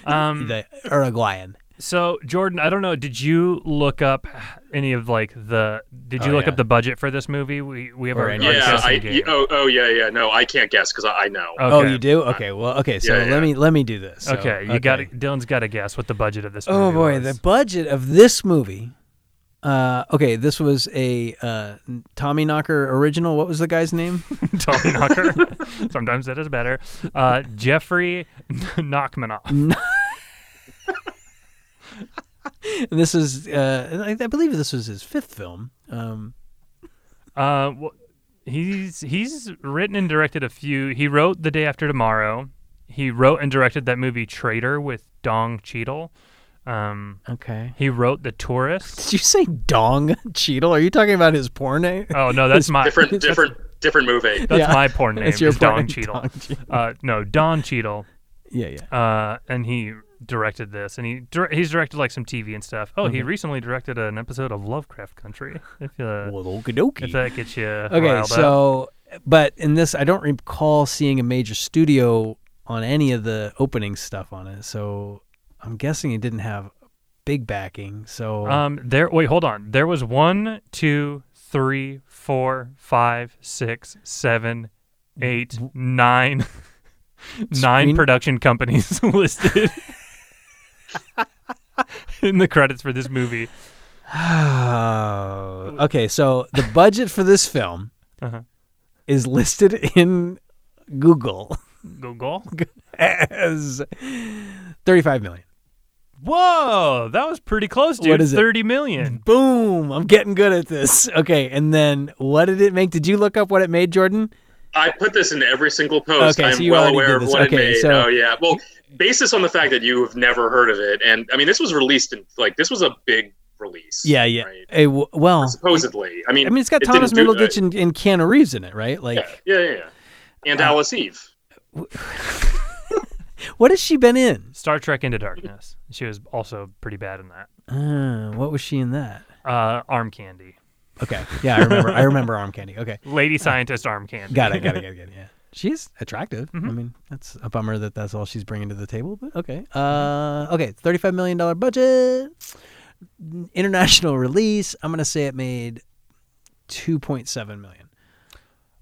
C: Um,
D: The Uruguayan.
C: so Jordan, I don't know. Did you look up any of like the? Did you
D: Oh,
C: look
D: yeah.
C: up the budget for this movie? We we have
D: Or
C: our, our
D: any-
E: yeah,
C: guessing
E: I,
C: game.
E: y- oh, oh yeah, yeah. No, I can't guess because I, I know.
D: Oh,
C: Okay.
D: you do? Okay. Well, okay. So
E: Yeah, yeah.
D: let me let me do this. So,
C: okay, you got to Dylan's got to guess what the budget of this.
D: Oh
C: movie
D: boy,
C: was.
D: the budget of this movie. Uh, okay, this was a uh, Tommy Knocker original. What was the guy's name?
C: Tony Knocker. Sometimes that is better. Uh, Jeffrey Knockmanoff.
D: And this is, uh, I, I believe this was his fifth film. Um,
C: Uh, wh- he's he's written and directed a few. He wrote The Day After Tomorrow. He wrote and directed that movie Traitor with Dong Cheadle. Um,
D: okay.
C: he wrote The Tourist.
D: Did you say Dong Cheadle? Are you talking about his porn name?
C: Oh no, that's my
E: Different, different, different movie.
C: that's
D: Yeah.
C: my porn name.
D: That's your
C: is
D: porn
C: Dong
D: name,
C: Cheadle.
D: Dong Cheadle.
C: Uh, no, Don Cheadle.
D: Yeah, yeah.
C: Uh, and he directed this, and he dir- he's directed like some TV and stuff. Oh,
D: Mm-hmm.
C: he recently directed an episode of Lovecraft Country. If uh,
D: Well,
C: If
D: okie
C: that gets you
D: Okay,
C: riled up.
D: so, but in this, I don't recall seeing a major studio on any of the opening stuff on it. So I'm guessing it didn't have big backing. So
C: um, there. Wait, hold on. There was one, two, three, four, five, six, seven, eight, nine, nine
D: Screen-
C: production companies listed in the credits for this movie.
D: Oh, okay. So the budget for this film
C: Uh-huh.
D: is listed in Google
C: Google.
D: as thirty-five million.
C: Whoa, that was pretty close, dude.
D: What is it?
C: Thirty million.
D: Boom! I'm getting good at this. Okay, and then what did it make? Did you look up what it made, Jordan?
E: I put this in every single post.
D: Okay,
E: I'm
D: so you
E: well
D: already did
E: aware of
D: this.
E: what
D: Okay,
E: it made.
D: so-
E: oh yeah. Well, based this on the fact that you have never heard of it, and I mean, this was released in like this was a big release.
D: Yeah, yeah.
E: right?
D: Eh, w- well,
E: Supposedly, I mean,
D: I mean, it's got
E: it
D: Thomas
E: didn't do-
D: Middleditch and, and Keanu Reeves in it, right? Like,
E: Yeah, yeah, yeah. yeah.
D: Uh,
E: And Alice Eve.
D: what has she been in?
C: Star Trek Into Darkness. She was also pretty bad in that.
D: Uh, what was she in that?
C: Uh, arm candy.
D: Okay, yeah, I remember. I remember Arm Candy. Okay,
C: Lady scientist arm candy.
D: got it, got it, got it, got it. Yeah, Mm-hmm. she's attractive. I mean, that's a bummer that that's all she's bringing to the table. But okay, uh, okay, thirty-five million dollar budget, international release. I'm gonna say it made two point seven million.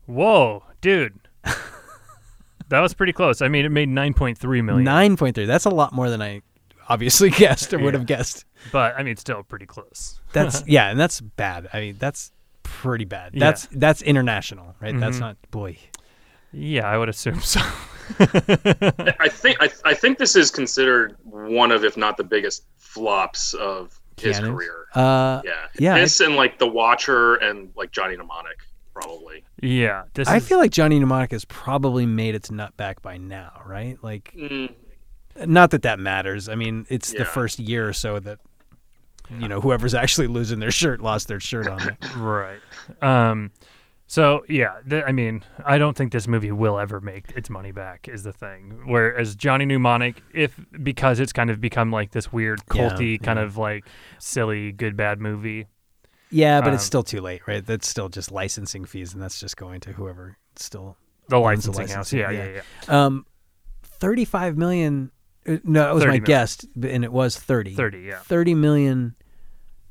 C: Whoa, dude. that was pretty close. I mean, it made 9.3 million.
D: Nine point three. That's a lot more than I obviously guessed or would have guessed.
C: But I mean, still pretty close.
D: That's yeah, and that's bad. I mean, that's Mm-hmm. pretty bad. That's that's international, right? That's not boy.
C: Yeah, I would assume so.
E: I think I, I think this is considered one of, if not the biggest flops of his
D: Keanu's?
E: career.
D: Uh,
E: yeah,
D: yeah,
E: This and like The Watcher and like Johnny Mnemonic, probably.
C: yeah, this
D: I
C: is-
D: feel like Johnny Mnemonic has probably made its nut back by now, right? Like,
E: Mm,
D: not that that matters. I mean, it's the
E: Yeah.
D: first year or so that you know whoever's actually losing their shirt lost their shirt on it.
C: right. Um, so yeah, th- I mean, I don't think this movie will ever make its money back. Is the thing. Whereas Johnny Mnemonic, if because it's kind of become like this weird
D: Yeah,
C: culty kind
D: yeah.
C: of like silly good bad movie.
D: Yeah, but it's
C: Um,
D: still too late, right? That's still just licensing fees, and that's just going to whoever still.
C: The
D: Owns the
C: licensing house.
D: licensing,
C: Yeah,
D: yeah.
C: yeah, yeah.
D: Um, thirty-five million. uh, No, it was
C: 30
D: my
C: million.
D: guess, b- and it was thirty.
C: Thirty. Yeah.
D: Thirty million.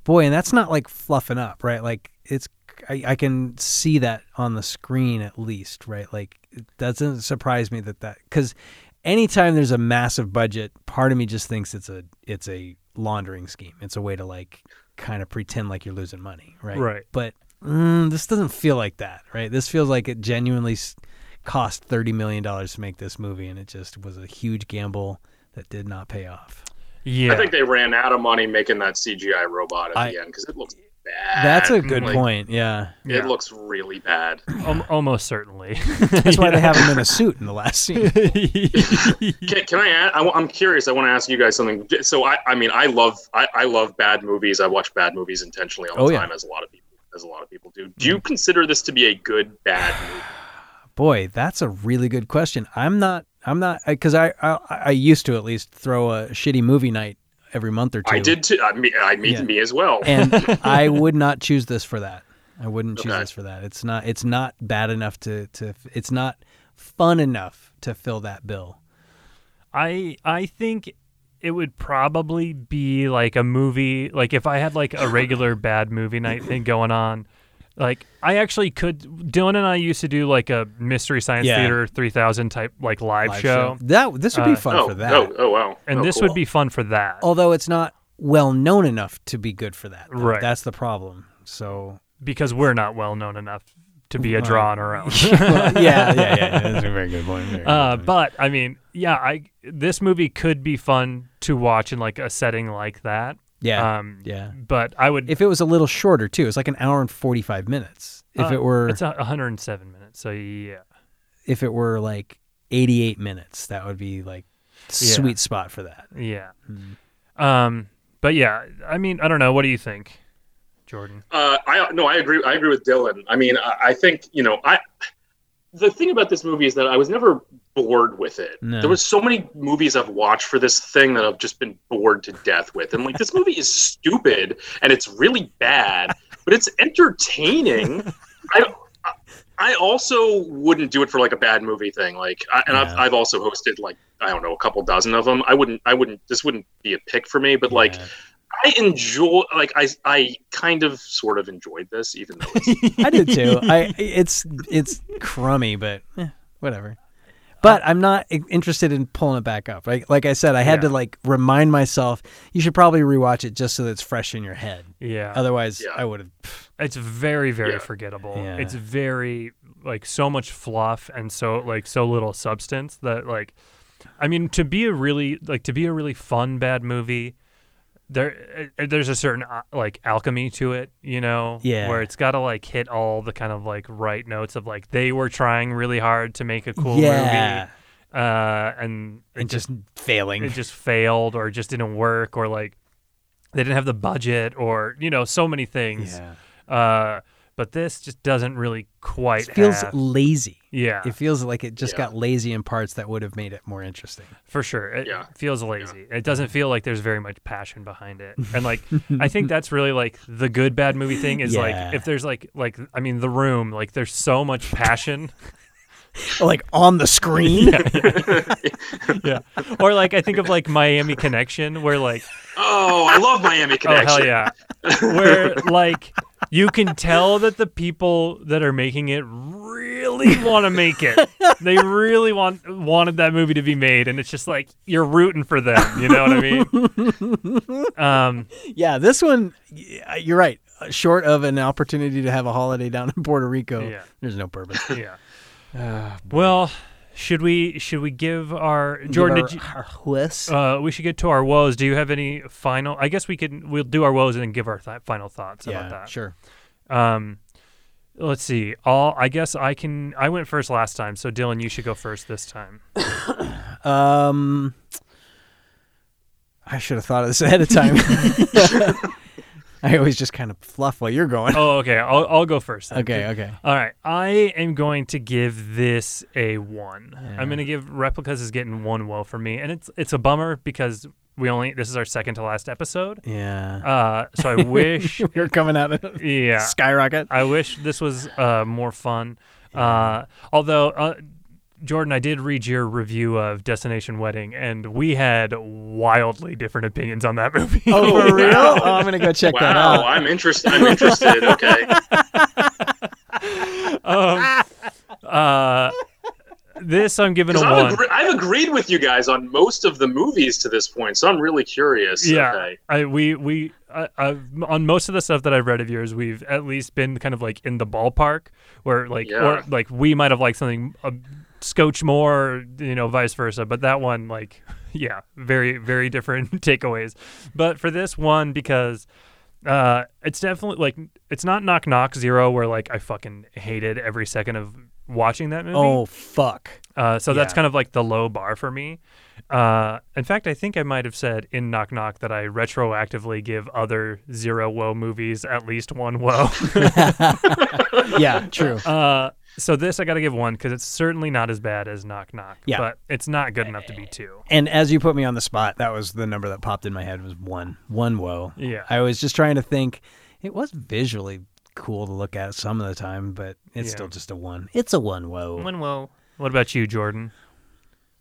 D: Boy, and that's not like fluffing up, right? Like it's. I, I can see that on the screen at least, right? Like it doesn't surprise me that that because anytime there's a massive budget, part of me just thinks it's a it's a laundering scheme. It's a way to like kind of pretend like you're losing money, right?
C: Right.
D: But mm, this doesn't feel like that, right? This feels like it genuinely s- cost thirty million dollars to make this movie, and it just was a huge gamble that did not pay off.
C: Yeah.
E: I think they ran out of money making that CGI robot at
D: I-
E: the end because it looks bad.
D: That's a good
E: Like,
D: point. Yeah,
E: It
C: Yeah.
E: looks really bad.
C: Al- almost certainly.
D: that's why they have him in a suit in the last scene.
E: Can, can I add? I, am curious. I want to ask you guys something. So I, I mean, I love, I, I love bad movies. I watch bad movies intentionally all
D: Oh,
E: the
D: yeah. Mm-hmm.
E: time, as a lot of people, as a lot of people do. Do you consider this to be a good bad movie?
D: Boy, that's a really good question. I'm not. I'm not because I, I I used to at least throw a shitty movie night every month or two.
E: I did too. I mean, I mean
D: Yeah.
E: me as well.
D: and I would not choose this for that. I wouldn't choose
E: Okay.
D: this for that. It's not. It's not bad enough to to. It's not fun enough to fill that bill.
C: I I think it would probably be like a movie like if I had like a regular bad movie night thing going on. Like I actually could Dylan and I used to do like a mystery science
D: Yeah.
C: theater 3000 type like live,
D: Live
C: show.
D: That this would be
C: Uh,
D: fun
E: oh,
D: for that.
E: oh, oh, wow.
C: And
E: Oh,
C: this
E: cool.
C: would be fun for that.
D: Although it's not well known enough to be good for that. though.
C: Right.
D: That's the problem. So
C: because we're not well known enough to be a
D: Right.
C: draw on our own.
D: well, yeah, yeah, yeah, yeah. That's a very good point. very good
C: Uh,
D: point.
C: but I mean, yeah, I this movie could be fun to watch in like a setting like that.
D: yeah,
C: Um,
D: yeah.
C: But I would
D: If it was a little shorter too, it's like an hour and forty five minutes. If
C: Uh,
D: it were,
C: it's a 107 minutes, so yeah.
D: if it were like eighty eight minutes, that would be like sweet spot for that. Mm,
C: Yeah. Um, but yeah, I mean, I don't know. What do you think, Jordan?
E: Uh, I no, I agree. I agree with Dylan. I mean, I, I think you know, I the thing about this movie is that I was never bored with it.
D: No.
E: There was so many movies I've watched for this thing that I've just been bored to death with, and like this movie is stupid and it's really bad, but it's entertaining. I don't- I- I also wouldn't do it for like a bad movie thing. Like, I, and I've,
D: Yeah.
E: I've also hosted like I don't know a couple dozen of them. I wouldn't. I wouldn't. This wouldn't be a pick for me. But like, I enjoy like I I kind of sort of enjoyed this even though it's,
D: I did too. I it's it's crummy, but eh, whatever. But I'm not i- interested in pulling it back up. Like like I said, I had to
C: Yeah.
D: like remind myself. You should probably rewatch it just so that it's fresh in your head.
C: Yeah,
D: Otherwise,
E: Yeah.
D: I would have.
C: it's very, very
E: Yeah.
C: forgettable.
D: Yeah.
C: It's very like so much fluff and so like so little substance that like, I mean, to be a really like to be a really fun bad movie, there uh, there's a certain uh, like alchemy to it, you know,
D: Yeah.
C: where it's got to like hit all the kind of like right notes of like they were trying really hard to make a cool
D: yeah,
C: movie, uh, and it
D: and just failing.
C: it just failed or just didn't work or like they didn't have the budget or you know so many things
D: yeah.
C: uh but this just doesn't really quite
D: It feels
C: have-
D: lazy.
C: yeah
D: It feels like it just
E: Yeah.
D: got lazy in parts that would have made it more interesting.
C: for sure it
E: Yeah.
C: feels lazy it doesn't feel like there's very much passion behind it and like i think that's really like the good bad movie thing is
D: Yeah.
C: like if there's like like i mean the room like there's so much passion
D: Like on the screen.
C: yeah or like i think of like miami connection where like
E: oh I love Miami Connection.
C: Oh hell yeah! Where like you can tell that the people that are making it really want to make it. They really want wanted that movie to be made, and it's just like you're rooting for them. You know what I mean? Um,
D: Yeah, this one, y- uh, you're right. Short of an opportunity to have a holiday down in Puerto Rico,
C: Yeah.
D: there's no purpose.
C: yeah. Well, Should we should we give our Jordan?
A: Give
C: did you,
A: our, our whiz.
D: Oh,
C: uh, we should get to our woes. Do you have any final? I guess we can. We'll do our woes and then give our th- final thoughts
D: yeah,
C: about that.
D: sure.
C: Um, let's see. All I guess I can. I went first last time, so Dylan, you should go first this time.
D: Um, I should have thought of this ahead of time. I always just kind of fluff while you're going.
C: Oh, okay. I'll I'll go first. then.
D: Okay, okay.
C: All right, I am going to give this a one. I'm going to give replicas is getting one well for me, and it's it's a bummer because we only this is our second to last episode.
D: Yeah.
C: Uh, so I wish,
D: you're coming out of
C: yeah,
D: skyrocket.
C: I wish this was uh, more fun. Uh, although, uh, Jordan, I did read your review of Destination Wedding, and we had wildly different opinions on that movie.
D: Oh, for
E: wow.
D: real? Oh, I'm gonna go check that
E: Wow,
D: out.
E: I'm interested. I'm interested. Okay.
C: Um, Uh, this I'm giving a
E: 'Cause
C: one.
E: I've, agree- I've agreed with you guys on most of the movies to this point, so I'm really curious.
C: Yeah,
E: Okay.
C: I we we I, I've, on most of the stuff that I've read of yours, we've at least been kind of like in the ballpark where like
E: Yeah.
C: or like we might have liked something a scotch more, you know, vice versa. But that one, like, yeah, very very different takeaways. But for this one, because uh, it's definitely like it's not knock knock zero where like I fucking hated every second of watching that movie.
D: Oh fuck.
C: Uh, so that's
D: Yeah.
C: kind of like the low bar for me. Uh, in fact, I think I might have said in Knock Knock that I retroactively give other zero woe movies at least one woe.
D: Yeah, true.
C: uh, so this I got to give one because it's certainly not as bad as Knock Knock,
D: Yeah.
C: but it's not good enough to be two.
D: And as you put me on the spot, that was the number that popped in my head was one. One woe.
C: Yeah.
D: I was just trying to think. It was visually cool to look at some of the time, but it's
C: Yeah.
D: still just a one. It's a one woe.
C: One woe. What about you, Jordan?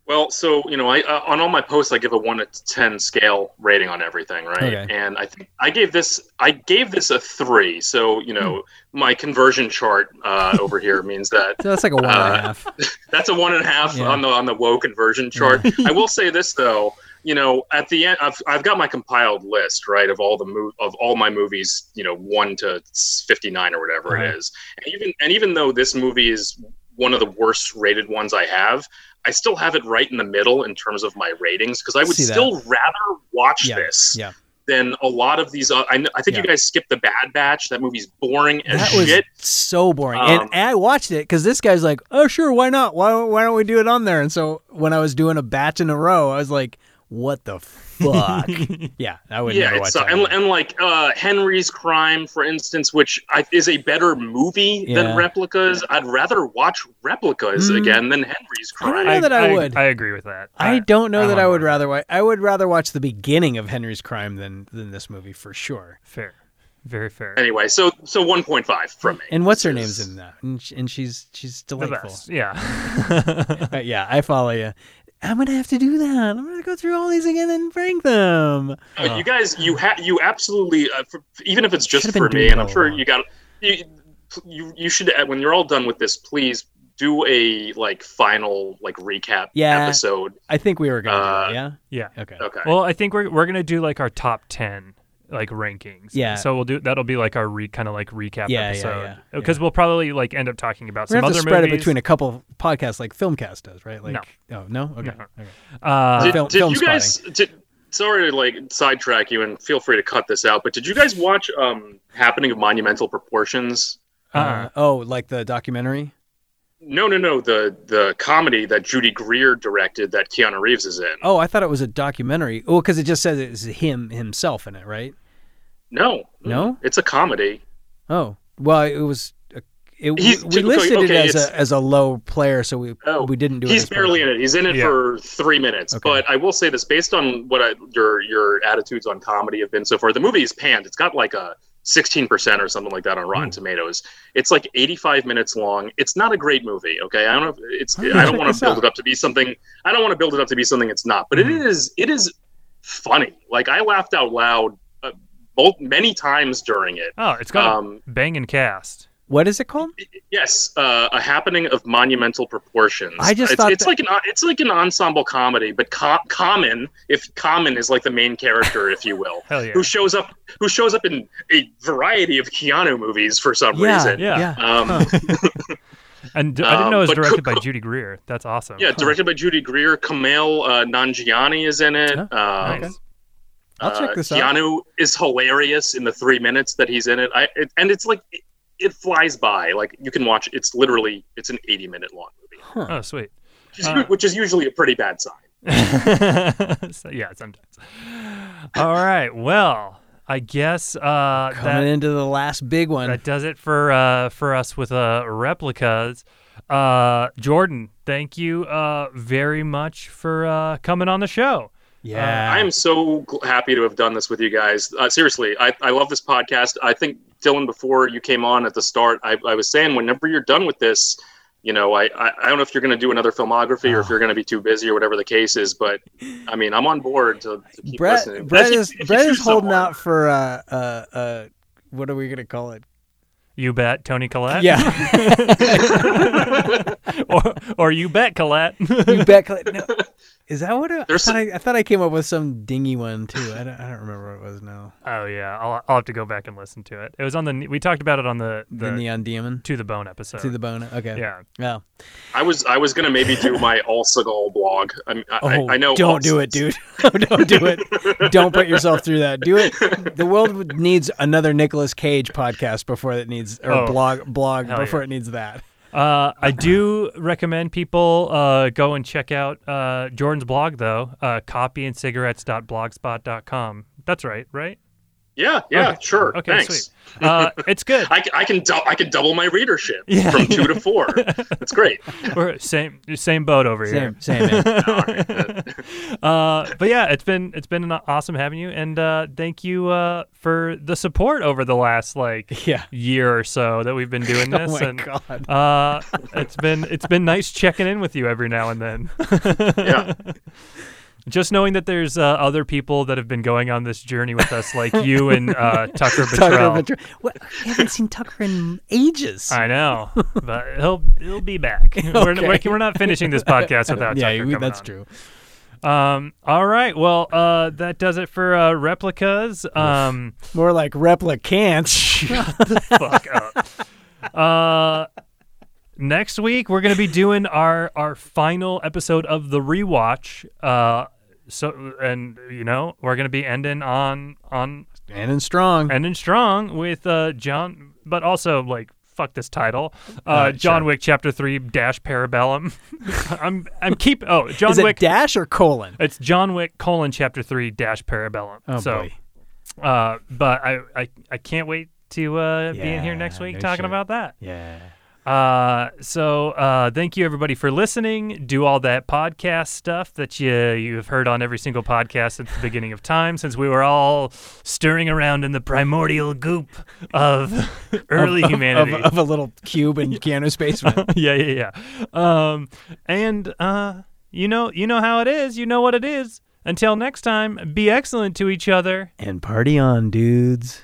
E: Well, so you know, I uh, on all my posts I give a one to ten scale rating on everything, right?
D: Okay.
E: And I think I gave this I gave this a three. So you know, my conversion chart uh, over here means that
D: So that's like a one and a
E: Uh,
D: half.
E: that's a one and a half
D: Yeah.
E: on the on the woe conversion chart. I will say this though, you know, at the end, I've, I've got my compiled list right of all the mo- of all my movies, you know, one to fifty nine or whatever it
D: Right.
E: is. And even and even though this movie is one of the worst rated ones I have, I still have it right in the middle in terms of my ratings because I would
D: See that.
E: still rather watch
D: Yeah,
E: this.
D: yeah.
E: Than a lot of these, uh, I, kn- I think you
D: Yeah.
E: guys skipped the Bad Batch. That movie's boring as
D: That was
E: shit.
D: so boring.
E: Um,
D: and, and I watched it because this guy's like, oh, sure, why not? Why, why don't we do it on there? And so when I was doing a batch in a row, I was like, what the fuck? yeah, I would never
E: yeah,
D: watch
E: it's, uh,
D: that.
E: and,
D: again.
E: and like uh, Henry's Crime, for instance, which I, is a better movie
D: Yeah.
E: than Replicas. I'd rather watch Replicas
D: Mm.
E: again than Henry's
D: I don't
E: Crime.
D: know that I would.
C: I agree with that.
D: I don't know
C: I
D: that
C: don't
D: I would
C: know.
D: rather watch. I would rather watch the beginning of Henry's Crime than than this movie for sure.
C: fair, very fair.
E: anyway, so so one point five from me.
D: And what's her
E: This
D: name's
E: is-
D: in that? And, sh- and she's she's
C: the
D: delightful.
C: best, yeah.
D: But yeah, I follow you. I'm gonna have to do that. I'm gonna go through all these again and rank them.
E: But Uh, you guys, you ha- you absolutely, uh, for, even if it's
D: Oh.
E: just
D: Should've been
E: for me,
D: doing
E: and I'm
D: all
E: sure
D: along.
E: you got you, you you should uh, when you're all done with this, please do a like final like recap
D: Yeah.
E: episode.
D: I think we were gonna. do it,
E: Uh,
D: yeah.
C: yeah.
D: Okay.
E: Okay.
C: Well, I think we're we're gonna do like our top ten like rankings.
D: Yeah.
C: So we'll do that'll be like our re kind of like
D: Yeah,
C: recap
D: yeah,
C: episode
D: yeah,
C: because we'll probably like end up talking about
D: We're
C: some
D: gonna have to
C: other
D: spread
C: movies.
D: it between a couple podcasts like Filmcast does, right? Like, oh no, okay. okay.
C: uh,
E: did,
D: film-
E: did
D: film
E: you guys did, sorry to like sidetrack you and feel free to cut this out but did you guys watch um happening of monumental proportions
C: uh,
D: Uh, oh, like the documentary.
E: no no no the the comedy that judy greer directed that keanu reeves is in
D: Oh, I thought it was a documentary. Oh, because it just says it's him himself in it, right?
E: no
D: No?
E: it's a comedy
D: Oh, well, it was. a- It, we-
E: He's-
D: we listed
E: okay,
D: it as
E: it's-
D: a, as a low player, so we
E: Oh,
D: we didn't do it.
E: he's
D: as
E: barely
D: part
E: in it he's in it
C: Yeah.
E: for three minutes
D: Okay.
E: but i will say this based on what I, your your attitudes on comedy have been so far the movie is panned it's got like a 16% or something like that on Rotten Tomatoes. It's like 85 minutes long. It's not a great movie, okay? I don't know if it's
D: I'm gonna
E: I don't
D: check
E: want
D: this
E: to build
D: out.
E: it up to be something I don't want to build it up to be something it's not, but it is it is funny. Like I laughed out loud uh, both many times during it.
C: oh, it's got
E: Um,
C: a banging cast.
D: What is it called?
E: Yes, uh, a happening of monumental proportions.
D: I just
E: it's,
D: thought
E: it's
D: that-
E: like an it's like an ensemble comedy, but co- common if common is like the main character, if you will,
C: Hell yeah.
E: who shows up who shows up in a variety of Keanu movies for some
D: Yeah,
E: reason.
C: Yeah.
D: yeah.
E: Um,
C: And d- I didn't know it was
E: Um, but
C: directed
E: Cook-
C: by Judy Greer. That's awesome.
E: Yeah, directed by Judy Greer. Kamal uh, Nanjiani is in it.
D: Oh,
E: um,
C: Nice.
D: I'll check
E: uh,
D: this out.
E: Keanu is hilarious in the three minutes that he's in it. I it, and it's like it, it flies by. Like you can watch. It's literally it's an eighty minute long movie,
D: Huh.
C: Oh, sweet.
E: which is,
C: Uh.
E: which is usually a pretty bad sign.
C: so, yeah, sometimes. All right. Well, I guess uh,
D: Coming
C: that
D: into the last big one.
C: that does it for uh, for us with uh, replicas. Uh, Jordan, thank you uh, very much for uh, coming on the show.
D: yeah.
E: I am so gl- happy to have done this with you guys. Uh, seriously, I, I love this podcast. I think Dylan, before you came on at the start, I, I was saying whenever you're done with this, you know, I, I, I don't know if you're going to do another filmography or if you're going to be too busy or whatever the case is, but I mean, I'm on board to, to keep
D: Brett,
E: listening.
D: Brett
E: If you-
D: is
E: if you
D: Brett
E: choose
D: is holding
E: someone-
D: out for uh, uh, uh, what are we gonna call it?
C: You bet, Tony Collette.
D: Yeah,
C: or, or you bet, Collette.
D: you bet. Cla- No. Is that what? I, I,
E: There's
D: thought I, I thought I came up with some dingy one too. I don't, I don't remember what it was now.
C: oh yeah, I'll, I'll have to go back and listen to it. It was on the. We talked about it on the
D: The,
C: the,
D: neon demon
C: to the bone episode.
D: to the bone. Okay. Oh.
C: yeah.
D: Yeah.
E: I was I was going to maybe do my All Seagal blog. I, mean, I,
D: Oh,
E: I, I know.
D: Don't
E: All-
D: do it, dude. don't do it. Don't put yourself through that. Do it. The world would- needs another Nicolas Cage podcast before it needs or
C: Oh,
D: blog blog
C: hell
D: before
C: yeah.
D: it needs that.
C: Uh, I do recommend people uh, go and check out uh, Jordan's blog, though, uh, copyandcigarettes.blogspot.com. That's right, right?
E: Yeah, yeah, sure.
C: Okay,
E: Thanks.
C: sweet. Uh, it's good.
E: I, c- I can dou- I can double my readership
C: Yeah.
E: from two to four. That's great.
C: We're same same boat over here.
D: Same, same. Man.
C: Uh, but yeah, it's been it's been an awesome having you, and uh, thank you uh, for the support over the last like
D: Yeah.
C: year or so that we've been doing
D: Oh
C: this.
D: my
C: and,
D: God.
C: Uh, it's been it's been nice checking in with you every now and then.
E: Yeah.
C: Just knowing that there's uh, other people that have been going on this journey with us, like you and uh, Tucker Patrell.
D: Tucker Patrell. What? I haven't seen Tucker in ages.
C: I know, but he'll he'll be back. We're,
D: Okay.
C: we're, we're not finishing this podcast without
D: yeah,
C: Tucker
D: we-
C: coming
D: that's
C: on.
D: true.
C: Um, all right, well, uh, that does it for uh, replicas. Um,
D: More like replicants.
C: fuck up. Uh, next week we're gonna be doing our our final episode of the rewatch. Uh, so and you know we're gonna be ending on on
D: and in strong.
C: ending strong with uh John, but also like fuck this title, uh, John Wick Chapter Three Dash Parabellum. I'm I'm keep oh John
D: Is it
C: Wick.
D: dash or colon?
C: it's John Wick colon Chapter Three Dash Parabellum.
D: Oh
C: so,
D: boy.
C: uh, but I I I can't wait to uh, be in here
D: Yeah,
C: next week
D: no
C: talking
D: shit.
C: about that.
D: Yeah.
C: Uh, so uh, thank you everybody for listening. Do all that podcast stuff that you you've heard on every single podcast since the beginning of time, since we were all stirring around in the primordial goop of early
D: Of,
C: humanity.
D: of a little cube in Keanu's basement.
C: yeah, yeah, yeah. Um, and uh, you know, you know how it is. You know what it is. Until next time, be excellent to each other.
D: and party on, dudes.